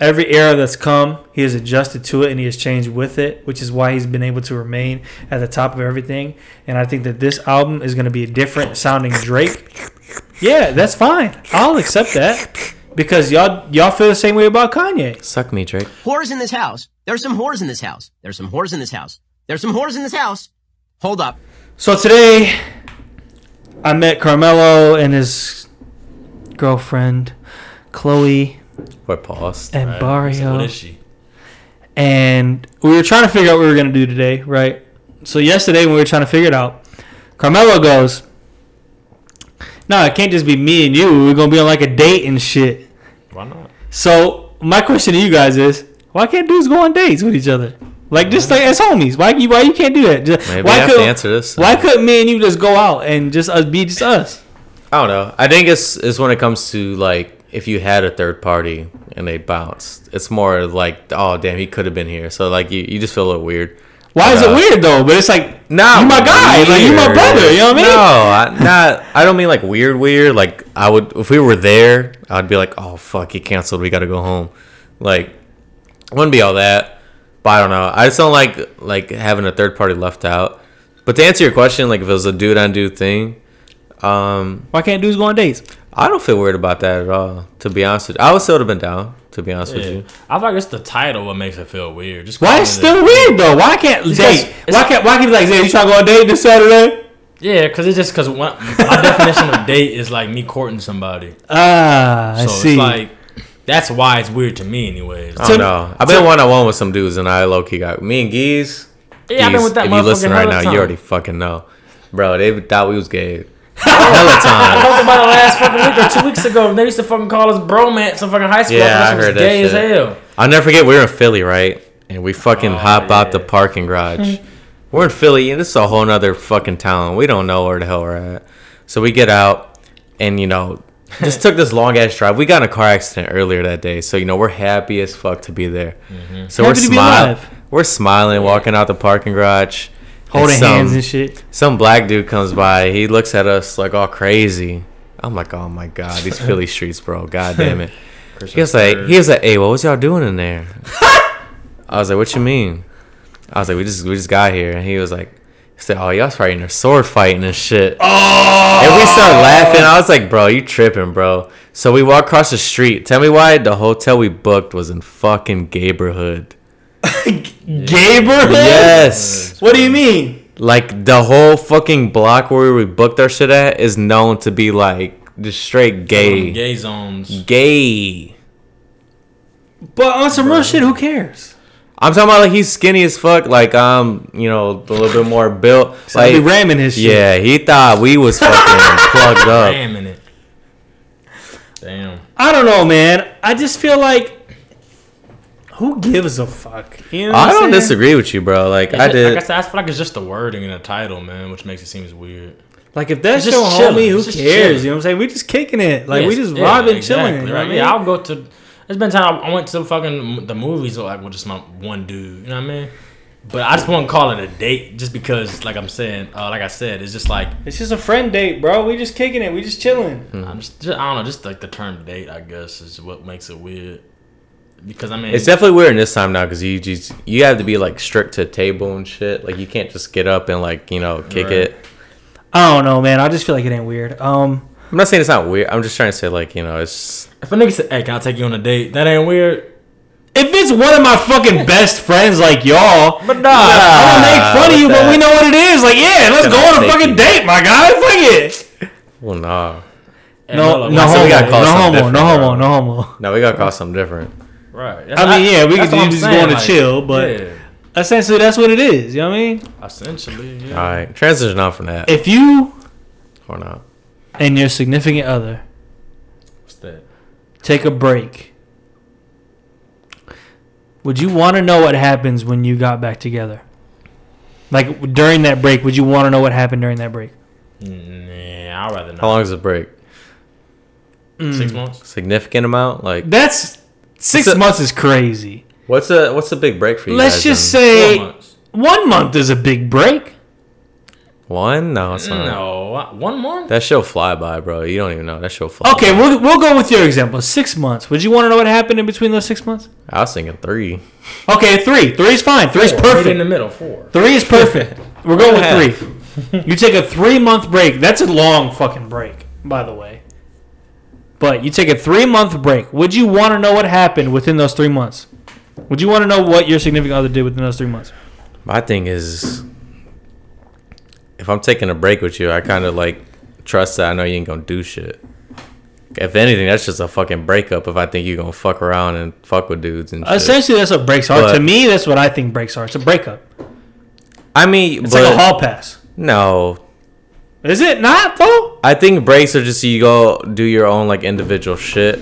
[SPEAKER 2] Every era that's come, he has adjusted to it and he has changed with it, which is why he's been able to remain at the top of everything. And I think that this album is going to be a different sounding Drake. Yeah, that's fine. I'll accept that because y'all y'all feel the same way about Kanye.
[SPEAKER 4] Suck me, Drake.
[SPEAKER 1] Whores in this house. There's some whores in this house. There's some whores in this house. There's some whores in this house. Hold up.
[SPEAKER 2] So today, I met Carmelo and his girlfriend Chloe
[SPEAKER 4] We're paused.
[SPEAKER 2] and Barrio.
[SPEAKER 6] What is she?
[SPEAKER 2] and we were trying to figure out what we were going to do today, right? So yesterday when we were trying to figure it out, Carmelo goes, "No, it can't just be me and you. We're going to be on like a date and shit."
[SPEAKER 3] Why not?
[SPEAKER 2] So my question to you guys is, why can't dudes go on dates with each other? Like just like as homies, why you why you can't do that? Just,
[SPEAKER 4] Maybe I
[SPEAKER 2] why
[SPEAKER 4] have
[SPEAKER 2] could
[SPEAKER 4] to answer this.
[SPEAKER 2] why couldn't me and you just go out and just us be just us?
[SPEAKER 4] I don't know. I think it's it's when it comes to like if you had a third party and they bounced, it's more like oh damn he could have been here. So like you, you just feel a little weird.
[SPEAKER 2] Why is it
[SPEAKER 4] Yeah.
[SPEAKER 2] weird though? But it's like
[SPEAKER 4] Not
[SPEAKER 2] you my guy, like you my
[SPEAKER 4] weird.
[SPEAKER 2] brother. You know what I mean?
[SPEAKER 4] No, I, not. I don't mean like weird, weird. Like I would, if we were there, I'd be like, oh fuck, he canceled. We got to go home. Like, wouldn't be all that. But I don't know. I just don't like like having a third party left out. But to answer your question, like if it was a dude on dude thing, um,
[SPEAKER 2] Why can't dudes go on dates?
[SPEAKER 4] I don't feel weird about that at all. To be honest with you, I would still have been down. To be honest with
[SPEAKER 3] Yeah.
[SPEAKER 4] you,
[SPEAKER 3] I feel like it's the title what makes it feel weird. Just
[SPEAKER 2] Why
[SPEAKER 3] calling
[SPEAKER 2] it's
[SPEAKER 3] it-
[SPEAKER 2] still weird though? Why can't
[SPEAKER 3] just-
[SPEAKER 2] date? Why can't why can't be like, Zay, you trying to go on a date this Saturday?
[SPEAKER 3] Yeah, because it's just because my definition of date is like me courting somebody. So
[SPEAKER 2] Ah, I
[SPEAKER 3] it's
[SPEAKER 2] see.
[SPEAKER 3] like that's why it's weird to me, anyways.
[SPEAKER 4] I don't know. uh, I've been one on one with some dudes, and I low key got me and Geese.
[SPEAKER 3] yeah, I've been
[SPEAKER 4] Geese,
[SPEAKER 3] with that
[SPEAKER 4] if
[SPEAKER 3] motherfucker
[SPEAKER 4] you listen right
[SPEAKER 3] hella
[SPEAKER 4] now,
[SPEAKER 3] time.
[SPEAKER 4] you already fucking know, bro. They thought we was gay. Hella time.
[SPEAKER 3] talked about it last fucking week or two weeks ago. They used to fucking call us bromance in fucking high school.
[SPEAKER 4] Yeah,
[SPEAKER 3] I thought
[SPEAKER 4] I
[SPEAKER 3] she was
[SPEAKER 4] heard that
[SPEAKER 3] gay as
[SPEAKER 4] shit.
[SPEAKER 3] hell.
[SPEAKER 4] I'll never forget. We were in Philly, right? And we fucking
[SPEAKER 3] Oh,
[SPEAKER 4] hop out the parking garage. we're in Philly, and this is a whole nother fucking town. We don't know where the hell we're at. So we get out, and you know, just took this long ass drive. We got in a car accident earlier that day, so you know we're happy as fuck to be there.
[SPEAKER 3] Mm-hmm.
[SPEAKER 4] So
[SPEAKER 2] Happy
[SPEAKER 4] we're
[SPEAKER 2] to be
[SPEAKER 4] smiling.
[SPEAKER 2] alive.
[SPEAKER 4] We're smiling, walking out the parking garage, um,
[SPEAKER 2] Holding
[SPEAKER 4] some-
[SPEAKER 2] hands and shit.
[SPEAKER 4] some black dude comes by. He looks at us like all crazy. I'm like, oh my god, these Philly streets, bro. God damn it. He was like, he was like, hey, what was y'all doing in there? I was like, what you mean? I was like, we just we just got here, and he was like, he said, oh y'all probably in there sword fighting and shit. And we started laughing. I was like, bro, you tripping, bro. So we walk across the street. Tell me why the hotel we booked was in fucking Gaberhood.
[SPEAKER 2] Gabriel?
[SPEAKER 4] Yes.
[SPEAKER 2] What do you mean?
[SPEAKER 4] Like the whole fucking block where we booked our shit at is known to be like just straight gay. Gay.
[SPEAKER 3] Gay zones.
[SPEAKER 2] But on some real shit, who cares?
[SPEAKER 4] I'm talking about like he's skinny as fuck. Like I'm, you know, a little bit more built.
[SPEAKER 2] Like, be
[SPEAKER 4] Like
[SPEAKER 2] ramming his shit.
[SPEAKER 4] yeah, he thought we was fucking plugged up.
[SPEAKER 3] Damn in it. Damn.
[SPEAKER 2] I don't know, man. I just feel like who gives a fuck? You know what
[SPEAKER 4] I
[SPEAKER 2] I'm
[SPEAKER 4] don't
[SPEAKER 2] saying?
[SPEAKER 4] disagree with you, bro. Like I
[SPEAKER 3] Like I
[SPEAKER 4] did.
[SPEAKER 3] said, I feel like it's just the wording and the title, man, which makes it seem as weird.
[SPEAKER 2] Like if that's
[SPEAKER 3] It's
[SPEAKER 2] your
[SPEAKER 3] just chilling.
[SPEAKER 2] homie, who
[SPEAKER 3] It's just
[SPEAKER 2] cares?
[SPEAKER 3] chilling.
[SPEAKER 2] You know what I'm saying? We just kicking it. Like we
[SPEAKER 3] Yes,
[SPEAKER 2] just
[SPEAKER 3] yeah,
[SPEAKER 2] vibing, chilling.
[SPEAKER 3] exactly,
[SPEAKER 2] you know
[SPEAKER 3] Right?
[SPEAKER 2] what I mean?
[SPEAKER 3] Yeah, I'll go to. There's been time I went to fucking the movies like with just my one dude. You know what I mean? But I just wouldn't call it a date just because, like I'm saying, uh, like I said, it's just like
[SPEAKER 2] It's just a friend date, bro. We just kicking it. We just chilling.
[SPEAKER 3] I'm just, just I don't know, just like the term date, I guess, is what makes it weird. Because I mean,
[SPEAKER 4] It's definitely weird in this time now because you just you have to be like strict to a table and shit. Like you can't just get up and like you know kick
[SPEAKER 3] Right.
[SPEAKER 4] it.
[SPEAKER 2] I don't know, man. I just feel like it ain't weird. Um,
[SPEAKER 4] I'm not saying it's not weird. I'm just trying to say like you know it's
[SPEAKER 3] if a nigga said, "Hey, can I take you on a date?" That ain't weird.
[SPEAKER 2] if it's one of my fucking best friends, like y'all,
[SPEAKER 3] But nah,
[SPEAKER 2] I don't make fun of
[SPEAKER 4] Ah, with
[SPEAKER 2] you, but
[SPEAKER 4] that.
[SPEAKER 2] we know what it is. Like, yeah, let's
[SPEAKER 4] Can
[SPEAKER 2] go
[SPEAKER 4] I
[SPEAKER 2] on a
[SPEAKER 4] take
[SPEAKER 2] fucking
[SPEAKER 4] you?
[SPEAKER 2] date, my guy. Fuck it.
[SPEAKER 4] well nah.
[SPEAKER 3] Hey,
[SPEAKER 2] No,
[SPEAKER 3] Melo,
[SPEAKER 2] no
[SPEAKER 4] so
[SPEAKER 2] homo,
[SPEAKER 4] we gotta call
[SPEAKER 2] no
[SPEAKER 4] something
[SPEAKER 2] homo,
[SPEAKER 4] different,
[SPEAKER 2] no homo,
[SPEAKER 4] bro.
[SPEAKER 2] no homo.
[SPEAKER 4] No, we gotta call something different.
[SPEAKER 3] right?
[SPEAKER 2] I mean, yeah, we
[SPEAKER 3] that's
[SPEAKER 2] could
[SPEAKER 3] what I'm
[SPEAKER 2] just
[SPEAKER 3] saying,
[SPEAKER 2] go on to chill, but-
[SPEAKER 3] yeah,
[SPEAKER 2] Essentially, that's what it is. You know what I mean?
[SPEAKER 3] essentially, yeah.
[SPEAKER 4] All right, transition on from that
[SPEAKER 2] If you
[SPEAKER 4] or not.
[SPEAKER 2] and your significant other
[SPEAKER 3] What's that?
[SPEAKER 2] take a break, would you want to know what happens when you got back together? Like during that break, would you want to know what happened during that break?
[SPEAKER 3] Nah, I'd rather not.
[SPEAKER 4] How long is the break?
[SPEAKER 2] Mm.
[SPEAKER 3] Six months.
[SPEAKER 4] Significant amount? Like
[SPEAKER 2] That's six
[SPEAKER 4] It's a-
[SPEAKER 2] months is crazy.
[SPEAKER 4] what's a what's a big break for you?
[SPEAKER 2] Let's
[SPEAKER 4] guys
[SPEAKER 2] just
[SPEAKER 4] then?
[SPEAKER 2] say
[SPEAKER 3] Four months.
[SPEAKER 2] one month is a big break.
[SPEAKER 4] one. No, it's not.
[SPEAKER 3] No, I- one month.
[SPEAKER 4] That show fly by, bro. You don't even know that show fly.
[SPEAKER 2] Okay,
[SPEAKER 4] by.
[SPEAKER 2] we'll, we'll go with your example. Six months. Would you want to know what happened in between those six months?
[SPEAKER 4] I was thinking three.
[SPEAKER 2] Okay, three. Three is fine. Three is
[SPEAKER 3] Right in
[SPEAKER 2] perfect.
[SPEAKER 3] the middle. Four.
[SPEAKER 2] Three is perfect. We're going
[SPEAKER 4] and a
[SPEAKER 2] with three. You take a three month break. That's a long fucking break, by the way. But you take a three month break. Would you want to know what happened within those three months? Would you want to know what your significant other did within those three months?
[SPEAKER 4] My thing is, if I'm taking a break with you, I kind of like trust that I know you ain't gonna do shit. If anything, that's just a fucking breakup. If I think you're gonna fuck around and fuck with dudes and shit.
[SPEAKER 2] Essentially, that's what breaks are.
[SPEAKER 4] But-
[SPEAKER 2] To me, that's what I think breaks are. It's a breakup.
[SPEAKER 4] I mean,
[SPEAKER 2] It's
[SPEAKER 4] but
[SPEAKER 2] like a hall pass.
[SPEAKER 4] no,
[SPEAKER 2] Is it not, though?
[SPEAKER 4] I think breaks are just you go do your own like individual shit.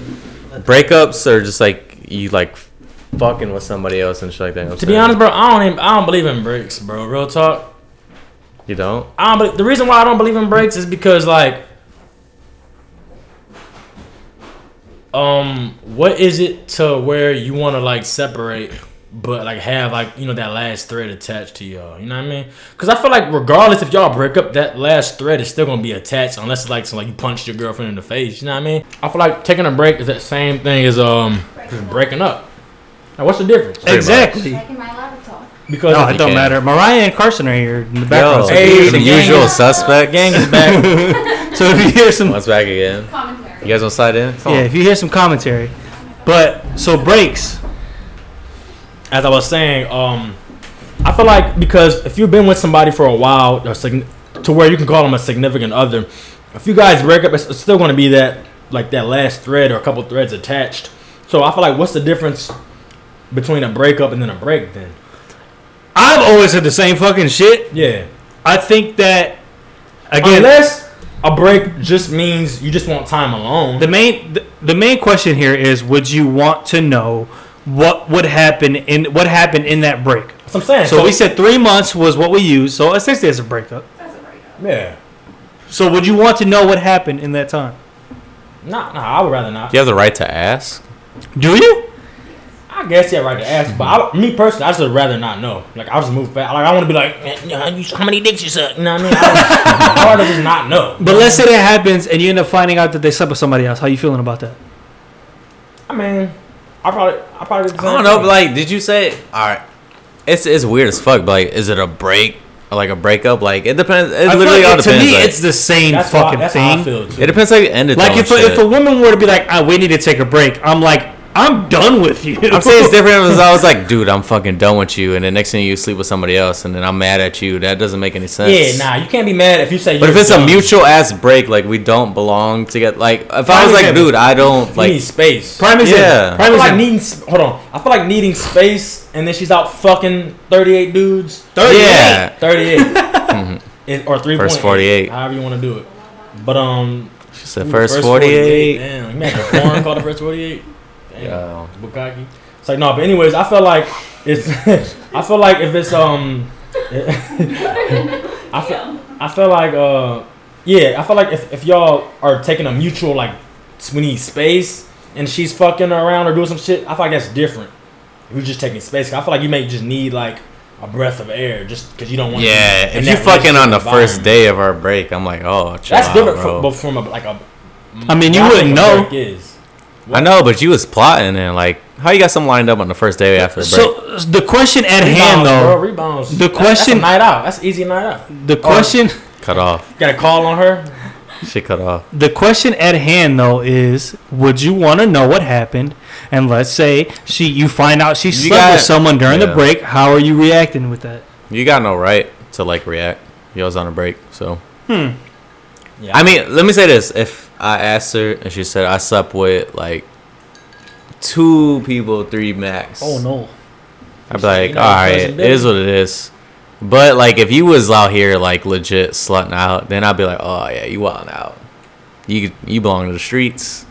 [SPEAKER 4] Breakups are just like you like fucking with somebody else and shit like that. you know what I'm
[SPEAKER 3] To be
[SPEAKER 4] saying?
[SPEAKER 3] honest, bro, I don't even, I don't believe in breaks, bro. Real talk.
[SPEAKER 4] you don't.
[SPEAKER 3] I don't. Be- the reason why I don't believe in breaks is because like, um, what is it to where you want to like separate, but like have like you know that last thread attached to y'all. You know what I mean? Because I feel like regardless if y'all break up, that last thread is still gonna be attached unless it's like so like you punched your girlfriend in the face. You know what I mean? I feel like taking a break is that same thing as um breaking up. Like, what's the difference?
[SPEAKER 4] Pretty much.
[SPEAKER 2] exactly.
[SPEAKER 7] Back in my laptop.
[SPEAKER 3] Because
[SPEAKER 2] No, it
[SPEAKER 4] You
[SPEAKER 2] don't
[SPEAKER 4] can.
[SPEAKER 2] matter. Mariah and Carson are here in the
[SPEAKER 4] Yo,
[SPEAKER 2] background. so-
[SPEAKER 4] hey, the
[SPEAKER 3] gang.
[SPEAKER 4] usual suspect gang is back.
[SPEAKER 2] So if you hear some
[SPEAKER 4] What's back again? You
[SPEAKER 7] Commentary.
[SPEAKER 4] guys on side in? Come
[SPEAKER 2] Yeah,
[SPEAKER 4] on.
[SPEAKER 2] if you hear some commentary. But so breaks.
[SPEAKER 3] as I was saying, um, I feel like because if you've been with somebody for a while, or sign- to where you can call them a significant other, if you guys break up, it's it's still going to be that like that last thread or a couple threads attached. So I feel like what's the difference between a breakup and then a break? Then
[SPEAKER 2] I've always said the same fucking shit.
[SPEAKER 3] yeah,
[SPEAKER 2] I think that again
[SPEAKER 3] unless a break just means you just want time alone.
[SPEAKER 2] the main the, the main question here is would you want to know what would happen in what happened in that break?
[SPEAKER 3] That's what I'm saying.
[SPEAKER 2] So, we said three months was what we used, so essentially it's a breakup.
[SPEAKER 7] That's a breakup.
[SPEAKER 3] yeah,
[SPEAKER 2] So would you want to know what happened in that time?
[SPEAKER 3] nah, nah, I would rather not.
[SPEAKER 4] You have the right to ask.
[SPEAKER 2] Do you?
[SPEAKER 3] I guess yeah, right to ask, but I, me personally, I just would rather not know. Like I just move back. Like I want to be like, "Man, you know, you- how many dicks you suck? You know what I mean? I would rather just not know.
[SPEAKER 2] But let's say that happens and you end up finding out that they slept with somebody else. How you feeling about that?
[SPEAKER 3] I mean, I probably, I probably. do the
[SPEAKER 4] I
[SPEAKER 3] same
[SPEAKER 4] don't know.
[SPEAKER 3] thing.
[SPEAKER 4] But like, did you say? All right, it's it's weird as fuck. But like, is it a break? Or like a breakup? Like it depends. It
[SPEAKER 2] I feel
[SPEAKER 4] literally
[SPEAKER 2] like
[SPEAKER 4] all
[SPEAKER 2] it- to
[SPEAKER 4] depends.
[SPEAKER 2] me,
[SPEAKER 4] like-
[SPEAKER 2] it's the same
[SPEAKER 3] that's
[SPEAKER 2] fucking
[SPEAKER 3] fucking how, that's
[SPEAKER 2] thing.
[SPEAKER 3] How I feel too.
[SPEAKER 4] it depends. Like you ended
[SPEAKER 2] Like
[SPEAKER 4] on
[SPEAKER 2] if a,
[SPEAKER 4] shit.
[SPEAKER 2] if a woman were to be like, "Ah, "We need to take a break," I'm like, "I'm done with you."
[SPEAKER 4] I'm saying it's different because I was like, dude, I'm fucking done with you, and the next thing you sleep with somebody else, and then I'm mad at you. That doesn't make any sense.
[SPEAKER 3] yeah, nah, you can't be mad if you say.
[SPEAKER 4] But if
[SPEAKER 3] you're
[SPEAKER 4] it's
[SPEAKER 3] done.
[SPEAKER 4] a mutual ass break, like we don't belong together. Like if I
[SPEAKER 2] Prime
[SPEAKER 4] was like,
[SPEAKER 2] example.
[SPEAKER 4] dude, I don't
[SPEAKER 3] you
[SPEAKER 4] like.
[SPEAKER 3] need space.
[SPEAKER 2] Prime example.
[SPEAKER 4] Yeah.
[SPEAKER 3] I
[SPEAKER 2] Prime
[SPEAKER 3] feel like
[SPEAKER 2] example.
[SPEAKER 3] needing. sp- Hold on, I feel like needing space, and then she's out fucking thirty-eight dudes.
[SPEAKER 2] 38.
[SPEAKER 4] Yeah, Mm-hmm.
[SPEAKER 3] Thirty-eight, It- or three.
[SPEAKER 4] First 48.
[SPEAKER 3] However you want to do it, but um,
[SPEAKER 4] she said
[SPEAKER 3] Ooh,
[SPEAKER 4] first,
[SPEAKER 3] forty-eight.
[SPEAKER 4] forty-eight.
[SPEAKER 3] Damn, you make a porn called the first forty-eight. Damn,
[SPEAKER 4] Yeah.
[SPEAKER 3] Bukkake. It's like no, but anyways, I feel like it's. I feel like if it's um, I feel I feel like uh, yeah, I feel like if, if y'all are taking a mutual like we need space and she's fucking around or doing some shit, I feel like that's different. If You're just taking space. I feel like you may just need like a breath of air just because you don't want.
[SPEAKER 4] Yeah, if you fucking on the first day of our break, I'm like, oh, chill
[SPEAKER 3] That's
[SPEAKER 4] out,
[SPEAKER 3] different
[SPEAKER 4] bro.
[SPEAKER 3] from, but from a, like a.
[SPEAKER 2] I mean, you
[SPEAKER 3] I
[SPEAKER 2] wouldn't
[SPEAKER 3] think a
[SPEAKER 2] know.
[SPEAKER 3] break Is.
[SPEAKER 4] I know, but you was plotting and like, how you got something lined up on the first day after the break?
[SPEAKER 2] So the question at hand,
[SPEAKER 3] Rebounds, bro,
[SPEAKER 2] though,
[SPEAKER 3] rebounds.
[SPEAKER 2] the
[SPEAKER 3] That-
[SPEAKER 2] question-
[SPEAKER 3] that's a night out. That's easy night out.
[SPEAKER 2] the question,
[SPEAKER 4] cut off.
[SPEAKER 3] Got a call on her.
[SPEAKER 4] Shit cut off.
[SPEAKER 2] the question at hand, though, is: Would you want to know what happened? And let's say she, you find out she slept
[SPEAKER 4] got-
[SPEAKER 2] with someone during
[SPEAKER 4] yeah.
[SPEAKER 2] the break. How are you reacting with that?
[SPEAKER 4] You got no right to like react. You was on a break, so.
[SPEAKER 3] Yeah.
[SPEAKER 4] I mean, let me say this: if I asked her and she said I slept with like two people, three max,
[SPEAKER 3] Oh,
[SPEAKER 2] no!
[SPEAKER 4] I'd be like,
[SPEAKER 3] You know,
[SPEAKER 4] all right,
[SPEAKER 3] person
[SPEAKER 4] it is what it is. But like, if you was out here like legit slutting out, then I'd be like, oh yeah, you wilding out. You you belong to the streets,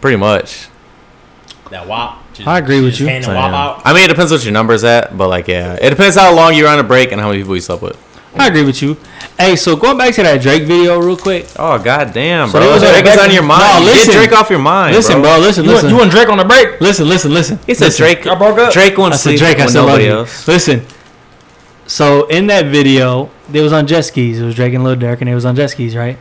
[SPEAKER 4] pretty much.
[SPEAKER 3] That wop. Just,
[SPEAKER 2] I agree with
[SPEAKER 3] just
[SPEAKER 2] you.
[SPEAKER 3] hand the
[SPEAKER 4] So,
[SPEAKER 3] wop
[SPEAKER 4] yeah.
[SPEAKER 3] out.
[SPEAKER 4] I mean, it depends what your number's at, but like, yeah, it depends how long you're on a break and how many people you slept with.
[SPEAKER 2] I agree with you. Hey, so going back to that Drake video real quick.
[SPEAKER 4] Oh goddamn,
[SPEAKER 2] So
[SPEAKER 4] bro!
[SPEAKER 2] they was on
[SPEAKER 4] Drake
[SPEAKER 2] the
[SPEAKER 4] is
[SPEAKER 2] back-
[SPEAKER 4] on your
[SPEAKER 2] No,
[SPEAKER 4] mind.
[SPEAKER 2] listen.
[SPEAKER 4] Get Drake off your mind,
[SPEAKER 2] Listen, bro. listen,
[SPEAKER 3] You
[SPEAKER 2] listen,
[SPEAKER 3] and, you and Drake on a break.
[SPEAKER 2] listen, listen, listen.
[SPEAKER 4] He said
[SPEAKER 2] Listen.
[SPEAKER 4] Drake.
[SPEAKER 3] I broke up.
[SPEAKER 4] Drake won't
[SPEAKER 2] I said
[SPEAKER 4] sleep
[SPEAKER 2] Drake. I
[SPEAKER 4] with
[SPEAKER 2] said love
[SPEAKER 4] nobody
[SPEAKER 2] you.
[SPEAKER 4] else.
[SPEAKER 2] Listen. So in that video, they was on jet skis. It was Drake and Lil Durk, and it was on jet skis, right?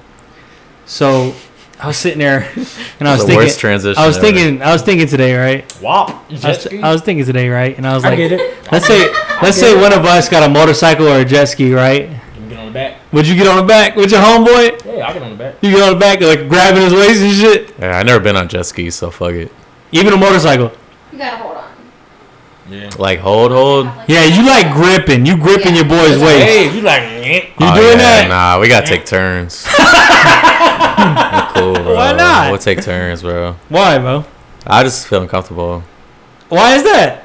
[SPEAKER 2] So I was sitting there, and I was
[SPEAKER 4] the
[SPEAKER 2] thinking.
[SPEAKER 4] worst transition.
[SPEAKER 2] I was
[SPEAKER 4] ever.
[SPEAKER 2] thinking. I was thinking today, right?
[SPEAKER 3] Wop.
[SPEAKER 2] I was, I was thinking today, right? And I was
[SPEAKER 3] I
[SPEAKER 2] like,
[SPEAKER 3] get it.
[SPEAKER 2] let's say, let's say one of us got a motorcycle or a jet ski, right?
[SPEAKER 3] You can get on the back.
[SPEAKER 2] Would you get on the back with your homeboy?
[SPEAKER 3] Yeah, I get on the back.
[SPEAKER 2] You get on the back, like grabbing his waist and shit.
[SPEAKER 4] Yeah, I never been on jet skis, so fuck it.
[SPEAKER 2] Even a motorcycle.
[SPEAKER 7] You gotta hold on.
[SPEAKER 3] Yeah.
[SPEAKER 4] Like hold, hold. You
[SPEAKER 2] Yeah, you like gripping. You gripping your boy's waist.
[SPEAKER 3] Hey,
[SPEAKER 4] Oh,
[SPEAKER 3] you like? eh.
[SPEAKER 2] You doing that?
[SPEAKER 4] Nah, we gotta take turns. cool, bro.
[SPEAKER 2] Why not?
[SPEAKER 4] We'll take turns, bro.
[SPEAKER 2] Why, bro?
[SPEAKER 4] I just feel uncomfortable.
[SPEAKER 2] Why is that?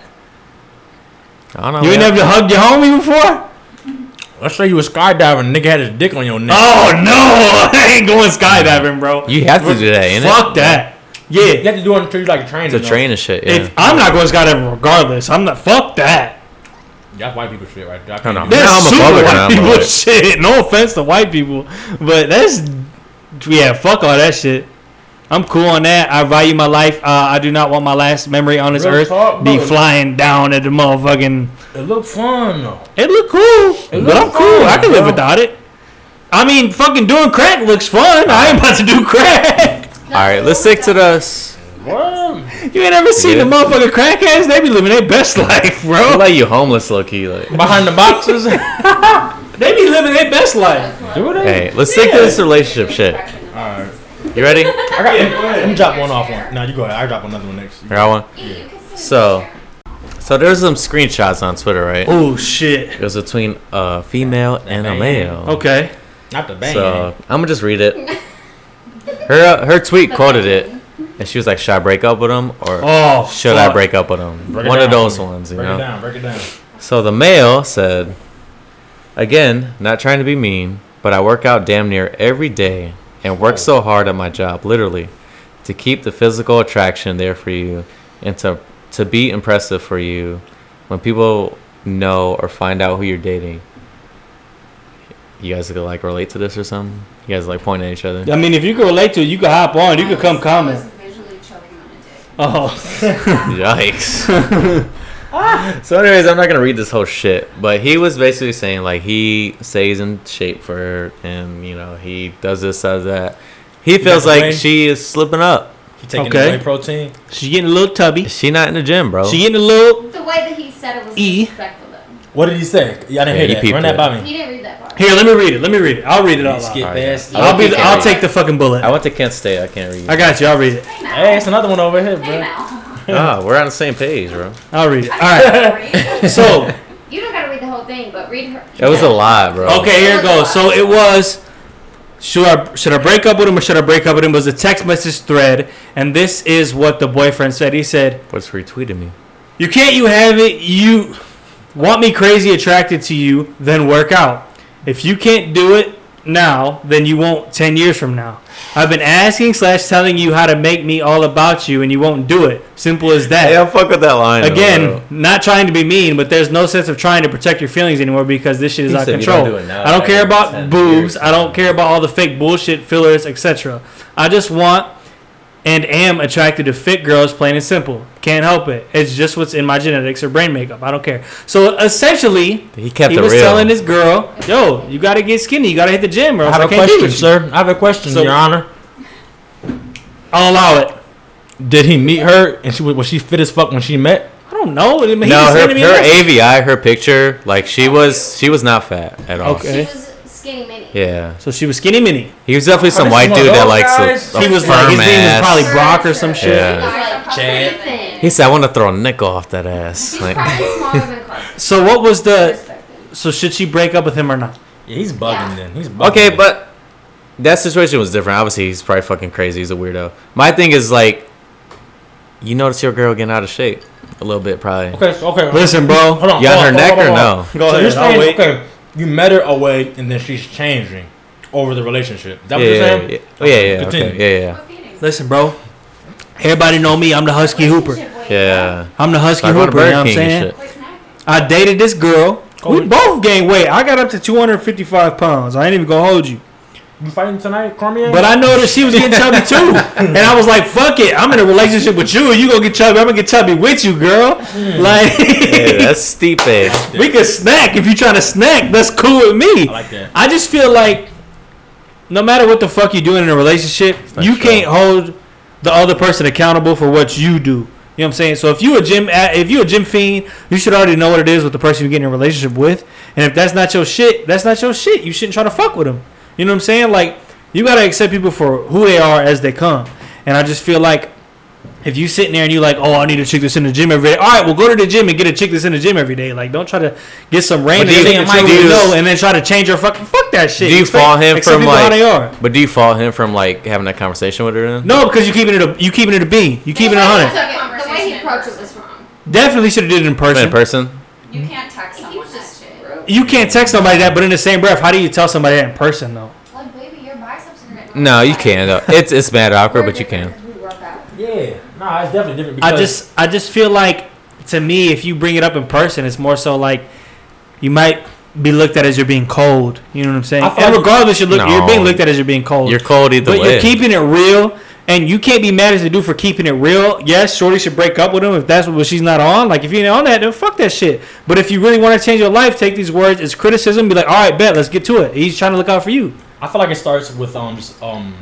[SPEAKER 4] I don't know.
[SPEAKER 2] You ain't
[SPEAKER 4] man.
[SPEAKER 2] never hugged your homie before?
[SPEAKER 5] Let's say you a skydiver and nigga had his dick on your neck.
[SPEAKER 2] Oh no! I ain't going skydiving, bro.
[SPEAKER 4] You have to do that, ain't it?
[SPEAKER 2] Fuck that. Yeah.
[SPEAKER 5] You have to do it until you like training.
[SPEAKER 4] To
[SPEAKER 5] though.
[SPEAKER 4] train and shit. Yeah.
[SPEAKER 2] If I'm not going skydiving regardless, I'm not. Fuck that.
[SPEAKER 5] That's white people shit right there. I
[SPEAKER 4] I
[SPEAKER 5] can't
[SPEAKER 4] don't
[SPEAKER 5] do
[SPEAKER 4] know.
[SPEAKER 2] That's
[SPEAKER 4] I'm a
[SPEAKER 2] super
[SPEAKER 4] public
[SPEAKER 2] white
[SPEAKER 4] now,
[SPEAKER 2] people
[SPEAKER 4] but-
[SPEAKER 2] shit. No offense to white people, but that's yeah. Fuck all that shit. I'm cool on that. I value my life. Uh, I do not want my last memory on this
[SPEAKER 5] Real
[SPEAKER 2] earth
[SPEAKER 5] talk,
[SPEAKER 2] be
[SPEAKER 5] bro.
[SPEAKER 2] flying down at the motherfucking.
[SPEAKER 5] that. It look fun though.
[SPEAKER 2] It look cool, but
[SPEAKER 5] look
[SPEAKER 2] I'm cool. I can live
[SPEAKER 5] fun, bro.
[SPEAKER 2] without it. I mean, fucking doing crack looks fun. I ain't about to do crack.
[SPEAKER 4] All right, let's stick to this.
[SPEAKER 2] You ain't ever seen
[SPEAKER 4] Yeah.
[SPEAKER 2] the motherfucking crackheads? They be living their best life,
[SPEAKER 4] I
[SPEAKER 2] bro.
[SPEAKER 4] like you homeless, low key. Like,
[SPEAKER 5] Behind the boxes.
[SPEAKER 2] They be living their best life.
[SPEAKER 5] do they?
[SPEAKER 4] hey, let's stick to this relationship shit. You ready? I
[SPEAKER 5] I got. Let me drop one off one. Now you go ahead. I drop another one next.
[SPEAKER 4] got one. So, so there's some screenshots on Twitter, right?
[SPEAKER 2] Oh shit.
[SPEAKER 4] It was between a female and a male.
[SPEAKER 2] Okay.
[SPEAKER 5] Not the bang.
[SPEAKER 4] So I'm gonna just read it. Her her tweet quoted it, and she was like, "Should I break up with him or
[SPEAKER 2] Oh.
[SPEAKER 4] should I
[SPEAKER 2] fuck.
[SPEAKER 4] break up with him?"
[SPEAKER 5] Break it
[SPEAKER 4] One of
[SPEAKER 5] down.
[SPEAKER 4] those ones, you
[SPEAKER 5] break it
[SPEAKER 4] know.
[SPEAKER 5] down. Break it down.
[SPEAKER 4] So the male said, "Again, not trying to be mean, but I work out damn near every day and work so hard at my job, literally, to keep the physical attraction there for you and to to be impressive for you when people know or find out who you're dating." You guys could like relate to this or something? You guys like point at each other?
[SPEAKER 2] I mean, if you can relate to it, you can hop on. You can come comment. Oh,
[SPEAKER 4] Yikes. so, anyways, I'm not gonna read this whole shit, but he was basically saying like he stays in shape for her, and you know he does this, does that. He feels
[SPEAKER 5] doesn't
[SPEAKER 4] like
[SPEAKER 5] weigh?
[SPEAKER 4] she is slipping up.
[SPEAKER 5] You taking
[SPEAKER 2] Okay.
[SPEAKER 5] the whey protein?
[SPEAKER 2] she getting a little tubby.
[SPEAKER 4] She not in the gym, bro.
[SPEAKER 2] She getting a little.
[SPEAKER 7] The way that he said it was
[SPEAKER 2] E.
[SPEAKER 7] disrespectful though.
[SPEAKER 5] What did he say?
[SPEAKER 4] Yeah,
[SPEAKER 5] Yeah, I didn't
[SPEAKER 4] he
[SPEAKER 5] hear that.
[SPEAKER 4] peeped
[SPEAKER 5] Run that
[SPEAKER 4] it.
[SPEAKER 5] by me.
[SPEAKER 7] He didn't read that part.
[SPEAKER 2] Here, let me read it. Let me read it. I'll read it all.
[SPEAKER 5] Skip
[SPEAKER 2] out.
[SPEAKER 4] Alright,
[SPEAKER 5] past.
[SPEAKER 4] I'll
[SPEAKER 2] I'll be. The, I'll
[SPEAKER 4] Alright.
[SPEAKER 2] take the fucking bullet.
[SPEAKER 4] I went to Kent State. I can't read.
[SPEAKER 2] I got you. I'll read it.
[SPEAKER 7] Hey,
[SPEAKER 5] Hey,
[SPEAKER 7] now.
[SPEAKER 5] it's another one over here,
[SPEAKER 7] Hey,
[SPEAKER 5] bro.
[SPEAKER 7] now.
[SPEAKER 4] Ah, we're on the same page, bro.
[SPEAKER 2] I'll read it. All right. So
[SPEAKER 7] You don't gotta read the whole thing, but read her.
[SPEAKER 4] It was a lot, bro.
[SPEAKER 2] okay, here it goes. So it was. Should I, should I break up with him or should I break up with him? It was a text message thread, and this is what the boyfriend said. He said,
[SPEAKER 4] What's retweeted me?
[SPEAKER 2] You can't you have it. You want me crazy attracted to you, then work out. If you can't do it now, then you won't 10 years from now. I've been asking slash telling you how to make me all about you, and you won't do it. Simple as that.
[SPEAKER 4] Hey, I fuck with that line. though, bro.
[SPEAKER 2] Again, not trying to be mean, but there's no sense of trying to protect your feelings anymore because this shit is
[SPEAKER 4] He
[SPEAKER 2] out of
[SPEAKER 4] said you
[SPEAKER 2] control.
[SPEAKER 4] don't do it now,
[SPEAKER 2] I don't care
[SPEAKER 4] like, 10
[SPEAKER 2] about boobs.
[SPEAKER 4] years.
[SPEAKER 2] I don't care about all the fake bullshit fillers, etc. I just want and am attracted to fit girls, plain and simple. Can't help it. It's just what's in my genetics or brain makeup. I don't care. So essentially,
[SPEAKER 4] he kept
[SPEAKER 2] he
[SPEAKER 4] it
[SPEAKER 2] was
[SPEAKER 4] real.
[SPEAKER 2] telling this girl, "Yo, you gotta get skinny. You gotta hit the gym, or
[SPEAKER 5] I
[SPEAKER 2] else I,
[SPEAKER 5] have a
[SPEAKER 2] can't question,
[SPEAKER 5] question, sir. I have a question,
[SPEAKER 2] So-
[SPEAKER 5] Your Honor.
[SPEAKER 2] I'll allow it."
[SPEAKER 5] Did he meet her and she was, was she fit as fuck when she met?
[SPEAKER 2] I don't know. I mean, he
[SPEAKER 4] no,
[SPEAKER 2] just
[SPEAKER 4] her,
[SPEAKER 2] handed me a
[SPEAKER 4] her
[SPEAKER 2] message.
[SPEAKER 4] AVI, her picture, like she was, she was not fat at all.
[SPEAKER 2] Okay.
[SPEAKER 7] She was skinny mini.
[SPEAKER 4] Yeah,
[SPEAKER 2] So she was skinny mini.
[SPEAKER 4] he was definitely some
[SPEAKER 5] this
[SPEAKER 4] white
[SPEAKER 5] one of
[SPEAKER 4] dude that
[SPEAKER 5] those
[SPEAKER 4] likes
[SPEAKER 5] guys?
[SPEAKER 4] a, a
[SPEAKER 2] Oh, He was like
[SPEAKER 4] firm
[SPEAKER 2] his name was
[SPEAKER 4] ass.
[SPEAKER 2] probably Brock or some shit.
[SPEAKER 4] Yeah.
[SPEAKER 7] She was like
[SPEAKER 5] Chad.
[SPEAKER 7] pretty thin.
[SPEAKER 4] He said, "I want to throw a nickel off that ass."
[SPEAKER 7] She's
[SPEAKER 4] Like,
[SPEAKER 7] probably smaller than Carson.
[SPEAKER 2] So what was the?
[SPEAKER 7] Respectful.
[SPEAKER 2] So should she break up with him or not?
[SPEAKER 5] Yeah, he's bugging then. He's bugging.
[SPEAKER 4] okay,
[SPEAKER 5] then.
[SPEAKER 4] but that situation was different. Obviously, he's probably fucking crazy. He's a weirdo. My thing is like, you notice your girl getting out of shape a little bit, probably.
[SPEAKER 5] okay, so- okay.
[SPEAKER 2] Listen, bro.
[SPEAKER 5] Hold on.
[SPEAKER 4] You
[SPEAKER 5] hold
[SPEAKER 4] on her
[SPEAKER 5] hold
[SPEAKER 4] neck
[SPEAKER 5] hold
[SPEAKER 4] or
[SPEAKER 5] hold
[SPEAKER 4] no?
[SPEAKER 2] Go
[SPEAKER 5] on. so
[SPEAKER 2] ahead,
[SPEAKER 5] you're
[SPEAKER 2] I'll
[SPEAKER 5] saying
[SPEAKER 2] wait.
[SPEAKER 5] okay, you met her away and then she's changing over the relationship. Is that
[SPEAKER 4] Yeah,
[SPEAKER 5] what you're
[SPEAKER 4] yeah,
[SPEAKER 5] saying?
[SPEAKER 4] yeah. Oh, yeah, yeah,
[SPEAKER 5] Continue.
[SPEAKER 4] okay, yeah,
[SPEAKER 7] What feelings?
[SPEAKER 2] Listen, bro. Everybody know me. I'm the Husky Hooper.
[SPEAKER 7] Relationship
[SPEAKER 4] yeah, yeah.
[SPEAKER 7] way
[SPEAKER 2] I'm the Husky
[SPEAKER 4] Talk about
[SPEAKER 2] Hooper. You know what I'm
[SPEAKER 4] Burger King
[SPEAKER 2] saying?
[SPEAKER 4] and shit.
[SPEAKER 7] down. It's not-
[SPEAKER 2] I dated this girl.
[SPEAKER 5] Oh,
[SPEAKER 2] We
[SPEAKER 5] yeah.
[SPEAKER 2] both gained weight. I got up to 255 pounds. I ain't even gonna hold you.
[SPEAKER 5] You fighting tonight, Cormier?
[SPEAKER 2] But I noticed she was getting chubby too, and I was like, "Fuck it, I'm in a relationship with you. You gonna get chubby? I'm gonna get chubby with you, girl. Like,
[SPEAKER 4] Hey, that's steep edge.
[SPEAKER 2] we can snack if you trying to snack. That's cool with me.
[SPEAKER 5] I like that.
[SPEAKER 2] I just feel like no matter what the fuck you're doing in a relationship,
[SPEAKER 4] not
[SPEAKER 2] you
[SPEAKER 4] true.
[SPEAKER 2] can't hold the other person accountable for what you do. You know what I'm saying? So if you a gym a- if you a gym fiend, you should already know what it is with the person you're getting in a relationship with. And if that's not your shit, that's not your shit. You shouldn't try to fuck with them. You know what I'm saying? Like you gotta accept people for who they are as they come. And I just feel like if you sitting there and you like, oh, I need a chick that's in the gym every day. All right, well, go to the gym and get a chick that's in the gym every day. Like, don't try to get some
[SPEAKER 4] But
[SPEAKER 2] random
[SPEAKER 4] do you-
[SPEAKER 2] chick that
[SPEAKER 4] do
[SPEAKER 2] you
[SPEAKER 4] you-
[SPEAKER 2] know and then try to change her fucking. Fuck that shit.
[SPEAKER 4] Do you
[SPEAKER 2] Expect-
[SPEAKER 4] follow him
[SPEAKER 2] accept
[SPEAKER 4] from
[SPEAKER 2] people how they are.
[SPEAKER 4] like? But do you follow him from like having that conversation with her? Then?
[SPEAKER 2] No, because you keeping it a you keeping it a bean. You keeping it a
[SPEAKER 7] That's
[SPEAKER 2] hundred.
[SPEAKER 7] okay. The way he approached it was wrong.
[SPEAKER 2] Definitely should have did it in person.
[SPEAKER 4] in person.
[SPEAKER 8] You can't text
[SPEAKER 7] He
[SPEAKER 8] someone
[SPEAKER 7] was
[SPEAKER 8] that
[SPEAKER 7] just
[SPEAKER 8] shit.
[SPEAKER 7] rude.
[SPEAKER 2] You can't text somebody that, but in the same breath, how do you tell somebody that in person though?
[SPEAKER 7] Like, baby, your biceps are getting-
[SPEAKER 4] No, you can though. It's it's mad awkward,
[SPEAKER 7] We're
[SPEAKER 4] but you can.
[SPEAKER 7] different 'cause we work out.
[SPEAKER 5] Yeah, nah, it's definitely different.
[SPEAKER 2] I just I just feel like to me, if you bring it up in person, it's more so like you might be looked at as you're being cold. You know what I'm saying?
[SPEAKER 5] I feel
[SPEAKER 2] And
[SPEAKER 5] like-
[SPEAKER 2] regardless, you're look, you're
[SPEAKER 4] No.
[SPEAKER 2] being looked at as you're being cold.
[SPEAKER 4] You're cold either
[SPEAKER 2] but
[SPEAKER 4] way.
[SPEAKER 2] you're keeping it real, and you can't be mad as the dude for keeping it real. Yes, Shorty should break up with him if that's what she's not on. Like if you ain't on that, then fuck that shit. But if you really want to change your life, take these words as criticism. Be like, all right, bet, let's get to it. He's trying to look out for you.
[SPEAKER 5] I feel like it starts with um just um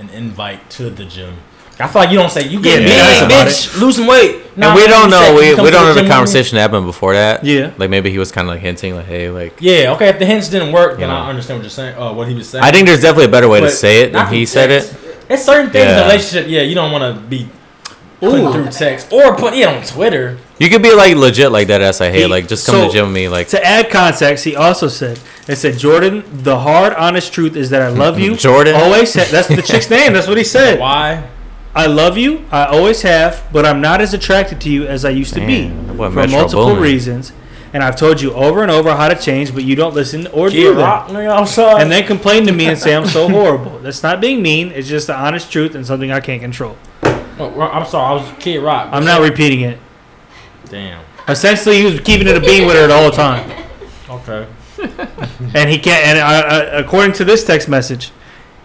[SPEAKER 5] an invite to the gym. I feel like you don't say you get
[SPEAKER 2] Yeah,
[SPEAKER 5] yeah,
[SPEAKER 2] be nice about
[SPEAKER 5] bitch, lose some weight. Nah,
[SPEAKER 4] and we
[SPEAKER 5] man,
[SPEAKER 4] don't
[SPEAKER 5] you
[SPEAKER 4] know.
[SPEAKER 5] said you
[SPEAKER 4] We,
[SPEAKER 5] come
[SPEAKER 4] we
[SPEAKER 5] to
[SPEAKER 4] don't know
[SPEAKER 5] gym
[SPEAKER 4] the
[SPEAKER 5] with me.
[SPEAKER 4] conversation that happened before that.
[SPEAKER 2] Yeah.
[SPEAKER 4] Like maybe he was kind of like hinting, like, hey, like.
[SPEAKER 5] Yeah, okay. If the hints didn't work, then
[SPEAKER 4] Yeah.
[SPEAKER 5] I understand what you're saying. Uh, what he was saying.
[SPEAKER 4] I think there's definitely a better way to
[SPEAKER 5] But
[SPEAKER 4] say it
[SPEAKER 5] not
[SPEAKER 4] than he
[SPEAKER 5] through
[SPEAKER 4] said
[SPEAKER 5] text.
[SPEAKER 4] it.
[SPEAKER 5] It's certain things in
[SPEAKER 4] Yeah.
[SPEAKER 5] a relationship. Yeah, you don't want to be putting through text or put it on Twitter.
[SPEAKER 4] You could be like legit like that. As like, hey,
[SPEAKER 2] He-
[SPEAKER 4] like just come to
[SPEAKER 2] so-
[SPEAKER 4] the gym with me. Like
[SPEAKER 2] To add context, he also said, "It said Jordan, the hard, honest truth is that I love you.
[SPEAKER 4] Jordan?
[SPEAKER 2] always. Ha- that's the chick's name. That's what he said.
[SPEAKER 5] Why?
[SPEAKER 2] I love you. I always have, but I'm not as attracted to you as I used to
[SPEAKER 4] Man,
[SPEAKER 2] be
[SPEAKER 4] that boy
[SPEAKER 2] for
[SPEAKER 4] Metro
[SPEAKER 2] multiple
[SPEAKER 4] Boomin.
[SPEAKER 2] reasons. And I've told you over and over how to change, but you don't listen or
[SPEAKER 5] Get
[SPEAKER 2] do
[SPEAKER 5] rock,
[SPEAKER 2] that.
[SPEAKER 5] nigga. outside.
[SPEAKER 2] And then complain to me and say I'm so horrible. That's not being mean. It's just the honest truth and something I can't control.
[SPEAKER 5] Oh, Ro- I'm sorry, I was Kid Rock.
[SPEAKER 2] I'm not repeating it.
[SPEAKER 5] Damn.
[SPEAKER 2] Essentially, he was keeping it a bean with her the whole time.
[SPEAKER 5] Okay.
[SPEAKER 2] And he can't. And uh, uh, according to this text message,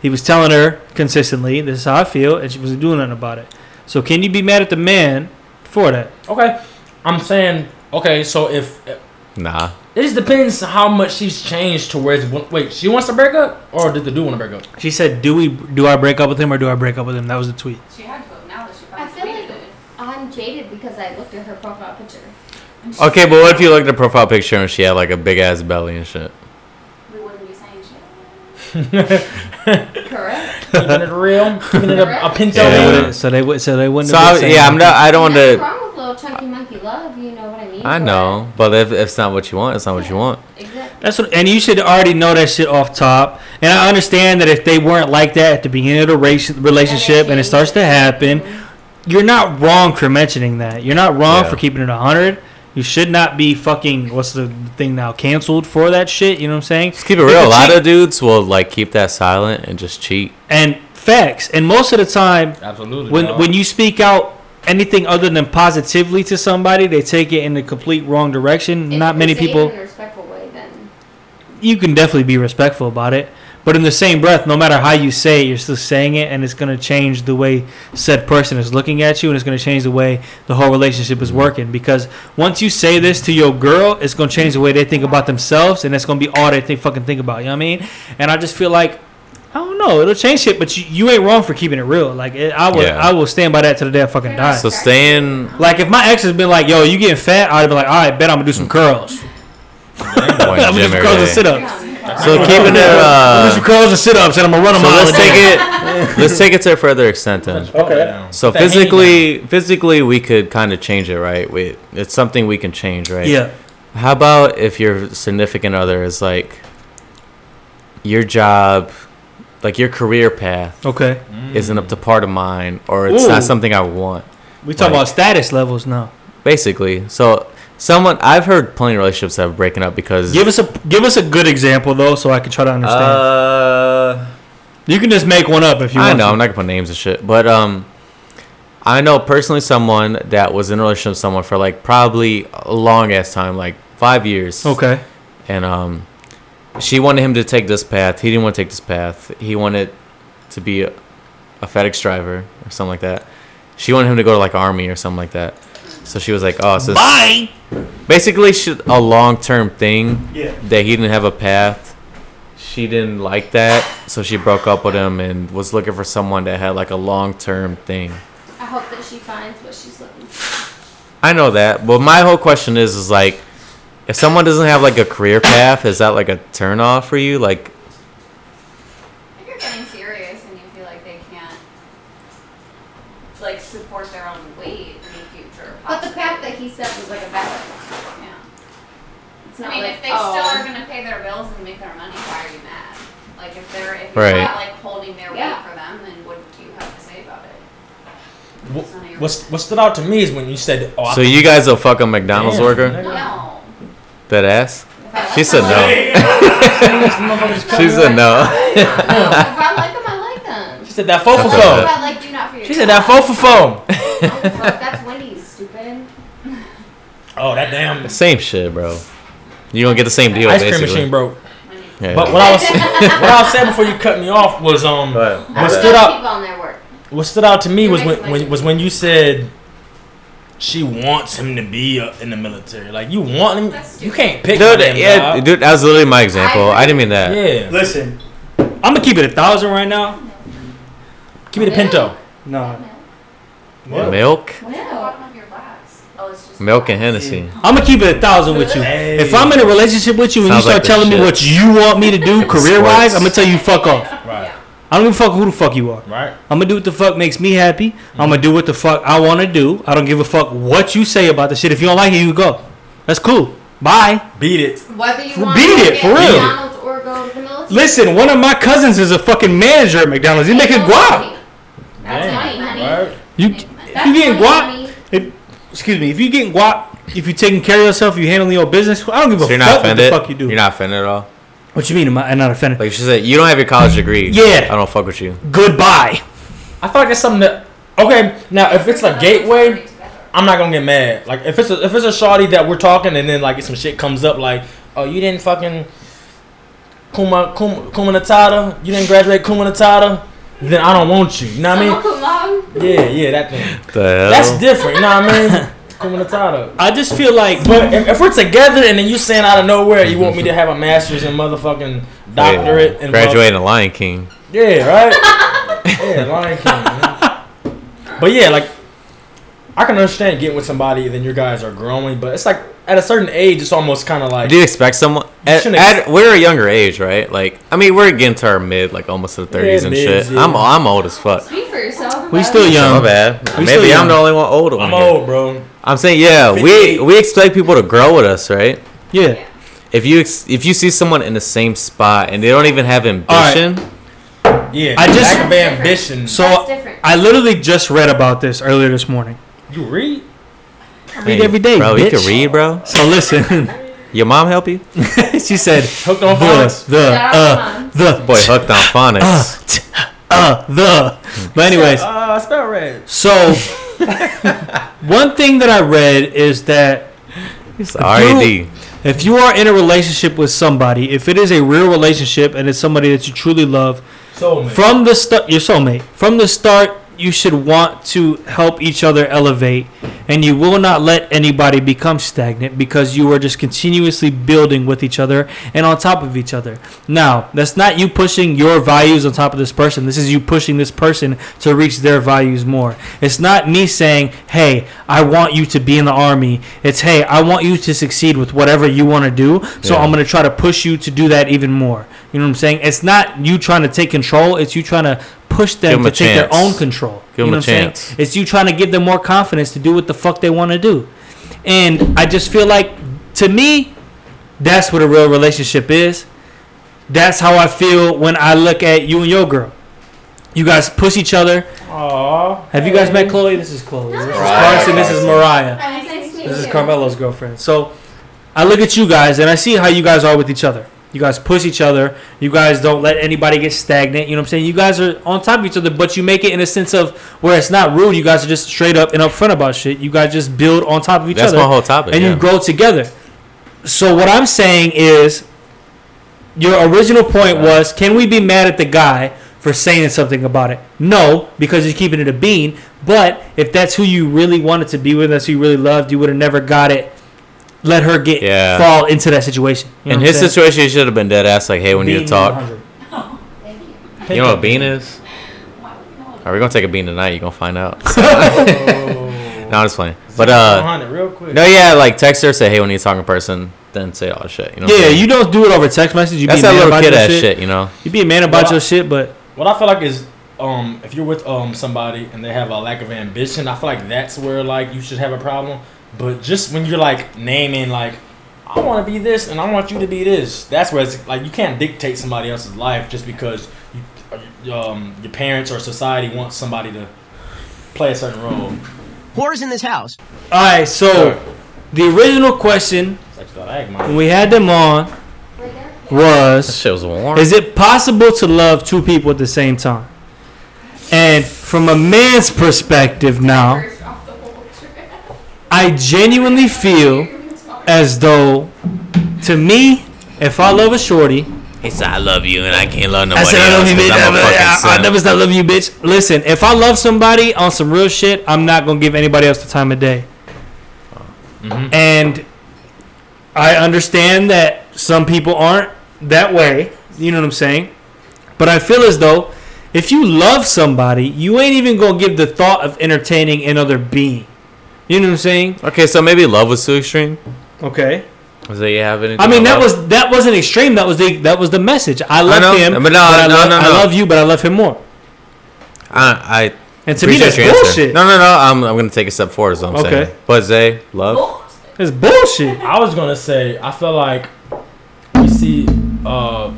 [SPEAKER 2] he was telling her consistently, "This is how I feel," and she wasn't doing nothing about it. So can you be mad at the man for that?
[SPEAKER 5] Okay. I'm saying okay. So if it
[SPEAKER 4] nah,
[SPEAKER 5] just depends how much she's changed to where it's, wait she wants to break up or did the dude want to break up?
[SPEAKER 2] She said, "Do we? Do I break up with him or do I break up with him?" That was the tweet.
[SPEAKER 8] She had to now that she
[SPEAKER 7] I
[SPEAKER 8] finally
[SPEAKER 7] feel like
[SPEAKER 8] deleted it.
[SPEAKER 7] I'm jaded because I looked at her profile picture.
[SPEAKER 4] okay, but what if you look at the profile picture and she had like a big ass belly and shit?
[SPEAKER 8] We wouldn't be saying shit.
[SPEAKER 7] Correct.
[SPEAKER 5] Keeping it real, keeping it a, a pinto.
[SPEAKER 4] Yeah.
[SPEAKER 2] They
[SPEAKER 5] bean.
[SPEAKER 2] wouldn't- So they would. So they wouldn't.
[SPEAKER 4] So
[SPEAKER 2] have
[SPEAKER 4] I,
[SPEAKER 2] been saying
[SPEAKER 4] yeah, I'm
[SPEAKER 2] that.
[SPEAKER 4] not. I don't want
[SPEAKER 7] Nothing
[SPEAKER 4] to.
[SPEAKER 7] wrong with little chunky monkey love. You know what I mean?
[SPEAKER 4] I know, but if, if it's not what you want, it's not what you want.
[SPEAKER 7] Exactly.
[SPEAKER 2] That's what, and you should already know that shit off top. And I understand that if they weren't like that at the beginning of the raci- relationship, and it starts to happen, you're not wrong for mentioning that. You're not wrong
[SPEAKER 4] Yeah.
[SPEAKER 2] for keeping it 100. You should not be fucking, what's the thing now, canceled for that shit. You know what I'm saying?
[SPEAKER 4] Just keep it
[SPEAKER 2] If
[SPEAKER 4] real.
[SPEAKER 2] the
[SPEAKER 4] A lot
[SPEAKER 2] chick-
[SPEAKER 4] of dudes will like keep that silent and just cheat.
[SPEAKER 2] And facts. And most of the time,
[SPEAKER 5] Absolutely.
[SPEAKER 2] when
[SPEAKER 5] dog.
[SPEAKER 2] when you speak out anything other than positively to somebody, they take it in the complete wrong direction. Not many people.
[SPEAKER 7] In a respectful way, then.
[SPEAKER 2] you can definitely be respectful about it. But in the same breath, no matter how you say it, you're still saying it, and it's going to change the way said person is looking at you, and it's going to change the way the whole relationship is working. Because once you say this to your girl, it's going to change the way they think about themselves, and that's going to be all they think, fucking think about. You know what I mean? And I just feel like, I don't know, it'll change shit, but you, you ain't wrong for keeping it real. Like, it, I, will,
[SPEAKER 4] Yeah.
[SPEAKER 2] I will stand by that to the day I fucking die.
[SPEAKER 4] So staying.
[SPEAKER 2] like, if my ex has been like, yo, you getting fat, I'd be like, all right, bet I'm going to do some curls.
[SPEAKER 4] going
[SPEAKER 2] I'm going to
[SPEAKER 4] to gym
[SPEAKER 2] do some
[SPEAKER 4] every
[SPEAKER 2] curls and
[SPEAKER 4] day.
[SPEAKER 2] sit ups.
[SPEAKER 4] So keeping it. Uh,
[SPEAKER 2] do some curls and sit ups, and I'm gonna run them
[SPEAKER 4] so
[SPEAKER 2] out.
[SPEAKER 4] let's take it. Let's take it to a further extent then.
[SPEAKER 5] okay.
[SPEAKER 4] So physically, physically, we could kind of change it, right? We, it's something we can change, right?
[SPEAKER 2] Yeah,
[SPEAKER 4] How about if your significant other is like your job, like your career path,
[SPEAKER 2] okay.
[SPEAKER 4] isn't up to part of mine, or it's
[SPEAKER 2] Oh. Ooh.
[SPEAKER 4] not something I want,
[SPEAKER 2] We talk
[SPEAKER 4] Like-
[SPEAKER 2] about status levels now.
[SPEAKER 4] basically. So someone I've heard plenty of relationships have breaking up because
[SPEAKER 2] Give us a give us a good example though, so I can try to understand.
[SPEAKER 4] uh.
[SPEAKER 2] you can just make one up if you
[SPEAKER 4] I
[SPEAKER 2] want.
[SPEAKER 4] know
[SPEAKER 2] to.
[SPEAKER 4] I'm not gonna put names and shit, but um, I know personally someone that was in a relationship with someone for like probably a long ass time, like five years.
[SPEAKER 2] Okay.
[SPEAKER 4] And um, she wanted him to take this path. He didn't want to take this path. He wanted to be a, a FedEx driver or something like that. She wanted him to go to like army or something like that. So she was like, "Oh, so
[SPEAKER 2] Bye.
[SPEAKER 4] basically she, a long term thing
[SPEAKER 2] Yeah.
[SPEAKER 4] that he didn't have a path. She didn't like that, so she broke up with him and was looking for someone that had like a long term thing.
[SPEAKER 7] I hope that she finds what she's looking for.
[SPEAKER 4] I know that, but my whole question is is like if someone doesn't have like a career path, is that like a turn off for you? Like
[SPEAKER 8] If you're getting serious and you feel like they can't like support their I mean,
[SPEAKER 7] like,
[SPEAKER 8] if they
[SPEAKER 7] oh,
[SPEAKER 8] still are gonna pay their bills and make their money, why are you mad? Like, if they're if you're
[SPEAKER 4] Right.
[SPEAKER 8] not like holding their
[SPEAKER 7] Yeah.
[SPEAKER 8] weight for them, then what do you have to say about it?
[SPEAKER 3] What,
[SPEAKER 8] It's none of your
[SPEAKER 3] what's-
[SPEAKER 8] business.
[SPEAKER 3] what stood out to me is when you said, "Oh, I
[SPEAKER 4] So you guys will fuck a McDonald's
[SPEAKER 3] Damn,
[SPEAKER 4] worker?
[SPEAKER 3] nigga.
[SPEAKER 8] No.
[SPEAKER 4] That ass?
[SPEAKER 8] If I
[SPEAKER 4] She
[SPEAKER 8] like
[SPEAKER 4] said
[SPEAKER 8] them, I like
[SPEAKER 4] no.
[SPEAKER 3] motherfuckers
[SPEAKER 4] She said no.
[SPEAKER 7] if I like them, I like them.
[SPEAKER 3] She said that fo for
[SPEAKER 4] That's
[SPEAKER 3] fo.
[SPEAKER 4] okay.
[SPEAKER 7] If I like you, not for your
[SPEAKER 3] She said that fo
[SPEAKER 7] time.
[SPEAKER 3] for fo.
[SPEAKER 7] Oh, fuck, That's Wendy's, stupid.
[SPEAKER 3] Oh, that damn ice
[SPEAKER 4] Same shit, bro. You gonna get the same deal,
[SPEAKER 3] cream
[SPEAKER 4] basically.
[SPEAKER 3] machine broke.
[SPEAKER 8] money.
[SPEAKER 4] Yeah.
[SPEAKER 3] But what I was what I was saying before you cut me off was um
[SPEAKER 4] Go ahead.
[SPEAKER 7] I
[SPEAKER 3] what
[SPEAKER 7] don't
[SPEAKER 3] stood
[SPEAKER 7] know
[SPEAKER 3] out
[SPEAKER 7] people on their work.
[SPEAKER 3] what stood out to me
[SPEAKER 8] You're
[SPEAKER 3] was when,
[SPEAKER 8] making my
[SPEAKER 3] when
[SPEAKER 8] day.
[SPEAKER 3] was when you said she wants him to be uh, in the military. Like you want him,
[SPEAKER 8] That's
[SPEAKER 3] you
[SPEAKER 8] stupid.
[SPEAKER 3] can't pick
[SPEAKER 4] Dude,
[SPEAKER 3] him.
[SPEAKER 4] yeah,
[SPEAKER 3] dog.
[SPEAKER 4] dude, that was literally my example. I, didn't mean that.
[SPEAKER 3] yeah.
[SPEAKER 2] Listen, I'm gonna keep it a thousand right now.
[SPEAKER 3] Give me the Pinto.
[SPEAKER 2] No,
[SPEAKER 4] Yeah, Milk,
[SPEAKER 8] What's at the
[SPEAKER 7] No.
[SPEAKER 8] bottom of your glass? Oh, it's just
[SPEAKER 4] milk and Hennessy.
[SPEAKER 2] I'm gonna keep it a thousand with you. If I'm in a relationship with you and
[SPEAKER 4] Sounds
[SPEAKER 2] you start
[SPEAKER 4] like this
[SPEAKER 2] telling me
[SPEAKER 4] shit.
[SPEAKER 2] what you want me to do career wise,
[SPEAKER 4] Sports.
[SPEAKER 2] I'm gonna tell you fuck off.
[SPEAKER 3] Right,
[SPEAKER 2] I don't give a fuck who the fuck you are.
[SPEAKER 3] right.
[SPEAKER 2] I'm gonna do what the fuck makes me happy. I'm gonna do what the fuck I wanna do. I don't give a fuck what you say about the shit. If you don't like it, you go. That's cool. Bye.
[SPEAKER 3] Beat it.
[SPEAKER 7] Whether you
[SPEAKER 2] For-
[SPEAKER 7] want
[SPEAKER 2] beat
[SPEAKER 7] to
[SPEAKER 2] it,
[SPEAKER 7] work
[SPEAKER 2] for
[SPEAKER 7] at
[SPEAKER 2] real.
[SPEAKER 7] McDonald's or go to the military.
[SPEAKER 2] Listen, one of my cousins is a fucking manager at McDonald's. He's making guap.
[SPEAKER 7] That's
[SPEAKER 3] Damn.
[SPEAKER 7] money, honey.
[SPEAKER 3] Right.
[SPEAKER 2] You, if
[SPEAKER 7] That's
[SPEAKER 2] you getting
[SPEAKER 7] money,
[SPEAKER 2] guap?
[SPEAKER 7] honey.
[SPEAKER 2] If, excuse me. If you getting guap, if you taking care of yourself, you handling your business. I don't give a
[SPEAKER 4] So you're not
[SPEAKER 2] fuck what the
[SPEAKER 4] offended.
[SPEAKER 2] fuck you do.
[SPEAKER 4] You're not offended at all.
[SPEAKER 2] what you mean? Am I, am not offended?
[SPEAKER 4] Like she said, you don't have your college degree.
[SPEAKER 2] Yeah.
[SPEAKER 4] I don't fuck with you.
[SPEAKER 2] Goodbye.
[SPEAKER 3] I feel like that's something that okay. Now if it's a gateway,
[SPEAKER 8] together.
[SPEAKER 3] I'm not gonna get mad. Like if it's a, if it's a shawty that we're talking and then like some shit comes up like oh you didn't fucking kuma kuma, kuma Natata, you didn't graduate kuma Natata, then I don't want you. You know what I mean?
[SPEAKER 7] Uncle Mom.
[SPEAKER 3] Yeah, yeah, that thing.
[SPEAKER 4] The hell?
[SPEAKER 3] That's different. You know what I mean? Kuma Natata.
[SPEAKER 2] I just feel like
[SPEAKER 3] But if, if we're together and then you saying out of nowhere you want me to have a master's and motherfucking
[SPEAKER 4] Yeah.
[SPEAKER 3] doctorate and
[SPEAKER 4] Graduating the Lion King.
[SPEAKER 3] yeah, right? yeah, Lion King. Man. But yeah, like I can understand getting with somebody, then your guys are growing, but it's like at a certain age, it's almost kind of like
[SPEAKER 4] Do you expect someone? At,
[SPEAKER 3] shouldn't
[SPEAKER 4] at, we're a younger age, right? Like, I mean, we're getting to our mid, like almost to the thirties and
[SPEAKER 3] mids,
[SPEAKER 4] shit.
[SPEAKER 3] yeah.
[SPEAKER 4] I'm I'm old as fuck.
[SPEAKER 7] Speak for yourself.
[SPEAKER 2] we
[SPEAKER 7] love.
[SPEAKER 2] still young.
[SPEAKER 4] My bad.
[SPEAKER 2] we still
[SPEAKER 4] Maybe
[SPEAKER 2] young.
[SPEAKER 4] I'm the only one old one.
[SPEAKER 3] I'm
[SPEAKER 4] here.
[SPEAKER 3] old, bro.
[SPEAKER 4] I'm saying, yeah, we
[SPEAKER 3] 58.
[SPEAKER 4] we expect people to grow with us, right?
[SPEAKER 2] Yeah.
[SPEAKER 4] If you ex- if you see someone in the same spot and they don't even have
[SPEAKER 2] right.
[SPEAKER 4] ambition,
[SPEAKER 3] Yeah,
[SPEAKER 2] I just-
[SPEAKER 3] lack of ambition.
[SPEAKER 2] So
[SPEAKER 7] That's different.
[SPEAKER 2] I literally just read about this earlier this morning.
[SPEAKER 3] you read?
[SPEAKER 2] Read every day,
[SPEAKER 4] bro. You
[SPEAKER 2] bitch.
[SPEAKER 4] can read, bro.
[SPEAKER 2] So listen,
[SPEAKER 4] Your mom help you?
[SPEAKER 2] she said
[SPEAKER 3] Hooked on
[SPEAKER 2] the
[SPEAKER 3] phonics.
[SPEAKER 2] the
[SPEAKER 7] Shout out to
[SPEAKER 2] uh
[SPEAKER 7] mom.
[SPEAKER 2] the
[SPEAKER 4] Boy, hooked on
[SPEAKER 2] Ah,
[SPEAKER 4] phonics.
[SPEAKER 2] t- uh the. But anyways,
[SPEAKER 3] Uh, spell red.
[SPEAKER 2] so one thing that I read is that
[SPEAKER 4] It's R.A.D.
[SPEAKER 2] If you are in a relationship with somebody, if it is a real relationship and it's somebody that you truly love,
[SPEAKER 3] So man.
[SPEAKER 2] from the start, your soulmate, from the start, you should want to help each other elevate, and you will not let anybody become stagnant because you are just continuously building with each other and on top of each other. Now, that's not you pushing your values on top of this person. This is you pushing this person to reach their values more. It's not me saying, hey, I want you to be in the army. It's, hey, I want you to succeed with whatever you want to do. So
[SPEAKER 4] Yeah.
[SPEAKER 2] I'm going to try to push you to do that even more. You know what I'm saying? It's not you trying to take control, it's you trying to push
[SPEAKER 4] Give
[SPEAKER 2] them
[SPEAKER 4] 'em
[SPEAKER 2] to
[SPEAKER 4] a
[SPEAKER 2] take their
[SPEAKER 4] chance.
[SPEAKER 2] own control.
[SPEAKER 4] Give 'em
[SPEAKER 2] you know
[SPEAKER 4] a
[SPEAKER 2] what I'm
[SPEAKER 4] chance.
[SPEAKER 2] saying? It's you trying to give them more confidence to do what the fuck they want to do. And I just feel like, to me, that's what a real relationship is. That's how I feel when I look at you and your girl. You guys push each other.
[SPEAKER 3] Aww.
[SPEAKER 2] Have you guys met Chloe? This is Chloe. This is Carson. This is Mariah.
[SPEAKER 7] Nice to meet
[SPEAKER 2] This is
[SPEAKER 7] you.
[SPEAKER 2] Carmelo's girlfriend. So I look at you guys and I see how you guys are with each other. You guys push each other. You guys don't let anybody get stagnant. You know what I'm saying? You guys are on top of each other, but you make it in a sense of where it's not rude. You guys are just straight up and upfront about shit. You guys just build on top of each
[SPEAKER 4] That's
[SPEAKER 2] other
[SPEAKER 4] my whole topic.
[SPEAKER 2] and
[SPEAKER 4] yeah.
[SPEAKER 2] you grow together. So what I'm saying is, your original point was, can we be mad at the guy for saying something about it? No, because he's keeping it a bean. But if that's who you really wanted to be with, that's who you really loved, you would have never got it. Let her get
[SPEAKER 4] Yeah.
[SPEAKER 2] fall into that situation. You know
[SPEAKER 4] In
[SPEAKER 2] what I'm
[SPEAKER 4] his
[SPEAKER 2] saying?
[SPEAKER 4] situation, he should have been dead ass. Like, hey, we need
[SPEAKER 2] Bean
[SPEAKER 4] to talk.
[SPEAKER 2] 100.
[SPEAKER 7] Thank you.
[SPEAKER 4] You know what a bean is? Are we gonna take a bean tonight? You gonna find out.
[SPEAKER 3] Oh.
[SPEAKER 4] No, I'm just playing. But uh,
[SPEAKER 3] 100 real quick.
[SPEAKER 4] no, yeah, like text her, say, hey, we need to talk in person, then say all that shit. You know? what I'm
[SPEAKER 2] Yeah,
[SPEAKER 4] saying?
[SPEAKER 2] you don't do it over text message. You
[SPEAKER 4] That's
[SPEAKER 2] be a
[SPEAKER 4] that
[SPEAKER 2] man
[SPEAKER 4] little
[SPEAKER 2] about
[SPEAKER 4] kid
[SPEAKER 2] your
[SPEAKER 4] ass
[SPEAKER 2] shit.
[SPEAKER 4] shit, you know.
[SPEAKER 2] You be a man about
[SPEAKER 3] Well,
[SPEAKER 2] your shit, but
[SPEAKER 3] What I feel like is, um, if you're with um somebody and they have a lack of ambition, I feel like that's where like you should have a problem. But just when you're like naming like, I want to be this and I want you to be this. That's where it's like you can't dictate somebody else's life just because you, um, your parents or society wants somebody to play a certain role.
[SPEAKER 1] Whores in this house.
[SPEAKER 2] All right, so the original question
[SPEAKER 3] It's like the egg,
[SPEAKER 2] when
[SPEAKER 3] man.
[SPEAKER 2] we had them on
[SPEAKER 7] Right there?
[SPEAKER 4] That
[SPEAKER 2] was
[SPEAKER 4] shit was warm.
[SPEAKER 2] Is it possible to love two people at the same time? And from a man's perspective now,
[SPEAKER 7] First off the whole trip.
[SPEAKER 2] I genuinely feel as though, to me, if I love a shorty,
[SPEAKER 4] He said, "I love you, and I can't love
[SPEAKER 2] I
[SPEAKER 4] nobody
[SPEAKER 2] said I love you, bitch.
[SPEAKER 4] I'm
[SPEAKER 2] I,
[SPEAKER 4] a fucking
[SPEAKER 2] I, I
[SPEAKER 4] simp."
[SPEAKER 2] never stop loving you, bitch. Listen, if I love somebody on some real shit, I'm not gonna give anybody else the time of day.
[SPEAKER 4] Mm-hmm.
[SPEAKER 2] And I understand that some people aren't that way. You know what I'm saying? But I feel as though if you love somebody, you ain't even gonna give the thought of entertaining another being. You know what I'm saying?
[SPEAKER 4] Okay, so maybe love was too extreme.
[SPEAKER 2] Okay.
[SPEAKER 4] Was that you have anything?
[SPEAKER 2] I mean
[SPEAKER 4] to
[SPEAKER 2] that
[SPEAKER 4] love?
[SPEAKER 2] was that wasn't extreme. That was the that was the message. I love
[SPEAKER 4] know,
[SPEAKER 2] him,
[SPEAKER 4] but no,
[SPEAKER 2] I,
[SPEAKER 4] no,
[SPEAKER 2] love,
[SPEAKER 4] no,
[SPEAKER 2] I
[SPEAKER 4] no.
[SPEAKER 2] love you, but I love him more.
[SPEAKER 4] I. I
[SPEAKER 2] And to me,
[SPEAKER 4] appreciate
[SPEAKER 2] that's
[SPEAKER 4] your answer.
[SPEAKER 2] bullshit.
[SPEAKER 4] No, no, no. I'm, I'm gonna take a step forward. Is what I'm
[SPEAKER 2] Okay.
[SPEAKER 4] saying. But Zay, love.
[SPEAKER 2] It's bullshit.
[SPEAKER 3] I was gonna say I feel like you see uh,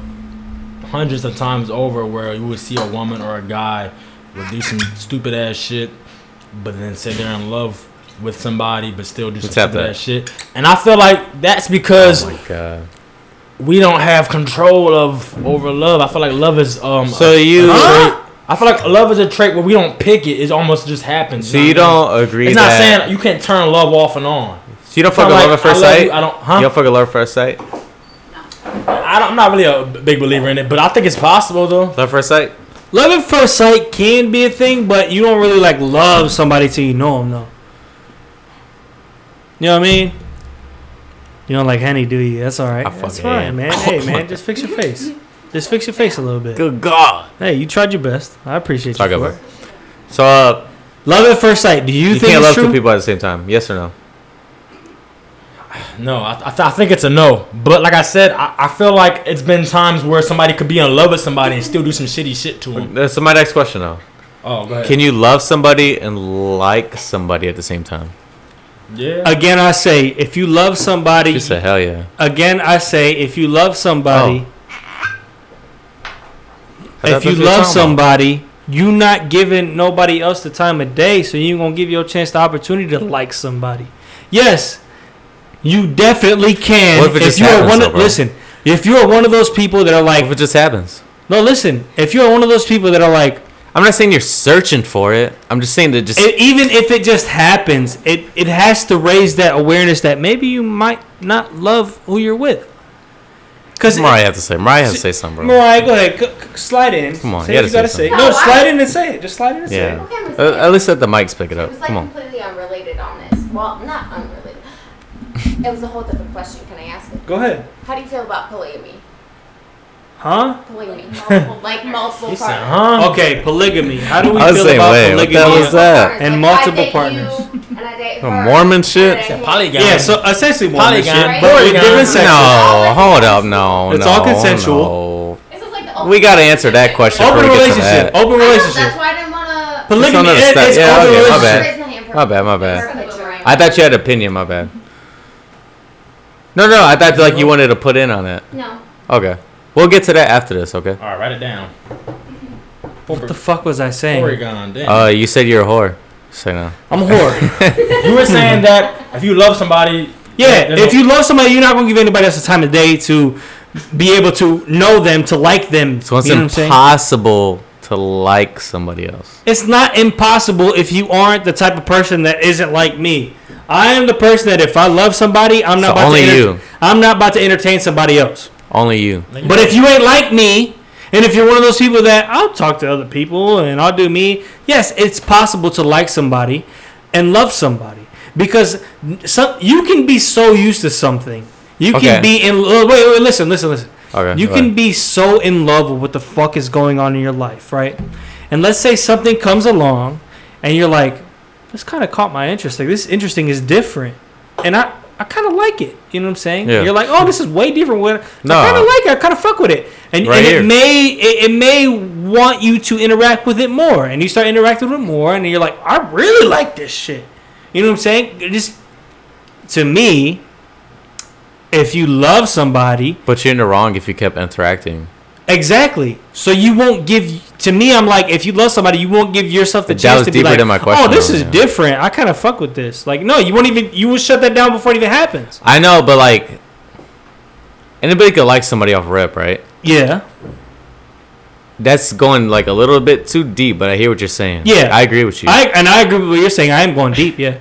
[SPEAKER 3] hundreds of times over where you would see a woman or a guy would do some stupid ass shit, but then say they're in love with somebody but still do some
[SPEAKER 4] Tap
[SPEAKER 3] stupid
[SPEAKER 4] that.
[SPEAKER 3] ass shit. And I feel like that's
[SPEAKER 4] Oh
[SPEAKER 3] because
[SPEAKER 4] God.
[SPEAKER 3] we don't have control of over love. I feel like love is um.
[SPEAKER 4] So
[SPEAKER 3] a-
[SPEAKER 4] you.
[SPEAKER 3] a trait- I feel like love is a trait where we don't pick it. It almost just happens.
[SPEAKER 4] So
[SPEAKER 3] know
[SPEAKER 4] you
[SPEAKER 3] what I mean?
[SPEAKER 4] don't agree
[SPEAKER 3] It's not
[SPEAKER 4] that.
[SPEAKER 3] saying you can't turn love off and on.
[SPEAKER 4] so you don't
[SPEAKER 3] It's not
[SPEAKER 4] fucking
[SPEAKER 3] like,
[SPEAKER 4] love at first
[SPEAKER 3] I love
[SPEAKER 4] sight.
[SPEAKER 3] you, I don't. Huh?
[SPEAKER 4] You don't fucking love at first sight.
[SPEAKER 3] I don't, I'm not really a b- big believer in it, but I think it's possible though.
[SPEAKER 4] Love at first sight.
[SPEAKER 2] Love at first sight can be a thing, but you don't really like love somebody till you know them, though. You know what I mean? You don't like honey, do you? That's all right.
[SPEAKER 4] I
[SPEAKER 2] That's
[SPEAKER 4] fucking
[SPEAKER 2] fine,
[SPEAKER 4] am.
[SPEAKER 2] man. Hey, man, just fix your face. Just fix your face a little bit.
[SPEAKER 4] Good God.
[SPEAKER 2] Hey, you tried your best. I appreciate
[SPEAKER 4] Talk
[SPEAKER 2] you. for
[SPEAKER 4] about.
[SPEAKER 2] it.
[SPEAKER 4] So uh,
[SPEAKER 2] Love at first sight. Do you,
[SPEAKER 4] you,
[SPEAKER 2] think it's
[SPEAKER 4] can't love
[SPEAKER 2] true?
[SPEAKER 4] two people at the same time. Yes or no?
[SPEAKER 3] No, I, I, th- I think it's a no. But like I said, I, I feel like it's been times where somebody could be in love with somebody and still do some shitty shit to them.
[SPEAKER 4] That's Uh, my next question though.
[SPEAKER 3] Oh, go ahead.
[SPEAKER 4] Can you love somebody and like somebody at the same time?
[SPEAKER 3] yeah.
[SPEAKER 2] Again, I say if you love somebody,
[SPEAKER 4] She said, "Hell yeah."
[SPEAKER 2] again, I say if you love
[SPEAKER 4] Oh.
[SPEAKER 2] somebody.
[SPEAKER 4] I thought
[SPEAKER 2] if you love
[SPEAKER 4] that's what you're talking about.
[SPEAKER 2] somebody, you not giving nobody else the time of day, so you gonna give your chance the opportunity to like somebody. Yes, you definitely can.
[SPEAKER 4] What if it just
[SPEAKER 2] you are
[SPEAKER 4] happens
[SPEAKER 2] one
[SPEAKER 4] though,
[SPEAKER 2] of,
[SPEAKER 4] bro?
[SPEAKER 2] listen, if you are one of those people that are
[SPEAKER 4] What if
[SPEAKER 2] like,
[SPEAKER 4] it just happens?
[SPEAKER 2] no, listen, if you are one of those people that are like,
[SPEAKER 4] I'm not saying you're searching for it. I'm just saying that just
[SPEAKER 2] e- even if it just happens, it it has to raise that awareness that maybe you might not love who you're with. Cause
[SPEAKER 4] Mariah has to say. Mariah has to say something, bro.
[SPEAKER 2] Mariah, go ahead, c- c- slide in.
[SPEAKER 4] Come on,
[SPEAKER 2] say
[SPEAKER 4] you
[SPEAKER 2] what you
[SPEAKER 4] gotta
[SPEAKER 2] gotta
[SPEAKER 4] say
[SPEAKER 2] say.
[SPEAKER 7] something.
[SPEAKER 2] No, slide in and say it. Just slide in and say it.
[SPEAKER 4] Yeah.
[SPEAKER 7] Okay, I'm gonna
[SPEAKER 4] Uh,
[SPEAKER 7] say
[SPEAKER 4] at least let the mics pick it
[SPEAKER 2] uh,
[SPEAKER 7] It
[SPEAKER 4] up.
[SPEAKER 7] was like
[SPEAKER 4] Come on.
[SPEAKER 7] completely unrelated on this. Well, not unrelated. It was a whole different question. Can I ask it?
[SPEAKER 2] Go ahead.
[SPEAKER 7] How do you feel about polygamy?
[SPEAKER 2] Huh?
[SPEAKER 7] Polygamy, multiple, like multiple
[SPEAKER 3] He said,
[SPEAKER 7] partners.
[SPEAKER 3] huh?
[SPEAKER 2] Okay, polygamy. How do we
[SPEAKER 4] I was
[SPEAKER 2] feel
[SPEAKER 4] saying,
[SPEAKER 2] about
[SPEAKER 4] wait, what the hell
[SPEAKER 2] polygamy?
[SPEAKER 4] is that?
[SPEAKER 2] And
[SPEAKER 7] Like, I
[SPEAKER 2] multiple
[SPEAKER 7] date you,
[SPEAKER 2] partners.
[SPEAKER 7] and I date
[SPEAKER 4] Some
[SPEAKER 7] her,
[SPEAKER 4] Mormon
[SPEAKER 7] and I
[SPEAKER 4] shit?
[SPEAKER 7] date
[SPEAKER 3] It's a
[SPEAKER 7] him.
[SPEAKER 3] polygon.
[SPEAKER 2] Yeah, so essentially one
[SPEAKER 3] Polygon.
[SPEAKER 2] shit,
[SPEAKER 7] Right?
[SPEAKER 2] but with
[SPEAKER 3] Polygon.
[SPEAKER 2] different sections.
[SPEAKER 4] No, hold up. No,
[SPEAKER 2] It's
[SPEAKER 4] no,
[SPEAKER 2] all consensual.
[SPEAKER 4] no.
[SPEAKER 7] This is like the
[SPEAKER 4] We gotta answer that
[SPEAKER 7] ultimate
[SPEAKER 4] question.
[SPEAKER 2] Open
[SPEAKER 4] Before we get to
[SPEAKER 2] relationship.
[SPEAKER 4] that.
[SPEAKER 2] Open
[SPEAKER 7] I know,
[SPEAKER 2] relationship.
[SPEAKER 7] That's why I didn't wanna.
[SPEAKER 2] Polygamy.
[SPEAKER 4] another
[SPEAKER 2] It,
[SPEAKER 4] step.
[SPEAKER 2] it's
[SPEAKER 4] Yeah,
[SPEAKER 2] open
[SPEAKER 4] okay, my
[SPEAKER 2] relationship.
[SPEAKER 4] bad.
[SPEAKER 7] Raise my hand for
[SPEAKER 4] My bad, my bad.
[SPEAKER 7] for boomerang.
[SPEAKER 4] I thought you had an opinion. My bad. No, no. I thought like you wanted to put in on it.
[SPEAKER 7] No.
[SPEAKER 4] Okay. We'll get to that after this. Okay.
[SPEAKER 3] All right, write it down.
[SPEAKER 2] What the fuck was I saying?
[SPEAKER 3] Oregon, damn.
[SPEAKER 4] Uh, you said you're a whore. Say no.
[SPEAKER 2] I'm a whore.
[SPEAKER 3] you were saying that if you love somebody,
[SPEAKER 2] Yeah,
[SPEAKER 3] there's
[SPEAKER 2] if
[SPEAKER 3] no-
[SPEAKER 2] you love somebody, you're not gonna give anybody else the time of day to be able to know them, to like them.
[SPEAKER 4] So it's
[SPEAKER 2] you know what I'm saying?
[SPEAKER 4] impossible to like somebody else.
[SPEAKER 2] It's not impossible if you aren't the type of person that isn't like me. I am the person that if I love somebody, I'm not
[SPEAKER 4] So
[SPEAKER 2] about
[SPEAKER 4] only
[SPEAKER 2] to enter-
[SPEAKER 4] you.
[SPEAKER 2] I'm not about to entertain somebody else.
[SPEAKER 4] Only you.
[SPEAKER 2] But if you ain't like me, and if you're one of those people that I'll talk to other people and I'll do me, yes, it's possible to like somebody and love somebody because some you can be so used to something. You
[SPEAKER 4] Okay.
[SPEAKER 2] can be in. oh, Wait, wait, listen, listen, listen.
[SPEAKER 4] Okay,
[SPEAKER 2] You
[SPEAKER 4] go
[SPEAKER 2] can
[SPEAKER 4] ahead.
[SPEAKER 2] be so in love with what the fuck is going on in your life, right? And let's say something comes along, and you're like, "This kind of caught my interest. Like this interesting is different," and I. I kind of like it, you know what I'm saying?
[SPEAKER 4] Yeah.
[SPEAKER 2] You're like, oh, this is way different. What
[SPEAKER 4] No.
[SPEAKER 2] I kind of like it. I kind of fuck with it, and,
[SPEAKER 4] Right
[SPEAKER 2] and
[SPEAKER 4] here.
[SPEAKER 2] it may it, it may want you to interact with it more, and you start interacting with it more, and you're like, I really like this shit. You know what I'm saying? It just to me, if you love somebody,
[SPEAKER 4] But you're in the wrong if you kept interacting.
[SPEAKER 2] Exactly. So you won't give to me. I'm like, if you love somebody, you won't give yourself the
[SPEAKER 4] That
[SPEAKER 2] chance
[SPEAKER 4] was
[SPEAKER 2] to be
[SPEAKER 4] deeper
[SPEAKER 2] like,
[SPEAKER 4] than my question,
[SPEAKER 2] oh, this is
[SPEAKER 4] yeah.
[SPEAKER 2] different. I kind of fuck with this. Like, no, you won't even. You will shut that down before it even happens.
[SPEAKER 4] I know, but like anybody could like somebody off rip, right?
[SPEAKER 2] Yeah.
[SPEAKER 4] That's going like a little bit too deep, but I hear what you're saying.
[SPEAKER 2] Yeah.
[SPEAKER 4] I agree with you.
[SPEAKER 2] I and I agree with what you're saying. I am going deep. Yeah.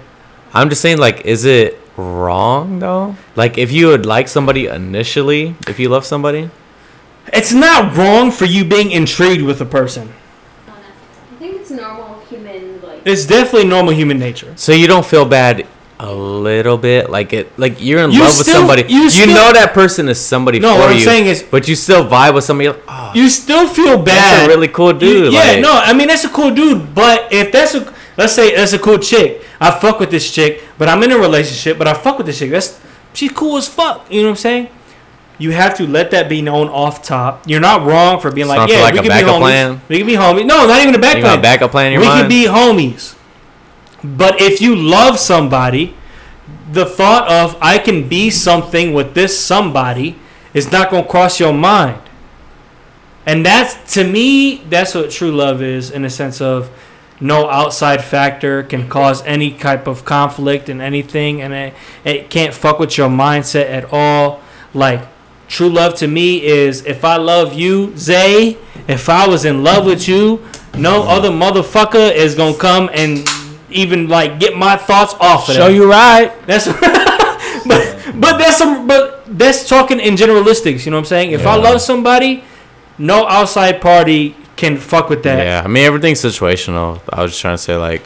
[SPEAKER 4] I'm just saying, like, is it wrong though? Like, if you would like somebody initially, if you love somebody,
[SPEAKER 2] It's not wrong for you being intrigued with a person.
[SPEAKER 8] I think it's normal human like.
[SPEAKER 2] It's definitely normal human nature.
[SPEAKER 4] so you don't feel bad a little bit, like it, like you're in
[SPEAKER 2] You
[SPEAKER 4] love with
[SPEAKER 2] still-
[SPEAKER 4] somebody.
[SPEAKER 2] you
[SPEAKER 4] You,
[SPEAKER 2] still-
[SPEAKER 4] know that person is somebody
[SPEAKER 2] No,
[SPEAKER 4] for
[SPEAKER 2] what I'm
[SPEAKER 4] you,
[SPEAKER 2] saying is-
[SPEAKER 4] but you still vibe with somebody. Like, oh,
[SPEAKER 2] You still feel bad.
[SPEAKER 4] that's a really cool
[SPEAKER 2] You-
[SPEAKER 4] dude.
[SPEAKER 2] yeah,
[SPEAKER 4] like,
[SPEAKER 2] no, I mean that's a cool dude, but if that's a let's say that's a cool chick, I fuck with this chick, but I'm in a relationship, but I fuck with this chick. That's she's cool as fuck. You know what I'm saying? You have to let that be known off top. You're not wrong for being
[SPEAKER 4] It's
[SPEAKER 2] like,
[SPEAKER 4] not
[SPEAKER 2] yeah,
[SPEAKER 4] like
[SPEAKER 2] we
[SPEAKER 4] a
[SPEAKER 2] can be
[SPEAKER 4] backup
[SPEAKER 2] homies.
[SPEAKER 4] plan?
[SPEAKER 2] We can be homies. No, not even a back
[SPEAKER 4] You got
[SPEAKER 2] plan.
[SPEAKER 4] a backup plan in your
[SPEAKER 2] we
[SPEAKER 4] mind?
[SPEAKER 2] can be homies. But if you love somebody, the thought of I can be something with this somebody is not going to cross your mind. And that's to me, that's what true love is in a sense of no outside factor can cause any type of conflict and anything, and it, it can't fuck with your mindset at all. Like, true love to me is if I love you, Zay, if I was in love with you, no other motherfucker is gonna come and even like get my thoughts off of
[SPEAKER 9] Show
[SPEAKER 2] that.
[SPEAKER 9] you right.
[SPEAKER 2] That's but but that's some but that's talking in generalistics. You know what I'm saying? If I
[SPEAKER 4] Yeah.
[SPEAKER 2] love somebody, no outside party can fuck with that.
[SPEAKER 4] yeah. I mean, everything's situational. I was just trying to say, like,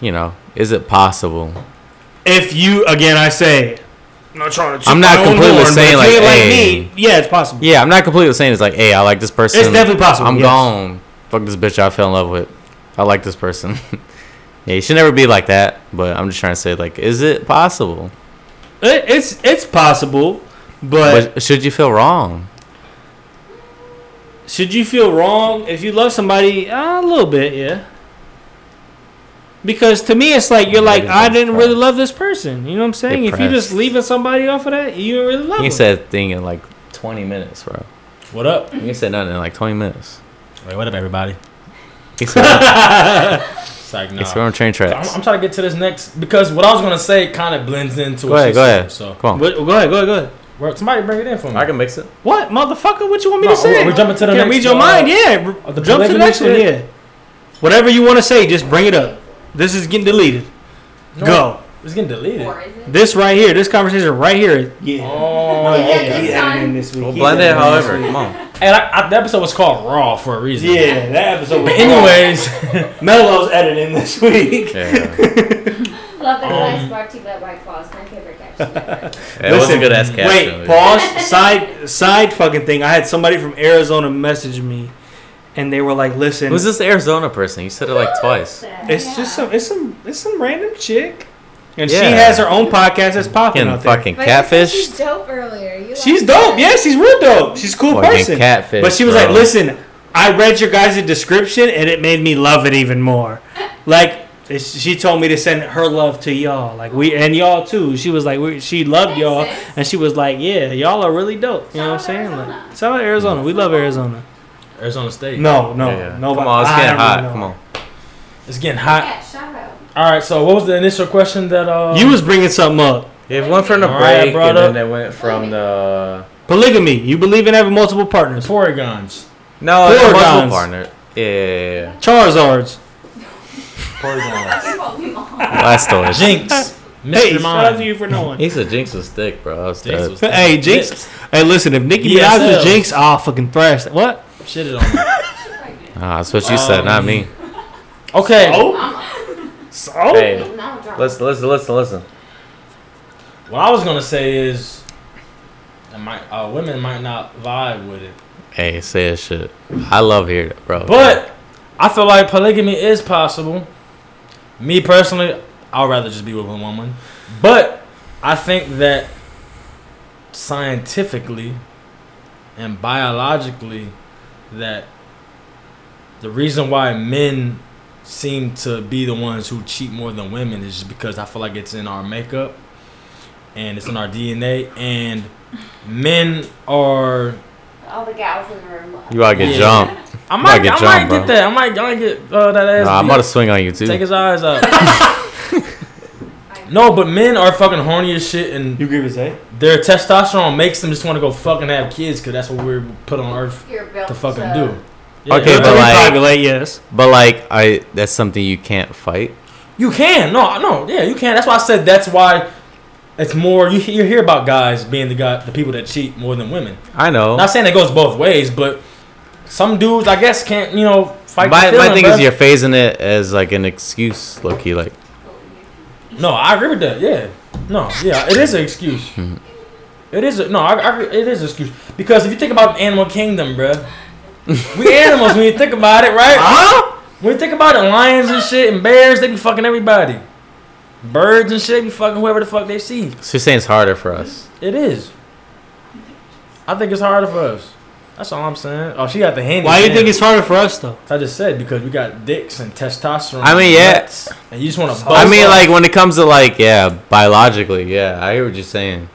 [SPEAKER 4] you know, is it possible?
[SPEAKER 2] If you again, I say, I'm not trying to. toot
[SPEAKER 4] I'm not
[SPEAKER 2] my own
[SPEAKER 4] completely
[SPEAKER 2] horn, but
[SPEAKER 4] saying,
[SPEAKER 2] if you
[SPEAKER 4] like,
[SPEAKER 2] ain't
[SPEAKER 4] hey.
[SPEAKER 2] me, yeah, it's possible.
[SPEAKER 4] Yeah, I'm not completely saying it's like, hey, I like this person.
[SPEAKER 2] It's definitely possible,
[SPEAKER 4] I'm
[SPEAKER 2] yes.
[SPEAKER 4] gone. Fuck this bitch I fell in love with. I like this person. yeah, you should never be like that. But I'm just trying to say, like, is it possible?
[SPEAKER 2] It, it's it's possible, but,
[SPEAKER 4] But should you feel wrong?
[SPEAKER 2] should you feel wrong if you love somebody uh, a little bit? Yeah. Because to me, it's like you're like
[SPEAKER 4] Maybe
[SPEAKER 2] I
[SPEAKER 4] that's
[SPEAKER 2] didn't really
[SPEAKER 4] right.
[SPEAKER 2] love this person. You know what I'm saying? If you're just
[SPEAKER 4] Depressed.
[SPEAKER 2] leaving somebody off of that, you didn't really love.
[SPEAKER 4] You
[SPEAKER 2] them.
[SPEAKER 4] said that thing in like 20 minutes, bro.
[SPEAKER 3] What up?
[SPEAKER 4] You said nothing in like 20 minutes.
[SPEAKER 3] Wait, what up, everybody?
[SPEAKER 4] He said,
[SPEAKER 3] It's like,
[SPEAKER 4] he
[SPEAKER 3] nah.
[SPEAKER 4] said we're on train
[SPEAKER 3] I'm,
[SPEAKER 4] tracks.
[SPEAKER 3] I'm trying to get to this next because what I was gonna say kind of blends into.
[SPEAKER 4] Go
[SPEAKER 3] what
[SPEAKER 4] ahead,
[SPEAKER 3] she
[SPEAKER 4] go
[SPEAKER 3] said,
[SPEAKER 4] ahead.
[SPEAKER 3] So,
[SPEAKER 4] Come on.
[SPEAKER 2] What, go ahead, go ahead, go ahead.
[SPEAKER 3] Well, somebody bring it in for me.
[SPEAKER 4] I can mix it.
[SPEAKER 2] What, motherfucker? What you want me
[SPEAKER 3] No,
[SPEAKER 2] to say?
[SPEAKER 3] we're jumping to the
[SPEAKER 2] Can't
[SPEAKER 3] next,
[SPEAKER 2] read your
[SPEAKER 3] uh,
[SPEAKER 2] mind, yeah.
[SPEAKER 3] uh,
[SPEAKER 2] R- Jump to Oh,
[SPEAKER 3] the
[SPEAKER 2] the
[SPEAKER 3] polygamy
[SPEAKER 2] next one, yeah.
[SPEAKER 3] shit?
[SPEAKER 2] Whatever you want to say, just bring it up. This is getting deleted.
[SPEAKER 3] No,
[SPEAKER 2] Go.
[SPEAKER 3] It's getting deleted.
[SPEAKER 7] Or is it?
[SPEAKER 2] This right here, this conversation right here. Yeah.
[SPEAKER 3] Oh,
[SPEAKER 7] yeah, yeah. this time.
[SPEAKER 2] this week.
[SPEAKER 4] We'll blend it however. Come on.
[SPEAKER 3] and I, I, the episode was called Raw for a reason.
[SPEAKER 2] Yeah, that episode. Was
[SPEAKER 3] But anyways,
[SPEAKER 2] Melo's editing this week.
[SPEAKER 4] Yeah.
[SPEAKER 8] Love and Advice brought to you by White Claws, my favorite caption ever.
[SPEAKER 4] It was a
[SPEAKER 2] Listen,
[SPEAKER 4] good ass cat.
[SPEAKER 2] Wait, pause. Side, side fucking thing. I had somebody from Arizona message me, and they were like, "Listen,
[SPEAKER 4] Who's this Arizona person? You said it like twice.
[SPEAKER 2] It's just some it's some it's some random chick. And she
[SPEAKER 4] Yeah.
[SPEAKER 2] has her own podcast that's popping
[SPEAKER 4] Getting
[SPEAKER 2] out there.
[SPEAKER 4] fucking
[SPEAKER 7] But you said
[SPEAKER 4] catfish.
[SPEAKER 7] She's dope earlier. You
[SPEAKER 2] She's
[SPEAKER 7] like
[SPEAKER 2] dope.
[SPEAKER 7] that.
[SPEAKER 2] Yeah, she's real dope. She's a cool
[SPEAKER 4] Fucking
[SPEAKER 2] person.
[SPEAKER 4] catfish,
[SPEAKER 2] but she was
[SPEAKER 4] bro.
[SPEAKER 2] like, "Listen, I read your guys' description and it made me love it even more." Like it's- she told me to send her love to y'all, like we and y'all too. She was like, we, she loved
[SPEAKER 7] Makes
[SPEAKER 2] y'all,
[SPEAKER 7] sense.
[SPEAKER 2] and she was like, "Yeah, y'all are really dope." You know what I'm
[SPEAKER 7] Shout out
[SPEAKER 2] saying?
[SPEAKER 7] Arizona.
[SPEAKER 2] Like, shout out Arizona. We love Arizona.
[SPEAKER 3] Arizona State.
[SPEAKER 2] No, no,
[SPEAKER 4] Yeah, yeah.
[SPEAKER 2] no.
[SPEAKER 4] Come on, it's getting hot. Come on.
[SPEAKER 3] it's getting hot.
[SPEAKER 7] Yeah, shout out.
[SPEAKER 3] All right, so what was the initial question that uh?
[SPEAKER 2] You was bringing something up.
[SPEAKER 4] It went from the
[SPEAKER 3] All right,
[SPEAKER 4] break, and
[SPEAKER 3] brother.
[SPEAKER 4] then it went from the
[SPEAKER 2] Polygamy. You believe in having multiple partners.
[SPEAKER 3] Porygons.
[SPEAKER 4] no it was
[SPEAKER 2] Four
[SPEAKER 4] multiple
[SPEAKER 2] guns.
[SPEAKER 4] partner. Yeah, yeah, yeah,
[SPEAKER 2] Charizards.
[SPEAKER 3] Porygons.
[SPEAKER 7] You called me mom.
[SPEAKER 4] yeah. Blastoise.
[SPEAKER 3] Jinx. Mr.
[SPEAKER 2] Hey, shout out
[SPEAKER 3] Mind.
[SPEAKER 2] to you for knowing.
[SPEAKER 4] He said Jinx was thick, bro. I was
[SPEAKER 3] Jinx
[SPEAKER 4] dead.
[SPEAKER 3] was-
[SPEAKER 2] hey, Jinx. Hey, listen, if Nicki
[SPEAKER 3] Yeah,
[SPEAKER 2] Minaj was
[SPEAKER 3] so-
[SPEAKER 2] Jinx, I'll fucking thrash that. What?
[SPEAKER 3] Shitted on. me.
[SPEAKER 4] Ah, that's what you said, not me.
[SPEAKER 3] Okay.
[SPEAKER 2] Oh. So?
[SPEAKER 4] Hey,
[SPEAKER 7] Now drop.
[SPEAKER 4] listen, listen, listen, listen.
[SPEAKER 3] What I was gonna say is, I might, uh, women might not vibe with it,
[SPEAKER 4] Hey, say that shit. I love hearing it, bro.
[SPEAKER 3] but I feel like polygamy is possible. Me personally, I'd rather just be with one woman, but I think that scientifically and biologically, that the reason why men seem to be the ones who cheat more than women is just because I feel like it's in our makeup. and it's in our DNA. And men are.
[SPEAKER 7] All the gals in the room. love.
[SPEAKER 4] You about to get
[SPEAKER 3] Yeah.
[SPEAKER 4] jumped.
[SPEAKER 3] I
[SPEAKER 4] might
[SPEAKER 3] might,
[SPEAKER 4] get
[SPEAKER 3] I
[SPEAKER 4] jumped,
[SPEAKER 3] might
[SPEAKER 4] bro.
[SPEAKER 3] get that. I might, I might get uh, that ass.
[SPEAKER 4] Nah, I'm
[SPEAKER 3] beat.
[SPEAKER 4] about to swing on you too.
[SPEAKER 3] Take his eyes out. no, but men are fucking horny as shit, and
[SPEAKER 2] You eh? agree with Zay?
[SPEAKER 3] their testosterone makes them just want to go fucking have kids because that's what we're put on earth
[SPEAKER 7] You're built
[SPEAKER 3] to fucking do.
[SPEAKER 4] Okay, but like-
[SPEAKER 2] Populate, yes.
[SPEAKER 4] But like, I that's something you can't fight.
[SPEAKER 3] You can. No, no. Yeah, you can. That's why I said that's why it's more. You, you hear about guys being the guy, the people that cheat more than women.
[SPEAKER 4] I know.
[SPEAKER 3] Not saying it goes both ways, but some dudes, I guess, can't you know
[SPEAKER 4] My,
[SPEAKER 3] fight. the
[SPEAKER 4] my
[SPEAKER 3] feeling,
[SPEAKER 4] thing
[SPEAKER 3] bruh.
[SPEAKER 4] is you're phasing it as like an excuse, Loki. Like,
[SPEAKER 3] No, I agree with that. Yeah. No. Yeah. It is an excuse. It is. A, no. I, I, it is an excuse because if you think about Animal Kingdom, bruh, we animals when you think about it, right? Huh? When you think about it, lions and shit and bears, they be fucking everybody. Birds and shit be fucking whoever the fuck they see.
[SPEAKER 4] so you're saying it's harder for us.
[SPEAKER 3] It is. I think it's harder for us. That's all I'm saying. Oh, she got the handy.
[SPEAKER 2] Why do you
[SPEAKER 3] man.
[SPEAKER 2] think it's harder for us though?
[SPEAKER 3] I just said because we got dicks and testosterone.
[SPEAKER 4] I mean,
[SPEAKER 3] and
[SPEAKER 4] yeah.
[SPEAKER 3] nuts, And you just want to.
[SPEAKER 4] I mean, like when it comes to like, yeah, biologically, yeah, I hear what you're saying.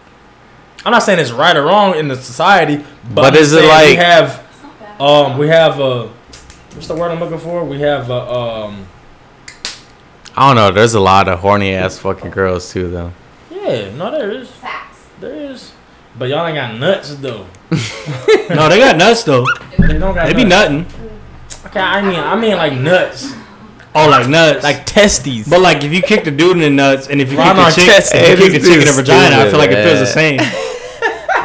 [SPEAKER 3] I'm not saying it's right or wrong in the society, but,
[SPEAKER 4] But
[SPEAKER 3] I'm
[SPEAKER 4] is it
[SPEAKER 3] saying we
[SPEAKER 4] like-
[SPEAKER 3] have, um, we have uh what's the word I'm looking for? We have uh um,
[SPEAKER 4] I don't know. There's a lot of horny ass fucking girls too, though.
[SPEAKER 3] yeah, no, there is,
[SPEAKER 7] Facts.
[SPEAKER 3] there is, but y'all ain't got nuts though.
[SPEAKER 2] no, they got nuts though.
[SPEAKER 3] They don't got.
[SPEAKER 2] They be
[SPEAKER 3] nuts.
[SPEAKER 2] nothing.
[SPEAKER 3] Okay, I mean, I mean like nuts,
[SPEAKER 2] Oh, like nuts. Like,
[SPEAKER 3] testes.
[SPEAKER 2] but like if you kick the dude in the nuts, and if you
[SPEAKER 3] Ron
[SPEAKER 2] kick the chick,
[SPEAKER 4] Artest-
[SPEAKER 2] if you
[SPEAKER 4] Hey,
[SPEAKER 2] kick
[SPEAKER 4] this
[SPEAKER 2] the chick in the
[SPEAKER 4] dude's
[SPEAKER 2] vagina, I feel like it
[SPEAKER 4] stupid.
[SPEAKER 2] feels the same.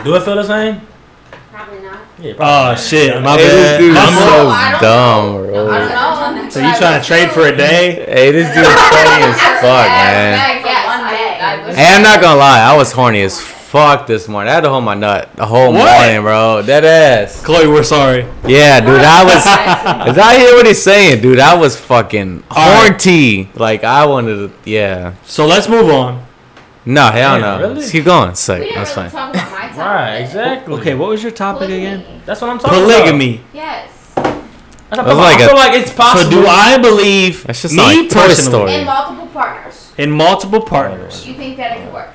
[SPEAKER 3] Do it feel the same?
[SPEAKER 7] Probably not.
[SPEAKER 3] Yeah. probably.
[SPEAKER 2] Oh shit, my
[SPEAKER 4] Hey, this
[SPEAKER 2] bad.
[SPEAKER 4] dude's
[SPEAKER 2] I'm
[SPEAKER 7] so-
[SPEAKER 2] so-
[SPEAKER 7] I don't
[SPEAKER 4] dumb,
[SPEAKER 7] I
[SPEAKER 4] bro.
[SPEAKER 7] don't know.
[SPEAKER 2] so you trying to trade for a day?
[SPEAKER 4] Hey, this dude's horny as fuck, man.
[SPEAKER 7] Yes, I, I wish
[SPEAKER 4] Hey, I'm not gonna lie, I was horny as fuck this morning. I had to hold my nut the whole
[SPEAKER 2] What?
[SPEAKER 4] morning, bro. That ass.
[SPEAKER 2] Chloe, we're sorry.
[SPEAKER 4] Yeah, dude, I was. Is I hear what he's saying, dude? I was fucking
[SPEAKER 2] Alright.
[SPEAKER 4] horny. Like I wanted to. Yeah.
[SPEAKER 2] So let's move on.
[SPEAKER 4] No,
[SPEAKER 3] Damn,
[SPEAKER 4] hell no.
[SPEAKER 3] really?
[SPEAKER 4] Just keep going.
[SPEAKER 7] We
[SPEAKER 4] Sick.
[SPEAKER 7] didn't
[SPEAKER 4] That's
[SPEAKER 7] really
[SPEAKER 4] fine.
[SPEAKER 7] talk about my topic.
[SPEAKER 3] Right, exactly.
[SPEAKER 2] Okay, what was your topic
[SPEAKER 7] Polygamy.
[SPEAKER 2] again?
[SPEAKER 3] That's what I'm talking about.
[SPEAKER 2] Polygamy.
[SPEAKER 7] Yes.
[SPEAKER 3] That's what
[SPEAKER 4] That's
[SPEAKER 3] I'm talking about.
[SPEAKER 4] like
[SPEAKER 3] I
[SPEAKER 4] a-
[SPEAKER 3] feel like it's
[SPEAKER 2] So
[SPEAKER 3] possible.
[SPEAKER 2] do I believe
[SPEAKER 4] That's just
[SPEAKER 2] me
[SPEAKER 4] like Toy
[SPEAKER 2] personally
[SPEAKER 4] Story.
[SPEAKER 7] And multiple partners.
[SPEAKER 2] in multiple partners?
[SPEAKER 7] You think that it could work?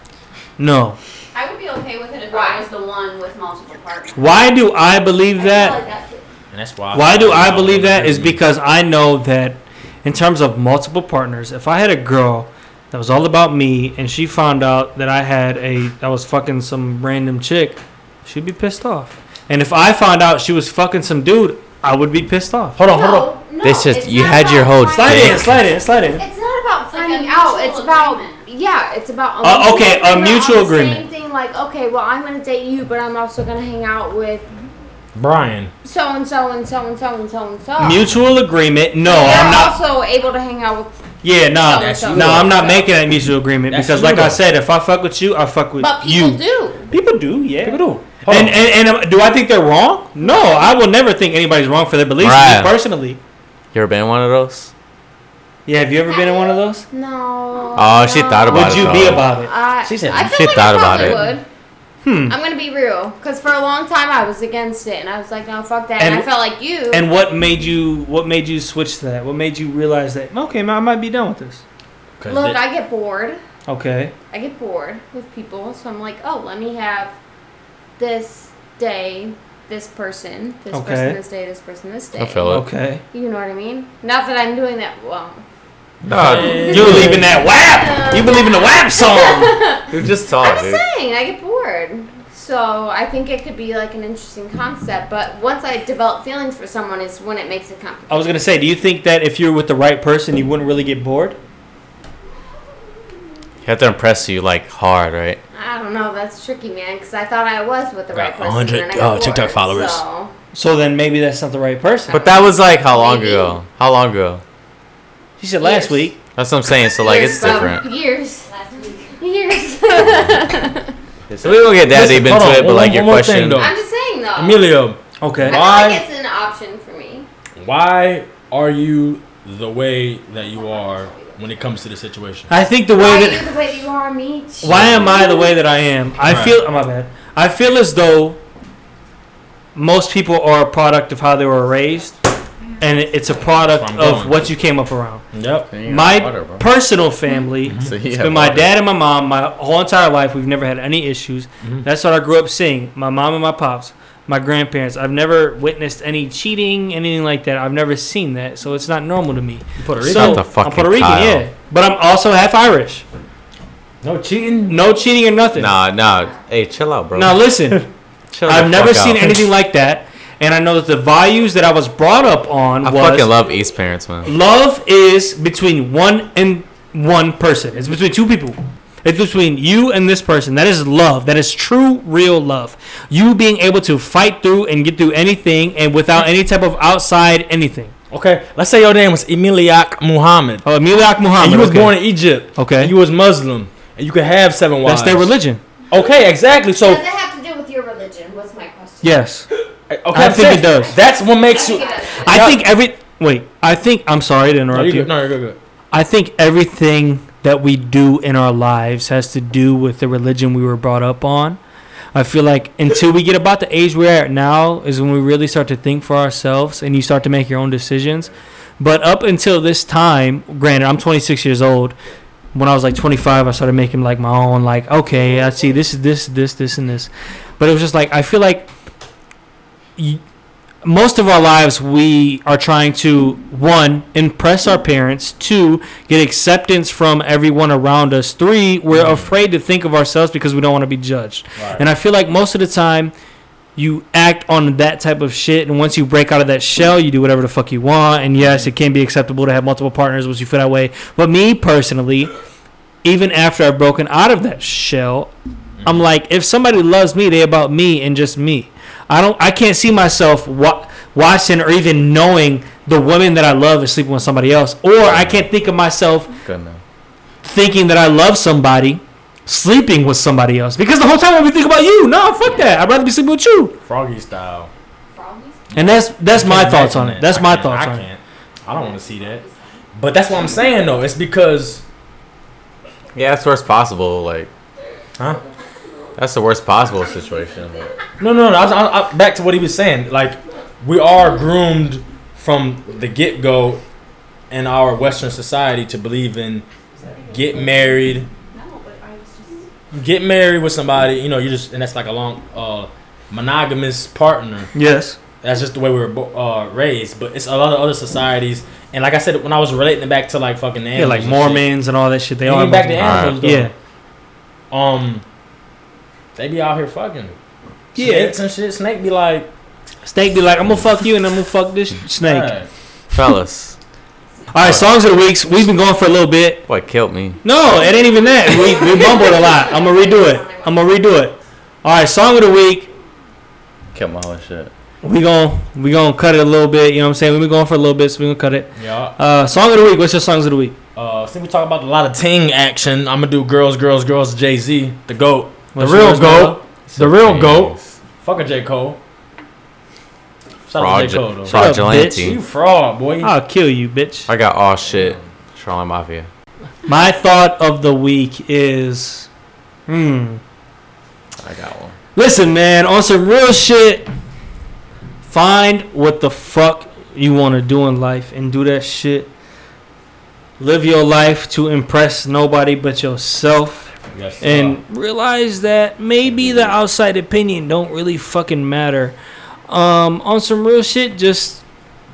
[SPEAKER 2] No.
[SPEAKER 8] I would be okay with it if I was the one with multiple partners.
[SPEAKER 2] Why do I believe
[SPEAKER 7] I feel
[SPEAKER 2] that?
[SPEAKER 7] like that's it.
[SPEAKER 3] And that's why.
[SPEAKER 2] Why do I believe that? Is because
[SPEAKER 3] because.
[SPEAKER 2] I know that in terms of multiple partners, if I had a girl that was all about me and she found out that I had a I was fucking some random chick, she'd be pissed off. And if I found out she was fucking some dude, I would be pissed off.
[SPEAKER 3] Hold on, hold on.
[SPEAKER 7] No, no.
[SPEAKER 4] This just-
[SPEAKER 7] it's
[SPEAKER 4] you
[SPEAKER 7] not
[SPEAKER 4] had
[SPEAKER 7] about
[SPEAKER 4] your whole
[SPEAKER 2] Slide
[SPEAKER 7] finding-
[SPEAKER 2] in, slide in, slide in.
[SPEAKER 7] It's not about
[SPEAKER 8] like a
[SPEAKER 7] finding out.
[SPEAKER 8] mutual
[SPEAKER 7] It's about
[SPEAKER 8] agreement.
[SPEAKER 7] yeah. It's about
[SPEAKER 2] Uh, okay, a
[SPEAKER 7] on
[SPEAKER 2] mutual
[SPEAKER 7] the
[SPEAKER 2] agreement.
[SPEAKER 7] Same thing. Like okay, well, I'm gonna date you, but I'm also gonna hang out with
[SPEAKER 3] Brian.
[SPEAKER 7] so and so and so and so and so and so.
[SPEAKER 2] Mutual agreement. No,
[SPEAKER 7] They're
[SPEAKER 2] I'm not
[SPEAKER 7] also able to hang out with.
[SPEAKER 2] Yeah, no,
[SPEAKER 7] That's
[SPEAKER 2] no,
[SPEAKER 7] you.
[SPEAKER 2] I'm not making that mutual agreement
[SPEAKER 3] That's
[SPEAKER 2] because,
[SPEAKER 3] you,
[SPEAKER 2] like I
[SPEAKER 3] though.
[SPEAKER 2] said, if I fuck with you, I fuck with
[SPEAKER 7] But people
[SPEAKER 2] you.
[SPEAKER 7] do.
[SPEAKER 2] People do, yeah, people
[SPEAKER 3] do. Hold
[SPEAKER 2] And,
[SPEAKER 3] on.
[SPEAKER 2] and and um, do I think they're wrong? No, I will never think anybody's wrong for their beliefs. me
[SPEAKER 4] Right.
[SPEAKER 2] personally,
[SPEAKER 4] You ever been one of those?
[SPEAKER 2] yeah. Have you ever been in one of those?
[SPEAKER 7] No.
[SPEAKER 4] Oh, she
[SPEAKER 7] no.
[SPEAKER 4] thought about
[SPEAKER 2] Would
[SPEAKER 4] it,
[SPEAKER 2] you
[SPEAKER 4] though.
[SPEAKER 2] be about it? Hmm.
[SPEAKER 7] I,
[SPEAKER 3] She said
[SPEAKER 7] I feel
[SPEAKER 4] she
[SPEAKER 7] like
[SPEAKER 4] thought
[SPEAKER 7] I
[SPEAKER 4] about
[SPEAKER 7] probably
[SPEAKER 4] it.
[SPEAKER 7] Would. I'm gonna be real, cause for a long time I was against it, and I was like, no, fuck that, and,
[SPEAKER 2] And-
[SPEAKER 7] I felt like you.
[SPEAKER 2] And what made you? What made you switch to that? What made you realize that? Okay, man, I might be done with this.
[SPEAKER 7] Look, I get bored.
[SPEAKER 2] Okay,
[SPEAKER 7] I get bored with people, so I'm like, oh, let me have this day, this person, this
[SPEAKER 2] Okay.
[SPEAKER 7] person, this day, this person, this day.
[SPEAKER 4] I feel it.
[SPEAKER 2] okay.
[SPEAKER 7] You know what I mean? Not that I'm doing that well.
[SPEAKER 4] Nah,
[SPEAKER 2] You believe in that WAP? You believe in the WAP song?
[SPEAKER 4] dude, just
[SPEAKER 7] I'm
[SPEAKER 4] talk, Oh, dude.
[SPEAKER 7] just saying, I get bored. So I think it could be like an interesting concept, but once I develop feelings for someone is when it makes it complicated.
[SPEAKER 2] I was gonna say, do you think that if you're with the right person, you wouldn't really get bored?
[SPEAKER 4] You have to impress you like hard, right?
[SPEAKER 7] I don't know, that's tricky, man, because I thought I was with the right person.
[SPEAKER 5] 100,
[SPEAKER 4] Oh,
[SPEAKER 7] and I
[SPEAKER 5] uh,
[SPEAKER 7] got
[SPEAKER 5] TikTok
[SPEAKER 7] bored,
[SPEAKER 5] followers.
[SPEAKER 7] so-
[SPEAKER 2] So then maybe that's not the right person.
[SPEAKER 4] But that was like how long
[SPEAKER 7] Maybe.
[SPEAKER 4] ago? How long ago?
[SPEAKER 2] She said last
[SPEAKER 7] Years.
[SPEAKER 2] week.
[SPEAKER 4] That's what I'm saying. So like, it's
[SPEAKER 7] Years, bro,
[SPEAKER 4] different.
[SPEAKER 7] Years. Years.
[SPEAKER 4] So we won't get that
[SPEAKER 3] Listen,
[SPEAKER 4] deep
[SPEAKER 3] hold
[SPEAKER 4] into
[SPEAKER 3] on,
[SPEAKER 4] it, but
[SPEAKER 3] one-
[SPEAKER 4] like
[SPEAKER 3] one
[SPEAKER 4] your
[SPEAKER 3] more
[SPEAKER 4] question.
[SPEAKER 3] thing, though.
[SPEAKER 7] I'm just saying though.
[SPEAKER 3] Emilio,
[SPEAKER 2] Okay.
[SPEAKER 7] I feel
[SPEAKER 3] Why-
[SPEAKER 7] like it's an option for me.
[SPEAKER 3] why are you the way that you are when it comes to the situation?
[SPEAKER 2] I think the way
[SPEAKER 7] Why are
[SPEAKER 2] that
[SPEAKER 7] you the way that you are, me?
[SPEAKER 2] why am I the way that I am? I
[SPEAKER 3] Right.
[SPEAKER 2] feel oh, my bad. I feel as though most people are a product of how they were raised, and it- it's a product
[SPEAKER 3] That's where I'm
[SPEAKER 2] of
[SPEAKER 3] going.
[SPEAKER 2] what you came up around.
[SPEAKER 3] Yep.
[SPEAKER 2] my
[SPEAKER 4] water, bro.
[SPEAKER 2] personal family,
[SPEAKER 3] Mm-hmm.
[SPEAKER 4] So you
[SPEAKER 2] it's
[SPEAKER 4] have
[SPEAKER 2] been my
[SPEAKER 4] water.
[SPEAKER 2] dad and my mom my whole entire life. We've never had any issues.
[SPEAKER 3] Mm-hmm.
[SPEAKER 2] That's what I grew up seeing. My mom and my pops, my grandparents. I've never witnessed any cheating, anything like that. I've never seen that, so it's not normal to me.
[SPEAKER 3] Puerto
[SPEAKER 2] So,
[SPEAKER 4] Not the fucking
[SPEAKER 2] I'm Puerto Rican,
[SPEAKER 4] Kyle.
[SPEAKER 2] yeah, but I'm also half Irish.
[SPEAKER 3] No cheating.
[SPEAKER 2] No cheating or nothing.
[SPEAKER 4] Nah, nah. Hey, chill out, bro.
[SPEAKER 2] Now listen.
[SPEAKER 4] chill the
[SPEAKER 2] I've never
[SPEAKER 4] fuck
[SPEAKER 2] seen
[SPEAKER 4] out.
[SPEAKER 2] anything like that, and I know that the values that I was brought up on
[SPEAKER 4] I
[SPEAKER 2] was
[SPEAKER 4] fucking love East parents, man.
[SPEAKER 2] love is between one and one person. It's between two people. It's between you and this person. That is love. That is true, real love. You being able to fight through and get through anything and without any type of outside anything.
[SPEAKER 3] Okay. Let's say your name was Emiliak Muhammad.
[SPEAKER 2] Oh, Emiliak Muhammad.
[SPEAKER 3] and you was
[SPEAKER 2] okay.
[SPEAKER 3] born in Egypt.
[SPEAKER 2] Okay.
[SPEAKER 3] And you was Muslim. And you could have seven wives.
[SPEAKER 2] That's their religion.
[SPEAKER 3] Okay, exactly. So
[SPEAKER 8] Does it have to do with your religion? Was my question.
[SPEAKER 2] Yes.
[SPEAKER 3] okay,
[SPEAKER 2] I
[SPEAKER 3] I'm
[SPEAKER 2] think
[SPEAKER 3] saying
[SPEAKER 2] it does.
[SPEAKER 3] That's what makes you.
[SPEAKER 2] I think every. Wait. I think. I'm sorry to
[SPEAKER 3] No,
[SPEAKER 2] interrupt
[SPEAKER 3] you're
[SPEAKER 2] you.
[SPEAKER 3] good. No, you're good. good.
[SPEAKER 2] I think everything that we do in our lives has to do with the religion we were brought up on. I feel like until we get about the age we're at now is when we really start to think for ourselves and you start to make your own decisions. But up until this time, granted, I'm 26 years old. When I was like 25, I started making like my own, like, okay, I see this, this, this, this, and this. But it was just like, I feel like y- most of our lives we are trying to one impress our parents two get acceptance from everyone around us three we're afraid to think of ourselves because we don't want to be judged and i feel like most of the time you act on that type of shit and once you break out of that shell you do whatever the fuck you want and yes it can be acceptable to have multiple partners once you feel that way but me personally even after i've broken out of that shell i'm like if somebody loves me they about me and just me i don't i can't see myself wa- watching or even knowing the woman that i love is sleeping with somebody else or i can't think of myself
[SPEAKER 4] Good now.
[SPEAKER 2] thinking that I love somebody, sleeping with somebody else. Because the whole time we think about you. No, fuck that. I'd rather be sleeping with you.
[SPEAKER 3] Froggy style.
[SPEAKER 2] And that's that's my
[SPEAKER 3] Can't
[SPEAKER 2] thoughts
[SPEAKER 3] imagine
[SPEAKER 2] on it.
[SPEAKER 3] that.
[SPEAKER 2] That's
[SPEAKER 3] I
[SPEAKER 2] my
[SPEAKER 3] can't-
[SPEAKER 2] thoughts
[SPEAKER 3] I
[SPEAKER 2] on it.
[SPEAKER 3] can't. I don't want to see that. But that's what I'm saying though. It's because
[SPEAKER 4] Yeah, that's the worst possible. Like,
[SPEAKER 3] Huh?
[SPEAKER 4] That's the worst possible situation. but-
[SPEAKER 3] No, no, no. I was, I, I, back to what he was saying. Like, we are groomed from the get go in our Western society to believe in get married, get married with somebody. You know, you just and that's like a long uh, monogamous partner.
[SPEAKER 2] Yes.
[SPEAKER 3] That's just the way we were bo- uh, raised. But it's a lot of other societies. And like I said, when I was relating it back to like fucking
[SPEAKER 2] Yeah,
[SPEAKER 3] animals
[SPEAKER 2] like
[SPEAKER 3] and
[SPEAKER 2] Mormons and all that shit. They
[SPEAKER 3] shit,
[SPEAKER 2] are
[SPEAKER 3] even back to
[SPEAKER 2] Mormon.
[SPEAKER 3] animals. though,
[SPEAKER 2] Yeah.
[SPEAKER 3] Um, they be out here fucking.
[SPEAKER 2] Yeah.
[SPEAKER 3] Snakes and shit. Snake be like,
[SPEAKER 2] Snake be like, I'm gonna fuck you and I'm gonna fuck this snake.
[SPEAKER 3] "Hey,
[SPEAKER 4] Fellas,
[SPEAKER 2] All right, songs of the weeks. We've been going for a little bit.
[SPEAKER 4] boy, killed me.
[SPEAKER 2] No, it ain't even that. We we mumbled a lot. I'm gonna redo it. I'm gonna redo it. All right, song of the week.
[SPEAKER 4] Killed my whole shit.
[SPEAKER 2] We gon' we gonna cut it a little bit. You know what I'm saying? We've been going for a little bit, so we gonna cut it.
[SPEAKER 3] Yeah.
[SPEAKER 2] Uh, song of the week. What's your songs of the week?
[SPEAKER 3] Uh, since we talk about a lot of ting action, I'm gonna do girls, girls, girls. Jay Z, the goat,
[SPEAKER 2] What's
[SPEAKER 3] the real
[SPEAKER 2] yours,
[SPEAKER 3] goat, the real
[SPEAKER 4] Jeez.
[SPEAKER 3] goat. Fuck a J Cole. Shout out to J Cole
[SPEAKER 4] Fraud-
[SPEAKER 3] though.
[SPEAKER 2] Shut up,
[SPEAKER 3] You
[SPEAKER 4] Fraudulenti.
[SPEAKER 3] fraud, boy.
[SPEAKER 2] I'll kill you, bitch.
[SPEAKER 4] I got all shit. Charlotte Mafia.
[SPEAKER 2] My thought of the week is, hmm.
[SPEAKER 4] I got one.
[SPEAKER 2] Listen, man, on some real shit. Find what the fuck you want to do in life and do that shit. Live your life to impress nobody but yourself.
[SPEAKER 3] Yes,
[SPEAKER 2] and realize that maybe the outside opinion don't really fucking matter. Um, on some real shit, just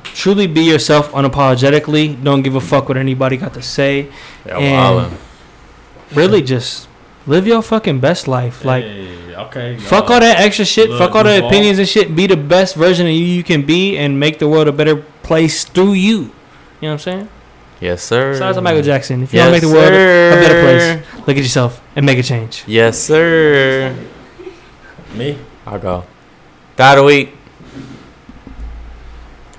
[SPEAKER 2] truly be yourself unapologetically. Don't give a fuck what anybody got to say.
[SPEAKER 4] Yeah,
[SPEAKER 2] And-
[SPEAKER 4] Wildin'.
[SPEAKER 2] Really, just live your fucking best life.
[SPEAKER 3] like
[SPEAKER 2] Like,
[SPEAKER 3] okay.
[SPEAKER 2] fuck
[SPEAKER 3] uh,
[SPEAKER 2] all that extra shit.
[SPEAKER 3] look,
[SPEAKER 2] Fuck all the
[SPEAKER 3] Duval.
[SPEAKER 2] opinions and shit. Be the best version of you you can be, and make the world a better place through you. You know what I'm saying?
[SPEAKER 4] Yes, sir.
[SPEAKER 2] Shout out to Michael Jackson. If you
[SPEAKER 4] Yes,
[SPEAKER 2] want to make the world a better
[SPEAKER 4] sir.
[SPEAKER 2] place, look at yourself and make a change.
[SPEAKER 4] Yes, sir.
[SPEAKER 3] Me.
[SPEAKER 4] I'll go. Thought of the week.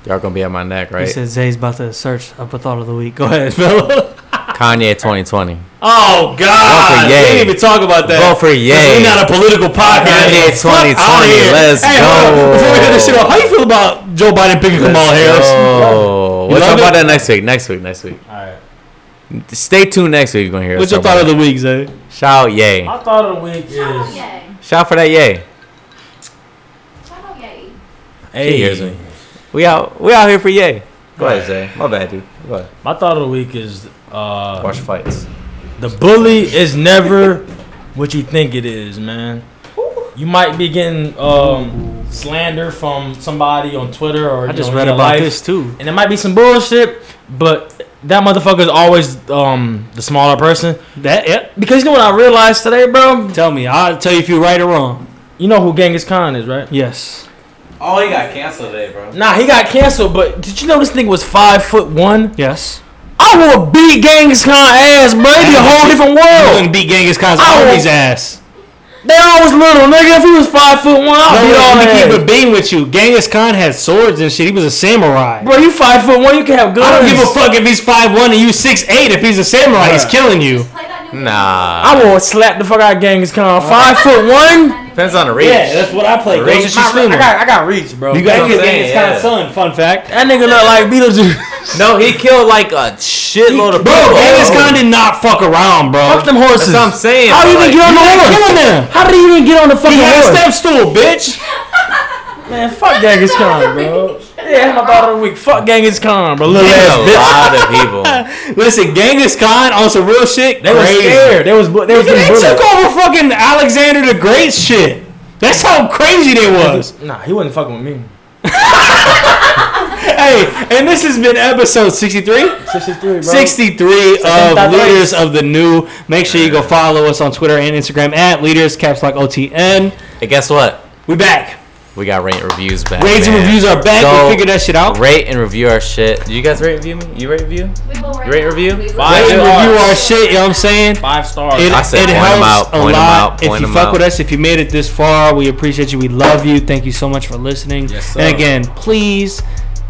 [SPEAKER 4] Y'all gonna be at my neck,
[SPEAKER 2] He
[SPEAKER 4] right?
[SPEAKER 2] said Zay's about to search up a thought of the week. Go ahead, Phil.
[SPEAKER 4] Kanye 2020.
[SPEAKER 2] oh
[SPEAKER 4] Vote
[SPEAKER 2] God,
[SPEAKER 4] for
[SPEAKER 2] we
[SPEAKER 4] Ye.
[SPEAKER 2] didn't even talk about that.
[SPEAKER 4] Vote for Ye.
[SPEAKER 2] We're not a political podcast.
[SPEAKER 4] Kanye
[SPEAKER 2] Fuck outta
[SPEAKER 4] 2020,
[SPEAKER 2] here.
[SPEAKER 4] let's
[SPEAKER 2] hey, hold on.
[SPEAKER 4] go.
[SPEAKER 2] Before we hit this shit off, how you feel about Joe Biden picking Kamala Harris?
[SPEAKER 4] Oh,
[SPEAKER 2] You
[SPEAKER 4] we'll
[SPEAKER 2] love
[SPEAKER 4] talk
[SPEAKER 2] it?
[SPEAKER 4] about that next week. Next week. Next week.
[SPEAKER 3] All right.
[SPEAKER 4] Stay tuned next week. You're gonna hear.
[SPEAKER 2] What's your thought of the week, Zay?
[SPEAKER 4] the? Shout out yay!
[SPEAKER 3] My thought of the week is
[SPEAKER 8] Yay.
[SPEAKER 4] Shout out for that yay!
[SPEAKER 8] Shout out, yay.
[SPEAKER 4] He
[SPEAKER 3] hey.
[SPEAKER 4] hears me. We out. We out here for yay. Go ahead, Zay. My bad, dude. Go ahead.
[SPEAKER 3] My thought of the week is uh,
[SPEAKER 4] Watch fights.
[SPEAKER 3] The bully is never what you think it is, man. You might be getting um, slander from somebody on Twitter or
[SPEAKER 2] I
[SPEAKER 3] you
[SPEAKER 2] just
[SPEAKER 3] know, in
[SPEAKER 2] read
[SPEAKER 3] your
[SPEAKER 2] about
[SPEAKER 3] life,
[SPEAKER 2] this too.
[SPEAKER 3] and it might be some bullshit. But that motherfucker is always um, the smaller person.
[SPEAKER 2] That yep.
[SPEAKER 3] Because you know what I realized today, bro?
[SPEAKER 2] Tell me. I'll tell you if you're right or wrong.
[SPEAKER 3] You know who Genghis Khan is, right?
[SPEAKER 2] Yes.
[SPEAKER 4] Oh, he got canceled today, bro.
[SPEAKER 3] Nah, he got canceled. But did you know this thing was five foot one?
[SPEAKER 2] Yes.
[SPEAKER 3] I will beat Genghis Khan ass, bro. It'd be a whole different
[SPEAKER 2] You
[SPEAKER 3] world.
[SPEAKER 2] can beat Genghis Khan's
[SPEAKER 3] Oh.
[SPEAKER 2] army's ass.
[SPEAKER 3] They always little, nigga. If he was five foot one, I'd
[SPEAKER 2] No,
[SPEAKER 3] beat all
[SPEAKER 2] no,
[SPEAKER 3] their
[SPEAKER 2] no,
[SPEAKER 3] ass.
[SPEAKER 2] keep it being with you. Genghis Khan had swords and shit. He was a samurai.
[SPEAKER 3] Bro, you five foot one, you can have guns.
[SPEAKER 2] I don't give a fuck if he's five one and you six eight. If he's a samurai, he's killing you.
[SPEAKER 7] Play that new
[SPEAKER 4] Nah.
[SPEAKER 3] I will slap the fuck out of Genghis Khan. Five foot one?
[SPEAKER 4] Depends on the reach.
[SPEAKER 2] what I play.
[SPEAKER 4] Raise
[SPEAKER 2] Ghost
[SPEAKER 4] your
[SPEAKER 2] of
[SPEAKER 3] I
[SPEAKER 2] Tsushima.
[SPEAKER 3] got, I got reach, bro.
[SPEAKER 2] You
[SPEAKER 4] That's
[SPEAKER 2] got
[SPEAKER 4] what
[SPEAKER 2] your
[SPEAKER 4] I'm saying,
[SPEAKER 2] Genghis Khan's
[SPEAKER 4] yeah.
[SPEAKER 2] son. Fun fact.
[SPEAKER 3] that nigga look like Beetlejuice.
[SPEAKER 4] no, he killed like a shitload of people.
[SPEAKER 2] Bro, Genghis
[SPEAKER 3] oh.
[SPEAKER 2] Khan did not fuck around, bro.
[SPEAKER 3] fuck them horses.
[SPEAKER 4] That's what I'm saying.
[SPEAKER 3] How do you even
[SPEAKER 4] Like,
[SPEAKER 3] get on the horse? How do you even get on the
[SPEAKER 2] He
[SPEAKER 3] fucking
[SPEAKER 2] had a
[SPEAKER 3] horse?
[SPEAKER 2] step stool, bitch.
[SPEAKER 3] Man, fuck Genghis Khan, bro. Yeah, that's my thought of the week. Fuck Genghis Khan, bro. Little ass
[SPEAKER 4] he killed a
[SPEAKER 3] bitch.
[SPEAKER 4] lot of people.
[SPEAKER 2] Listen, Genghis Khan on some real shit.
[SPEAKER 3] They was scared. They was bu- they was
[SPEAKER 2] They
[SPEAKER 3] getting
[SPEAKER 2] took
[SPEAKER 3] bullied.
[SPEAKER 2] over fucking Alexander the Great shit. That's how crazy they was.
[SPEAKER 3] Nah, he wasn't fucking with me.
[SPEAKER 2] hey, and this has been episode 63.
[SPEAKER 3] 63, bro.
[SPEAKER 2] 63
[SPEAKER 3] that
[SPEAKER 2] of
[SPEAKER 3] right.
[SPEAKER 2] Leaders of the New. Make sure you go follow us on Twitter and Instagram at Leaders Caps Lock OTN.
[SPEAKER 4] And guess what?
[SPEAKER 2] We back.
[SPEAKER 4] We got rate and reviews back.
[SPEAKER 2] Rates and
[SPEAKER 4] man.
[SPEAKER 2] reviews are back.
[SPEAKER 4] Go
[SPEAKER 2] we figured that shit out.
[SPEAKER 4] Rate and review our shit. Do you guys rate review me? You rate review?
[SPEAKER 7] We will
[SPEAKER 4] Rate review?
[SPEAKER 7] We will.
[SPEAKER 3] Five.
[SPEAKER 2] Rate and
[SPEAKER 3] stars.
[SPEAKER 2] review our shit. You know what I'm saying?
[SPEAKER 3] Five stars.
[SPEAKER 2] It,
[SPEAKER 4] Oh, I said
[SPEAKER 2] it
[SPEAKER 4] point 'em
[SPEAKER 2] helps
[SPEAKER 4] out,
[SPEAKER 2] a
[SPEAKER 4] point 'em
[SPEAKER 2] lot.
[SPEAKER 4] out,
[SPEAKER 2] if
[SPEAKER 4] point
[SPEAKER 2] you
[SPEAKER 4] 'em
[SPEAKER 2] fuck
[SPEAKER 4] out.
[SPEAKER 2] with us, if you made it this far, we appreciate you. We love you. Thank you so much for listening.
[SPEAKER 3] Yes, sir.
[SPEAKER 2] and again, please,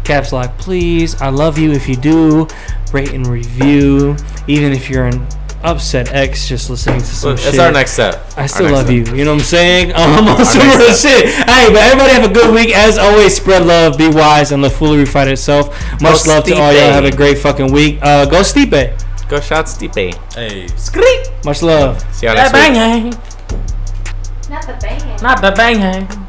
[SPEAKER 2] caps lock, please. I love you. If you do, rate and review. Even if you're an upset ex just listening to some
[SPEAKER 4] That's
[SPEAKER 2] shit.
[SPEAKER 4] our next step.
[SPEAKER 2] I
[SPEAKER 4] Our
[SPEAKER 2] still
[SPEAKER 4] next
[SPEAKER 2] love
[SPEAKER 4] step.
[SPEAKER 2] you. You know what I'm saying? Um, on some real shit. Hey, but everybody have a good week. As always, spread love, be wise, and let foolery fight itself. Much love to all
[SPEAKER 4] Stipe.
[SPEAKER 2] y'all. Have a great fucking week. Uh, go Stipe.
[SPEAKER 4] Go shot Stipe.
[SPEAKER 3] Hey.
[SPEAKER 2] Much love.
[SPEAKER 4] See y'all
[SPEAKER 3] That
[SPEAKER 4] next week.
[SPEAKER 3] bang hang.
[SPEAKER 7] Not the banging.
[SPEAKER 3] Not the bang hang.